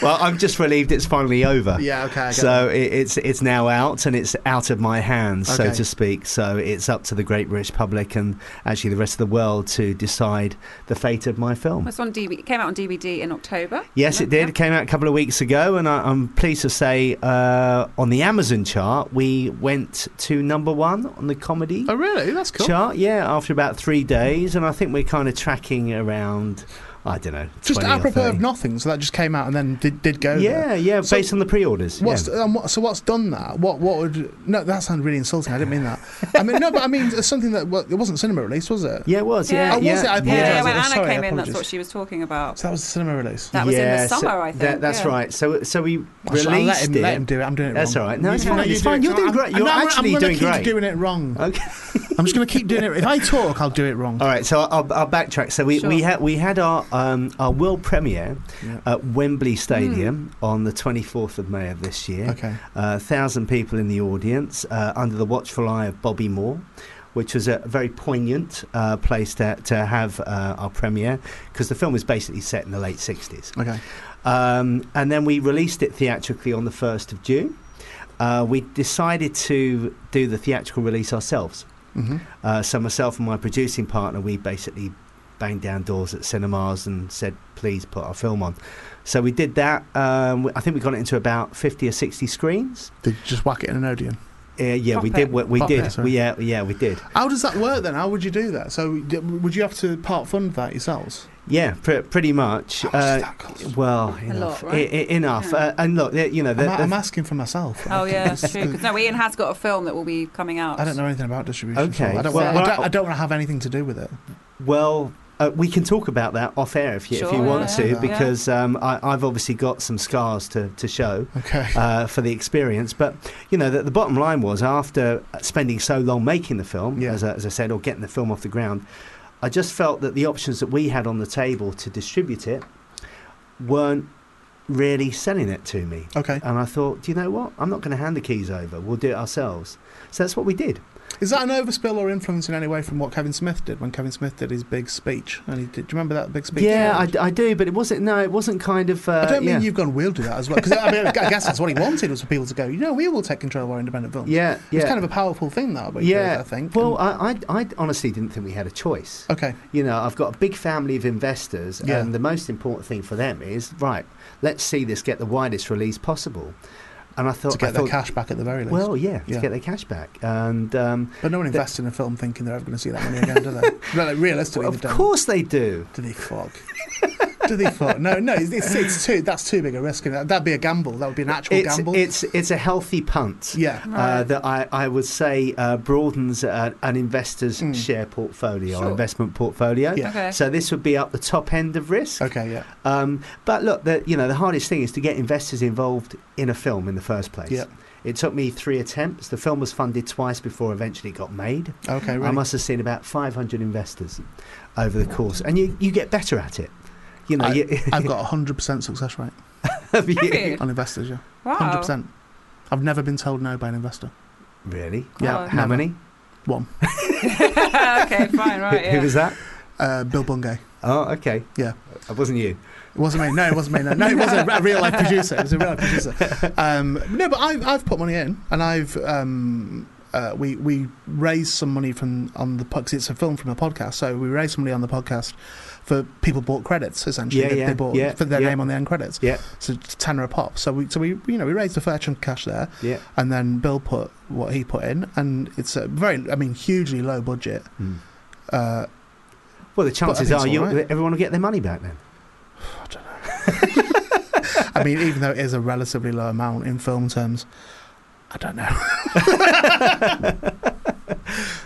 J: well, I'm just relieved it's finally over.
C: yeah, okay. I get
J: So it, it's it's now out and it's out of my hands, so
C: Okay.
J: to speak. So it's up to the great British public and actually the rest of the world to decide the fate of my film.
D: It's on DVD. It came out on DVD in October.
J: Yes, it did. It came out a couple of weeks ago, and I, I'm pleased to say uh, on the Amazon chart we went to number one on the comedy
C: that. Oh, really? That's Oh, cool.
J: chart. Yeah, after about three days, and I think we're kind of tracking around I don't know.
C: Just
J: 20 or
C: apropos
J: 30.
C: of nothing, so that just came out and then did, did go. there.
J: Yeah, yeah,
C: So-
J: based on the pre-orders.
C: What's
J: yeah.
C: um, what, so? What's done that? What? What would? No, that sounded really insulting. I didn't mean that. I mean, no, but I mean it's something that well, it wasn't cinema released, was it?
J: yeah, it was.
D: Yeah.
J: Yeah,
D: Oh,
C: was
J: yeah,
C: it? I
J: yeah.
D: Yeah,
C: apologise.
D: when
C: I'm
D: Anna
C: sorry,
D: came in, that's
C: apologies.
D: what she was talking about.
C: So that was the cinema release.
D: That was in the
J: Yeah, so
D: summer, I
J: that-
D: think,
J: that's
D: yeah.
J: right. So, so we
C: I should- I'll
J: released
C: let him,
J: it.
C: let him do it. I'm doing it
J: That's all
C: wrong.
J: right. No, it's
C: You know,
J: fine.
C: you're
J: It's fine.
C: doing
J: You're
C: it
J: doing
C: wrong.
J: great. You're
C: No, I'm-
J: actually
C: I'm gonna
J: doing
C: keep
J: great.
C: doing it wrong. Oh.
J: Okay.
C: I'm just going to keep doing it. If I talk, I'll do it wrong.
J: All right, so I'll, I'll backtrack. So we, we
D: Sure.
J: had we had our um, our world premiere
C: Yeah.
J: at Wembley Stadium on the 24th of May of this year. Uh,
C: Okay.
J: A thousand people in the audience uh, under the watchful eye of Bobby Moore, which was a very poignant uh, place to, to have uh, our premiere because the film was basically set in the late 60s.
C: Okay.
J: Um, and then we released it theatrically on the 1st of June. Uh, we decided to do the theatrical release ourselves.
C: Mm-hmm.
J: Uh, so myself and my producing partner, we basically banged down doors at cinemas and said, "Please put our film on." So we did that. Um, I think we got it into about fifty or sixty screens.
C: They just whack it in an Odeon.
J: Uh, yeah, we
D: Pop
J: did.
D: it.
J: We, we
C: Pop
J: did.
C: it, sorry.
J: we, yeah, yeah, we did.
C: How does that work then? How would you do that? So d- would you have to part fund that yourselves?
J: Yeah, pr- pretty much.
C: How much does
J: Uh,
C: that cost?
J: well,
D: A
J: enough.
D: lot, right?
J: I- I- enough.
D: Yeah.
J: Uh, and look, you know, the,
C: I'm, a-
J: the,
C: I'm asking for myself.
D: Oh yeah, that's true. 'Cause no, Ian has got a film that will be coming out.
C: I don't know anything about distribution.
J: Okay,
C: so I don't,
J: well,
C: want, I,
J: well,
C: don't, I don't want to have anything to do with it.
J: Well, uh, we can talk about that off air if you, if you
D: Sure,
J: want
C: yeah,
J: to,
C: yeah.
J: because um, I, I've obviously got some scars to, to show
C: Okay.
J: uh, for the experience. But, you know, the, the bottom line was after spending so long making the film,
C: Yeah.
J: as, I, as I said, or getting the film off the ground, I just felt that the options that we had on the table to distribute it weren't really selling it to me.
C: Okay.
J: And I thought, do you know what? I'm not going to hand the keys over. We'll do it ourselves. So that's what we did.
C: Is that an overspill or influence in any way from what Kevin Smith did when Kevin Smith did his big speech? And he did, do you remember that big speech?
J: yeah, I d- I, do, but it wasn't. No, it wasn't kind of. Uh,
C: I don't mean
J: yeah.
C: you've gone. We'll do that as well because I, mean, I guess that's what he wanted was for people to go. You know, we will take control of our independent films.
J: Yeah, yeah.
C: It's kind of a powerful thing that. But
J: yeah,
C: I think.
J: Well, I, I, I honestly didn't think we had a choice.
C: okay.
J: You know, I've got a big family of investors,
C: Yeah.
J: and the most important thing for them is right. Let's see this get the widest release possible. And I thought,
C: To get
J: I
C: their
J: thought,
C: cash back at the very least.
J: Well, yeah, to
C: Yeah.
J: get their cash back, and um,
C: but no one invests in a film thinking they're ever going to see that money again, do they? Well, like, realistically,
J: of
C: they don't.
J: course they do.
C: Do they fuck? do they fuck? No, no. It's, it's, it's too. That's too big a risk. and that- That'd be a gamble. That would be an actual
J: It's,
C: gamble.
J: it's it's a healthy punt.
C: yeah.
J: Uh, that I, I would say uh, broadens uh, an investor's
C: Mm.
J: share portfolio, or
D: Sure.
J: investment portfolio.
C: Yeah.
D: Okay.
J: So this would be up the top end of risk.
C: Okay. Yeah.
J: Um, but look, the, you know, the hardest thing is to get investors involved in a film in the first place.
C: Yeah.
J: It took me three attempts. The film was funded twice before eventually it got made.
C: Okay.
J: I
C: Oh, Really.
J: must have seen about 500 investors over the course. And you, you get better at it. You know, you,
C: I've got a hundred percent success rate
J: have you-
D: Have you?
C: on investors. Yeah.
D: Wow.
C: Hundred percent. I've never been told no by an investor.
J: Really?
C: Yeah.
D: Oh,
J: How
C: never.
J: many?
C: One.
D: okay, fine,
J: Who-
D: right. Yeah.
J: Who was that?
C: Uh, Bill Bungay.
J: Oh, okay.
C: Yeah.
J: It wasn't you.
C: It wasn't me. No, it wasn't me. No, no it wasn't a real life producer. It was a real life producer. Um, no, but I've, I've put money in, and I've um, uh, we we raised some money from on the podcast. It's a film from a podcast, so we raised some money on the podcast for people bought credits essentially.
J: Yeah,
C: that
J: yeah,
C: they bought
J: yeah,
C: for their
J: yeah.
C: name on the end credits.
J: Yeah.
C: So it's tenner a pop. So we so we you know we raised a fair chunk of cash there,
J: Yeah.
C: and then Bill put what he put in, and it's a very I mean hugely low budget. Uh,
J: Well, the chances
C: think
J: are
C: it's
J: you,
C: all right.
J: everyone will get their money back then.
C: I mean, even though it is a relatively low amount in film terms, I don't know.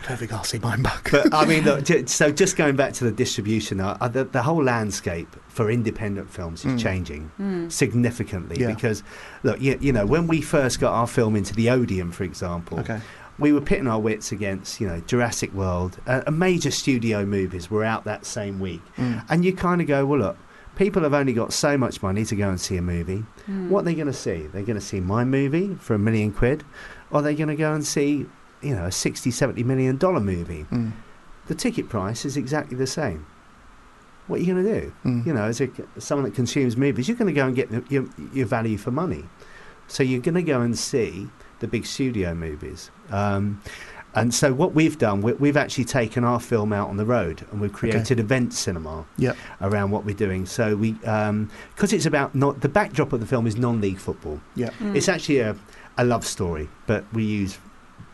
C: don't think I'll see mine back.
J: but I mean, look, ju- so just going back to the distribution, uh, uh, the, the whole landscape for independent films is
C: Mm.
J: changing
D: Mm.
J: significantly
C: Yeah.
J: because, look, you, you know, when we first got our film into the Odeon, for example,
C: okay.
J: we were pitting our wits against, you know, Jurassic World, uh, and major studio movies were out that same week.
C: Mm.
J: And you kind of go, well, look, people have only got so much money to go and see a movie.
D: Mm.
J: What are they going to see? They're going to see my movie for a million quid, or they're going to go and see, you know, a 60, 70 million dollar movie
C: Mm.
J: the ticket price is exactly the same. What are you going to do?
C: Mm.
J: You know, as a, someone that consumes movies, you're going to go and get the, your, your value for money. So you're going to go and see the big studio movies. Um, and so what we've done, we, we've actually taken our film out on the road and we've created event cinema
C: Yep.
J: around what we're doing. So we, because it's about not the backdrop of the film is non-league football.
C: Yeah.
D: Mm.
J: It's actually a, a love story, but we use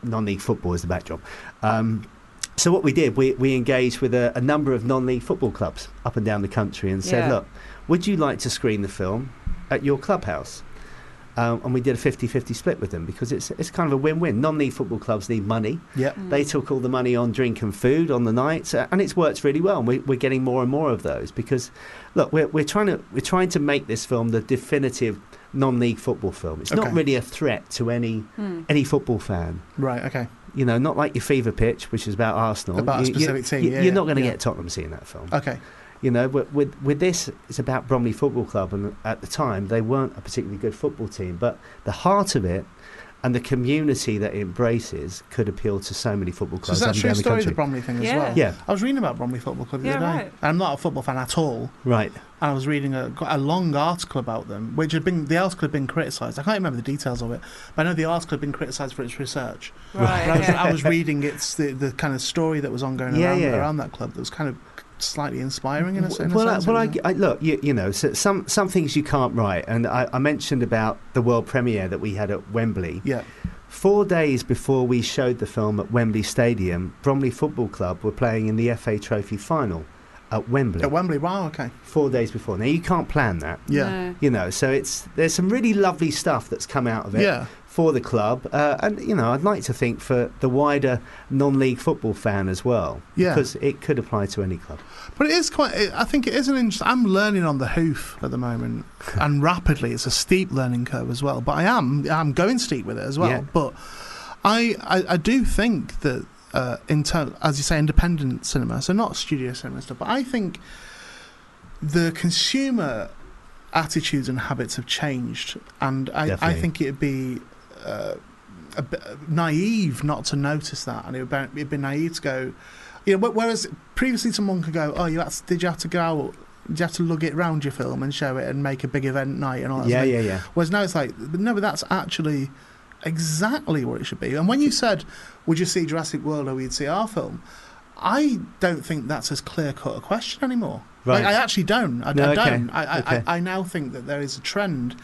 J: non league football as the backdrop. Um, So what we did, we, we engaged with a, a number of non-league football clubs up and down the country and said,
D: Yeah.
J: look, would you like to screen the film at your clubhouse? Um, and we did a 50-50 split with them because it's, it's kind of a win-win. Non-league football clubs need money.
C: Yep.
D: Hmm.
J: They took all the money on drink and food on the nights, uh, and it's worked really well. And we, we're getting more and more of those because, look, we're, we're trying to we're trying to make this film the definitive non-league football film. It's not
C: Okay.
J: really a threat to any
D: Mm.
J: any football fan.
C: Right. Okay.
J: You know, not like your fever pitch, which is about Arsenal.
C: About a
J: You- you-
C: specific team,
J: you-
C: yeah,
J: you're not going to
C: yeah.
J: get Tottenham seeing that film.
C: Okay.
J: You know, with, with with this, it's about Bromley Football Club, and at the time they weren't a particularly good football team, but the heart of it and the community that it embraces could appeal to so many football
C: So is
J: clubs
C: that
J: up
C: a
J: and
C: true
J: down the
C: story? The
J: country.
C: Bromley thing as
D: Yeah.
C: well.
J: yeah,
C: I was reading about Bromley Football Club the
D: Yeah,
C: other day.
D: right.
C: And I'm not a football fan at all.
J: right.
C: and I was reading a, a long article about them, which had been the article had been criticised. I can't remember the details of it, but I know the article had been criticised for its research.
D: Right.
C: And I was,
D: yeah.
C: I was reading its the, the kind of story that was ongoing
J: Yeah,
C: around,
J: yeah.
C: around that club that was kind of slightly inspiring in a, in a
J: well, I,
C: sense.
J: well, I,
C: isn't it?
J: I- look, you, you know, so some some things you can't write, and I, I mentioned about the world premiere that we had at Wembley.
C: yeah,
J: Four days before we showed the film at Wembley Stadium, Bromley Football Club were playing in the FA Trophy final at Wembley.
C: uh, at Wembley. Wow, okay,
J: Four days before. Now you can't plan that,
C: yeah,
J: you know. So it's there's some really lovely stuff that's come out of it
C: yeah,
J: for the club, uh, and you know, I'd like to think for the wider non-league football fan as well,
C: Yeah.
J: because it could apply to any club.
C: but it is quite. It, I think it is an interesting. I'm learning on the hoof at the moment, and rapidly. It's a steep learning curve as well. But I am I'm going steep with it as well.
J: Yeah.
C: But I, I I do think that uh, in term, as you say, independent cinema, so not studio cinema and stuff. But I think the consumer attitudes and habits have changed, and I, I
J: Definitely.
C: think it'd be. Uh, a bit naive not to notice that, and it would be, it'd be naive to go. You know, wh- whereas previously someone could go, "Oh, you had to, did you have to go out? Did you have to lug it round your film and show it and make a big event night and all that?"
J: yeah,
C: sort of
J: yeah, yeah.
C: Whereas now it's like, but no, but that's actually exactly what it should be. And when you said, would you see Jurassic World or we'd see our film? I don't think that's as clear cut a question anymore.
J: Right.
C: Like, I actually don't. I,
J: No,
C: I
J: okay,
C: don't. I, I,
J: okay.
C: I, I now think that there is a trend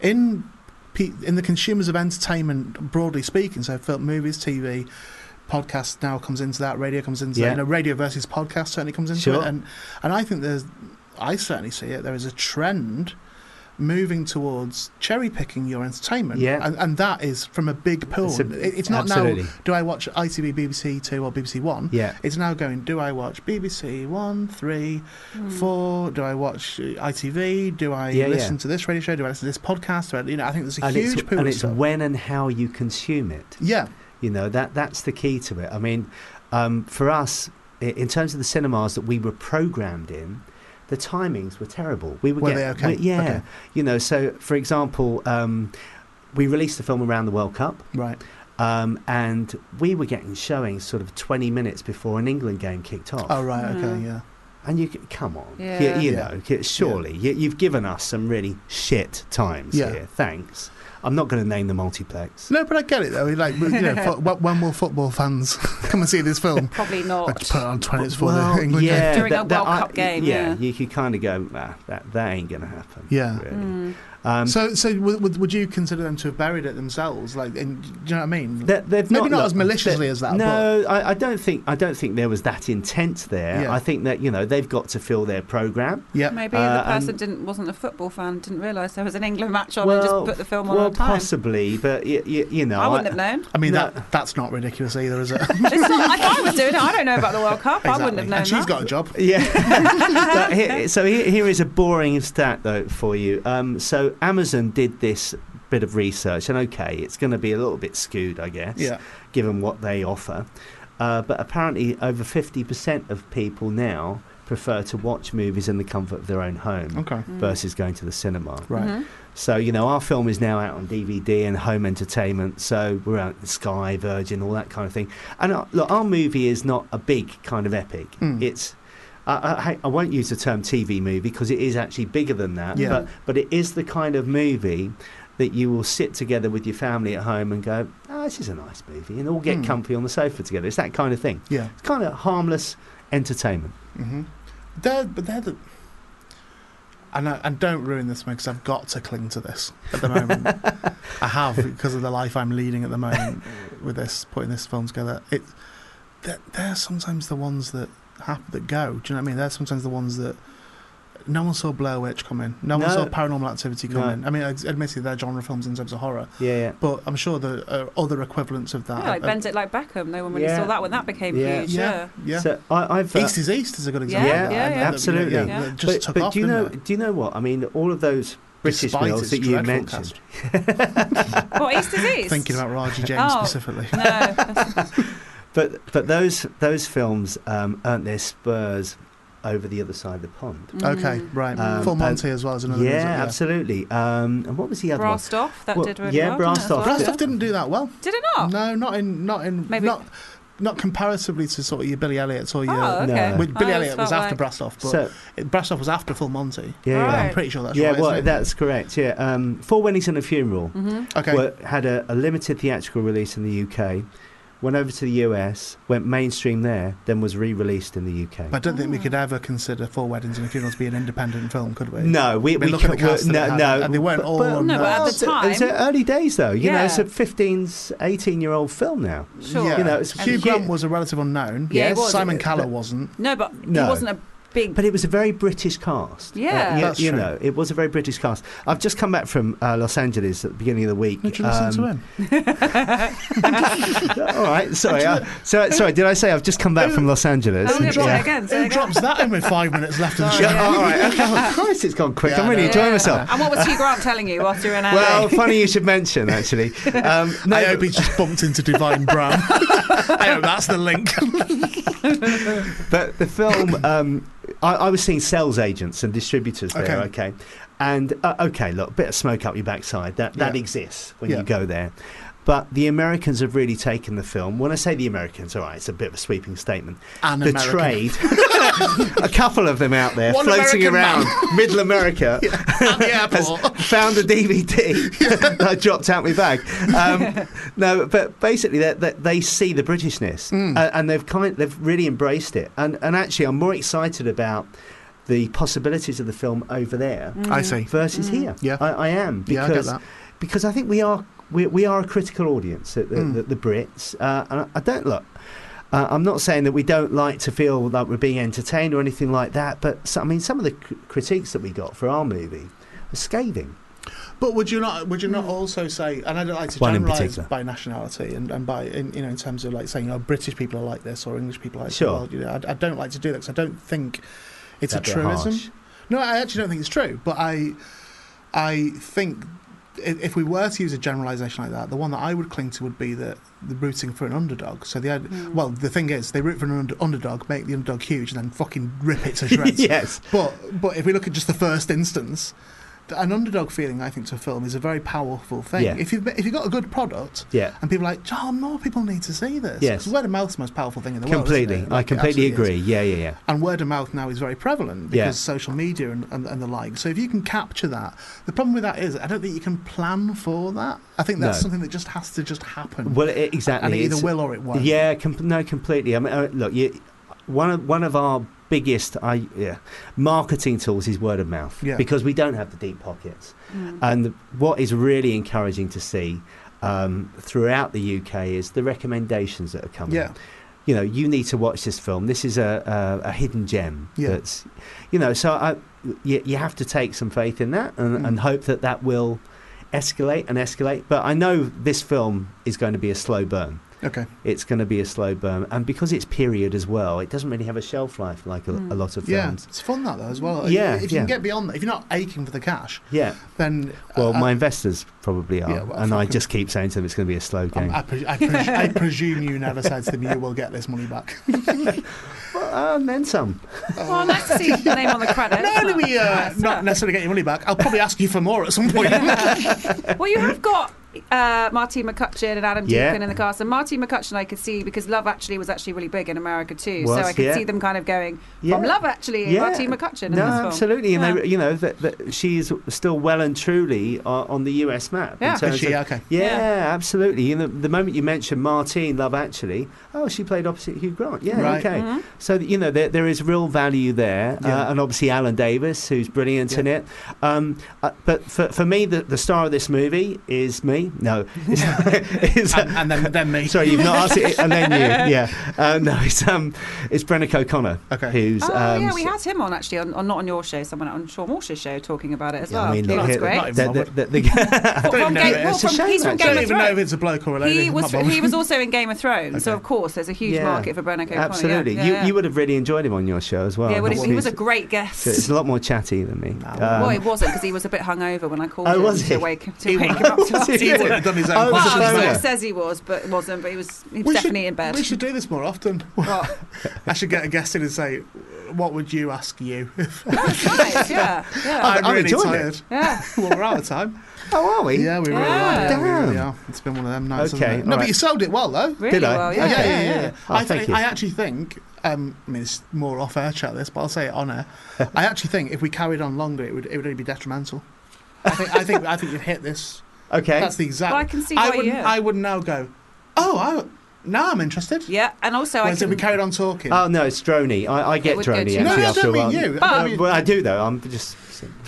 C: in pe- in the consumers of entertainment, broadly speaking, so film, movies, TV, podcast now comes into that, radio comes into
J: Yeah.
C: that, you know, radio versus podcast certainly comes into
J: Sure.
C: it. And, and I think there's, I certainly see it, there is a trend moving towards cherry picking your entertainment.
J: Yeah.
C: And, and that is from a big pool.
J: It's
C: It's,
J: a-
C: it, it's not
J: absolutely.
C: now, do I watch ITV, BBC Two, or BBC One?
J: Yeah.
C: It's now going, do I watch BBC One, Three,
D: Hmm.
C: Four? Do I watch uh, ITV? Do I
J: Mm. Yeah,
C: listen
J: yeah.
C: to this radio show? Do I listen to this podcast? Do I, you know, I think there's a
J: and
C: huge
J: it's,
C: pool of
J: and it's
C: stuff.
J: when and how you consume it
C: yeah.
J: you know that that's the key to it i mean um, for us i- in terms of the cinemas that we were programmed in the timings were terrible we were,
C: Were
J: get-
C: they okay?
J: we- yeah
C: Okay.
J: you know so for example um, we released the film around the world cup
C: Right.
J: um, and we were getting showings sort of 20 minutes before an england game kicked off
C: Oh, right. Okay.
D: Mm.
C: Yeah.
J: and you c- come on you-
D: Yeah.
J: you,
C: Yeah.
J: know c- surely you, you've given us some really shit times
C: Yeah.
J: here thanks i'm not going to name the multiplex
C: No, but I get it though. Like, you know, fo- wh- when will football fans come and see this film?
D: Probably
C: I just put
D: not.
C: it on 20 minutes before
J: Well,
C: the England game.
J: yeah,
D: During
J: that-
D: a
J: that
D: World
J: I-
D: Cup game, yeah.
J: you could kind of go, ah, that that ain't gonna happen.
C: Yeah.
J: really.
D: Mm.
J: Um,
C: So, so would, would, would you consider them to have buried it themselves? Like, in, do you know what I mean?
J: they- they've
C: Maybe not
J: look,
C: as maliciously
J: they-
C: as that,
J: No, I, I don't think I don't think there was that intent there.
C: Yeah.
J: I think that you know they've got to fill their program.
C: yeah,
D: Maybe
J: Uh,
D: the person
J: and-
D: didn't wasn't a football fan, didn't realise there was an England match on, and
J: Well,
D: just put the film on
J: Well,
D: on time.
J: possibly, but y- y- you know,
D: I wouldn't have known.
C: I mean
J: No.
C: that that's not ridiculous either, is it?
D: It's not, if I was doing it, I don't know about the World Cup. I wouldn't have
C: Exactly.
D: known.
C: And she's
D: that.
C: got a job.
J: Yeah. But here- so here, here is a boring stat though for you. Um, so Amazon did this bit of research, and okay, it's going to be a little bit skewed, I guess.
C: Yeah,
J: given what they offer. Uh, but apparently, over 50% of people now prefer to watch movies in the comfort of their own home
C: okay,
D: Hmm. Oh.
J: versus going to the cinema.
C: right.
D: Mhm.
J: So, you know, our film is now out on DVD and home entertainment. So we're out in Sky, Virgin, all that kind of thing. And uh, look, our movie is not a big kind of epic.
C: Mm.
J: It's. I, I, I won't use the term TV movie because it is actually bigger than that.
C: Yeah.
J: But, but it is the kind of movie that you will sit together with your family at home and go, oh, this is a nice movie, and all get
C: Mm.
J: comfy on the sofa together. It's that kind of thing.
C: Yeah,
J: It's kind of harmless entertainment.
C: hmm they're but they're the. And, I, and don't ruin this because I've got to cling to this at the moment. I have because of the life I'm leading at the moment with this putting this film together. It they're, they're sometimes the ones that hap- that go. Do you know what I mean? They're sometimes the ones that no one saw Blair Witch come in. No, one
J: No.
C: saw Paranormal Activity come
J: No.
C: in. I mean, ex- admittedly, they're genre films in terms of horror,
J: Yeah, yeah.
C: but I'm sure there are other equivalents of that.
D: Yeah, like
C: Uh,
D: Bend It Like Beckham. No one really
J: Yeah.
D: saw that when that became
J: Yeah.
D: huge.
C: yeah,
D: Yeah.
C: yeah.
J: So I, I've uh,
C: East is East is a good example.
D: Yeah,
C: of that.
D: yeah,
C: And
D: yeah.
C: that-
J: Absolutely.
C: Yeah, yeah.
D: Yeah.
C: that Just
J: but,
C: took
J: but
C: off.
J: do you know?
C: didn't it?
J: Do you know what I mean? All of those British
C: Despite
J: mills
C: its
J: that you
C: dreadful
J: mentioned.
D: What, East Disease?
C: Thinking about Raji James
D: Oh.
C: specifically.
D: No. that's-
J: But but those those films um, earned their spurs over the other side of the pond.
C: Okay,
D: Mm.
C: right.
J: Um,
C: Full
J: and-
C: Monty as well as
J: Yeah,
C: another. music,
J: absolutely. Um, and what was the other one?
D: Brassed Off. That
J: Well,
D: did really
J: yeah,
D: well.
J: Brassed
D: didn't it, as
J: Off.
D: well?
C: Brassed Off didn't do that well.
D: Did it not?
C: No, not in not in
D: Oh. Maybe-
C: not not comparatively to sort of your Billy Elliot or your.
D: Oh, okay.
J: No.
C: With Billy
D: I always
C: Elliot was
D: felt
C: after
D: like-
C: Brassed Off, but
J: So
C: it, Brassed Off was after Full Monty.
J: yeah, yeah.
D: Right.
C: I'm pretty sure that's
J: yeah,
C: right.
J: well,
C: isn't it?
J: that's correct. Yeah, um, Four Weddings and a Funeral
D: Mm-hmm.
C: okay.
J: were, had a, a limited theatrical release in the UK, went over to the US, went mainstream there, then was re-released in the UK.
C: I don't think we could ever consider Four Weddings and a Funeral to be an independent film, could we?
J: no,
C: I
J: we,
C: mean,
J: we
C: look at the
J: couldn't-
C: cast that it
J: no,
C: had,
J: no,
C: and they weren't all on
D: No, but at
J: well,
D: the
J: it's a- it's
D: time-
J: a early days though. You know, it's a
D: Yeah.
J: 15, 18 year old film now.
D: Sure.
C: Yeah.
J: You know, it's
C: Hugh
J: huge-
C: Grant was a relative unknown.
D: Yeah, he was.
C: Simon
J: But-
C: Cowell wasn't.
D: No, but
J: No.
D: it wasn't a big.
J: But it was a very British cast. Uh,
D: Yeah.
J: you,
C: That's
J: you
C: true.
J: know, it was a very British cast. I've just come back from uh, Los Angeles at the beginning of the week.
C: Did you listen
J: Um,
C: to him?
J: All right, sorry, uh, so, sorry. Did I say I've just come back from Los Angeles?
D: Oh, yeah, say it
J: Yeah.
D: again. Say it
C: Who
D: again.
C: drops that in with five minutes left of the show?
D: Sorry.
J: Yeah, all right. Okay. Oh, Christ, it's gone quick.
C: Yeah,
J: I'm
C: I
J: really
C: know.
J: enjoying myself.
D: And what was Hugh Grant telling you whilst you were in LA?
J: Well, funny you should mention, actually. Um, no,
C: I hope he just bumped into Divine Brown. I hope that's the link.
J: but the film, um, I, I was seeing sales agents and distributors there, okay. And, uh, okay, look, bit of smoke up your backside. That, that
C: Yeah.
J: exists when
C: Yeah.
J: you go there. But the Americans have really taken the film. When I say the Americans, all right, it's a bit of a sweeping statement.
C: An
J: the
C: American.
J: trade, a couple of them out there
C: One
J: floating
C: American
J: around middle America,
C: At the
J: has
C: airport.
J: found a DVD that I dropped out my bag. Um, no, but basically they, they, they see the Britishness
C: Hmm.
J: uh, and they've kind they've really embraced it. And and actually, I'm more excited about the possibilities of the film over there
C: I see.
J: versus here.
C: Hmm. Yeah.
J: I, I am
C: Yeah, I get
J: because
C: that.
J: because I think we are we, we are a critical audience, the, the,
C: Mm.
J: the, the Brits, uh, and I, I don't look. Uh, I'm not saying that we don't like to feel like we're being entertained or anything like that, but so, I mean, some of the cr- critiques that we got for our movie were scathing.
C: But would you not? Would you not also say? And I don't like to
J: Hmm. One in
C: generalise
J: particular.
C: by nationality and, and by in, you know in terms of like saying oh British people are like this or English people are like This.
J: Sure.
C: Well, you know, I, I don't like to do that 'cause I don't think it's
J: That
C: a
J: bit
C: truism.
J: harsh.
C: No, I actually don't think it's true. But I, I think i- if we were to use a generalisation like that, the one that I would cling to would be that the rooting for an underdog. So the id-
J: Hmm.
C: well, the thing is, they root for an under- underdog, make the underdog huge, and then fucking rip it to shreds.
J: yes.
C: But but if we look at just the first instance, th- an underdog feeling, I think, to a film is a very powerful thing.
J: Yeah.
C: If you've if you've got a good product,
J: Yeah.
C: and people are like, oh, more people need to see this.
J: Yes.
C: 'Cause word of mouth's the most powerful thing in the world.
J: Completely.
C: isn't it?
J: I
C: Like, it
J: completely
C: absolutely is.
J: agree. Yeah, yeah, yeah.
C: And word of mouth now is very prevalent
J: Yeah.
C: because social media and, and, and the like. So if you can capture that, the problem with that is I don't think you can plan for that. I think that's
J: No.
C: something that just has to just happen.
J: Well, it, exactly.
C: and it either
J: it's-
C: will or it won't.
J: Yeah, com- no, completely. I mean, uh, look, you, one of one of our biggest I, yeah, marketing tools is word of mouth
C: Yeah.
J: because we don't have the deep pockets.
D: Mm.
J: And what is really encouraging to see um, throughout the UK is the recommendations that are coming.
C: Yeah.
J: You know, you need to watch this film. This is a, a, a hidden gem.
C: Yeah.
J: That's, you know, so I, you, you have to take some faith in that and,
C: Mm.
J: and hope that that will escalate and escalate. But I know this film is going to be a slow burn
C: Okay.
J: it's going to be a slow burn. And because it's period as well, it doesn't really have a shelf life like a, a lot of
C: Yeah.
J: films.
C: It's fun that though as well.
J: Yeah,
C: If you can
J: yeah.
C: get beyond that, if you're not aching for the cash,
J: Yeah.
C: then
J: Well,
C: uh,
J: my investors probably are.
C: Yeah, well,
J: and I
C: fucking-
J: just keep saying to them it's going to be a slow game.
C: Um, I, pre- I, pre- I presume you never said to them you will get this money back.
J: Well, uh, and then some.
D: well, nice to see your name on the credits.
C: Not only we uh,
D: Nice.
C: not necessarily get your money back, I'll probably ask you for more at some point. yeah,
D: Well, you have got uh, Marty McCutcheon and Adam
J: Yeah.
D: Deacon in the cast, and Marty McCutcheon I could see because Love Actually was actually really big in America too,
J: Was,
D: so I could
J: yeah.
D: see them kind of going
J: Yeah.
D: from Love Actually
J: Yeah.
D: Marty McCutcheon.
J: No,
D: in this film.
J: absolutely. And,
D: Yeah.
J: they, you know, that, that she is still well and truly uh, on the US map.
D: Yeah.
J: In
D: Is
J: terms
C: she?
J: of-
C: Okay.
J: Yeah,
D: Yeah.
J: absolutely. You know, the moment you mentioned Martine Love Actually, oh, she played opposite Hugh Grant. Yeah,
C: Right.
J: okay.
D: Mm-hmm.
J: So that, you know, there, there is real value there,
C: Yeah.
J: uh, and obviously Alan Davis, who's brilliant in
C: Yeah.
J: it. Um, uh, but for, for me, the, the star of this movie is me. me? No. It's, it's,
K: and, and then, then me.
J: Sorry, you've not asked it, and then you. Yeah. Uh, no, it's um, it's Brennick O'Connor.
C: Okay.
J: Who's
D: Oh
J: um,
D: yeah, we had him on actually, on, on not on your show, someone on Sean Walsh's show talking about it as
J: Yeah,
D: well.
J: I mean,
D: That
J: look,
D: was
J: here-
D: great.
C: not
J: the- the- the- the-
D: Well,
C: even
D: from
C: know
D: Game,
C: it.
D: well,
J: It's a
D: from,
J: shame,
D: he's from
J: actually.
D: Game
C: don't
D: of
C: even know if
D: Thrones.
C: it's a bloke or a lady.
D: He
C: I'm
D: was
C: not bothered.
D: he was also in Game of Thrones, so
C: Okay.
D: of course there's a huge
J: Yeah.
D: market for Brennan O'Connor.
J: Absolutely.
D: yeah,
J: you
D: yeah.
J: you would have really enjoyed him on your show as well.
D: yeah, well,
J: Not
D: he- he was a
J: least-
D: great
J: so it's
D: guest.
J: a lot more chatty than me. Um,
D: well, he wasn't because he was a bit hungover when I called
J: Oh,
D: him
J: was he?
D: to wake him to wake him up. To
J: Was he?
C: He would have done his own
J: Oh, it was a
D: Well,
J: failure.
D: Mark says he was, but wasn't. But he was, he was definitely
C: should,
D: in bed.
C: We should do this more often.
D: Well,
C: I should get a guest in and say, "What would you ask you?"
D: that's nice, yeah, yeah,
C: I'm
J: I'm
C: really
J: enjoying
C: tired.
D: yeah.
C: well, we're out of time.
J: Oh, are we?
C: Yeah, we really are.
D: Oh.
C: Yeah, we really are. It's been one of them nights.
J: Okay,
C: hasn't it? No,
J: all
C: but you
J: right.
C: sold it well, though.
D: Really
J: I?
D: well,
C: Yeah,
D: yeah.
C: yeah, yeah.
J: yeah.
C: yeah.
J: Oh,
C: I,
J: thank
C: think,
J: you.
C: I actually think, um, I mean, it's more off air chat this, but I'll say it on air. I actually think if we carried on longer, it would it would really be detrimental. I think I think I think you'd hit this.
J: Okay.
C: That's the exact.
D: Well, I can see
C: I
D: why
C: would
D: you.
C: I would now go. Oh, I, now I'm interested.
D: Yeah, and also I
C: Whereas if we
D: can.
C: carried on talking.
J: Oh no, it's drony. I, I get
D: would go
J: drony
D: to-
J: actually
D: No,
C: no, I
J: after
C: don't
J: a while.
C: mean you. I
J: Uh,
C: mean-
J: well, I do though. I'm just.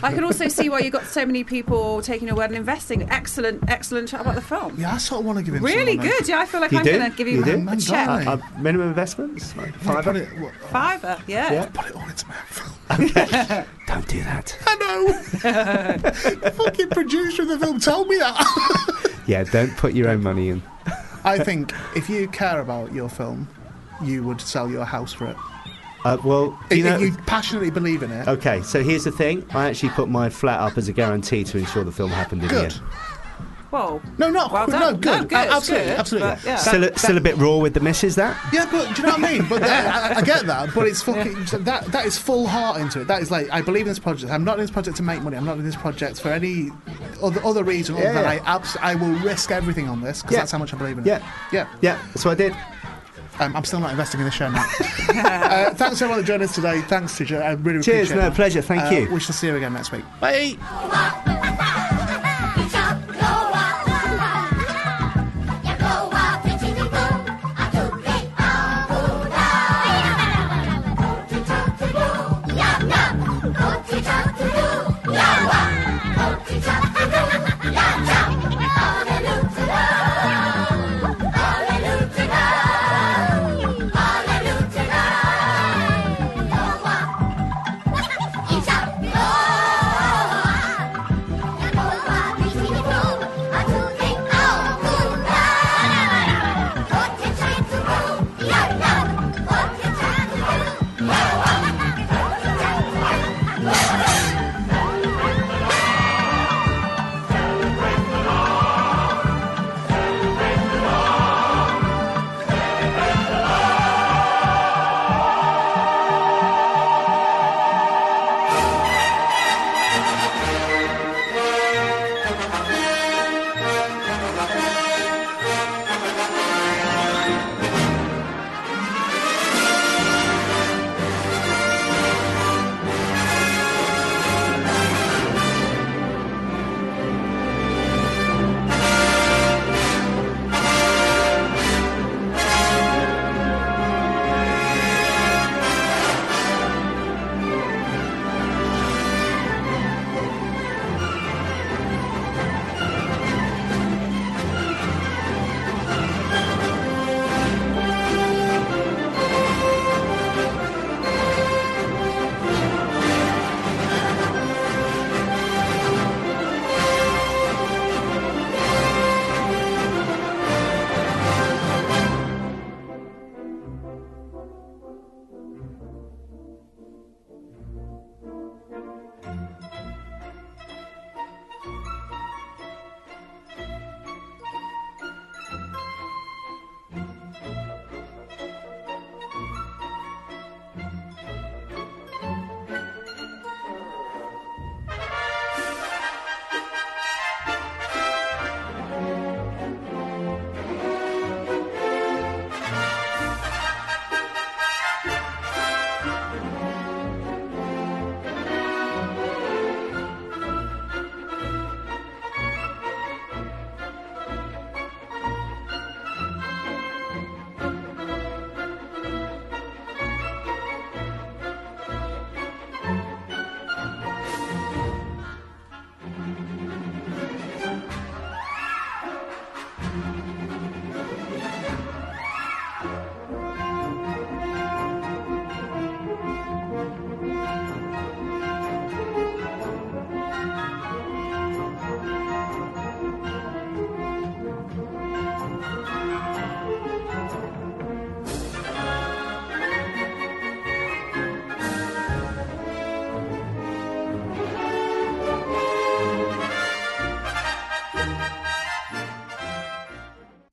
D: I can also see why you got so many people taking a word and investing. Excellent, excellent chat about the film.
C: yeah, I sort of want to give him.
D: Really
C: someone,
D: good. Yeah, I feel like
J: You
D: I'm
J: do?
D: going to give
J: You
D: you,
J: do?
D: a
C: Man,
D: check.
C: darling.
J: Uh, minimum investments. Like
C: Like, put
J: five.
C: it, what,
D: Fiver, yeah.
J: Yeah.
C: put it all into my mouth.
J: Don't do that.
C: I know. the fucking producer of the film told me that.
J: Yeah, don't put your own money in.
C: I think if you care about your film, you would sell your house for it.
J: Uh, well,
C: If
J: you
C: you,
J: know. Oh,
C: passionately believe in it,
J: Okay, so here's the thing. I actually put my flat up as a guarantee to ensure the film happened in the
C: good.
J: end.
D: Whoa.
C: No, not
D: Well
C: good.
D: done.
C: Oh, No, good.
D: No, good,
C: A- absolutely,
D: good,
C: absolutely.
D: but, yeah.
J: Still, a, still a bit raw with the misses. That
C: Yeah, but do you know what I mean? But that, I, I get that. But it's fucking that. That is full heart into it. That is like I believe in this project. I'm not in this project to make money. I'm not in this project for any other, other reason other
J: Yeah,
C: than I
J: yeah.
C: abs- I will risk everything on this because
J: Yeah.
C: that's how much I believe in it.
J: Yeah.
C: Yeah,
J: yeah, that's what I did.
C: Um, I'm still not investing in this show now. uh, thanks everyone for joining us today. Thanks, TJ. I really
J: Cheers,
C: appreciate
J: no
C: that.
J: pleasure. Thank
C: Uh,
J: you.
C: We shall see you again next week. Bye.
I: Yeah.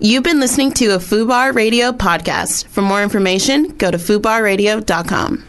A: You've been listening to a FUBAR Radio podcast. For more information, go to FUBARradio.com.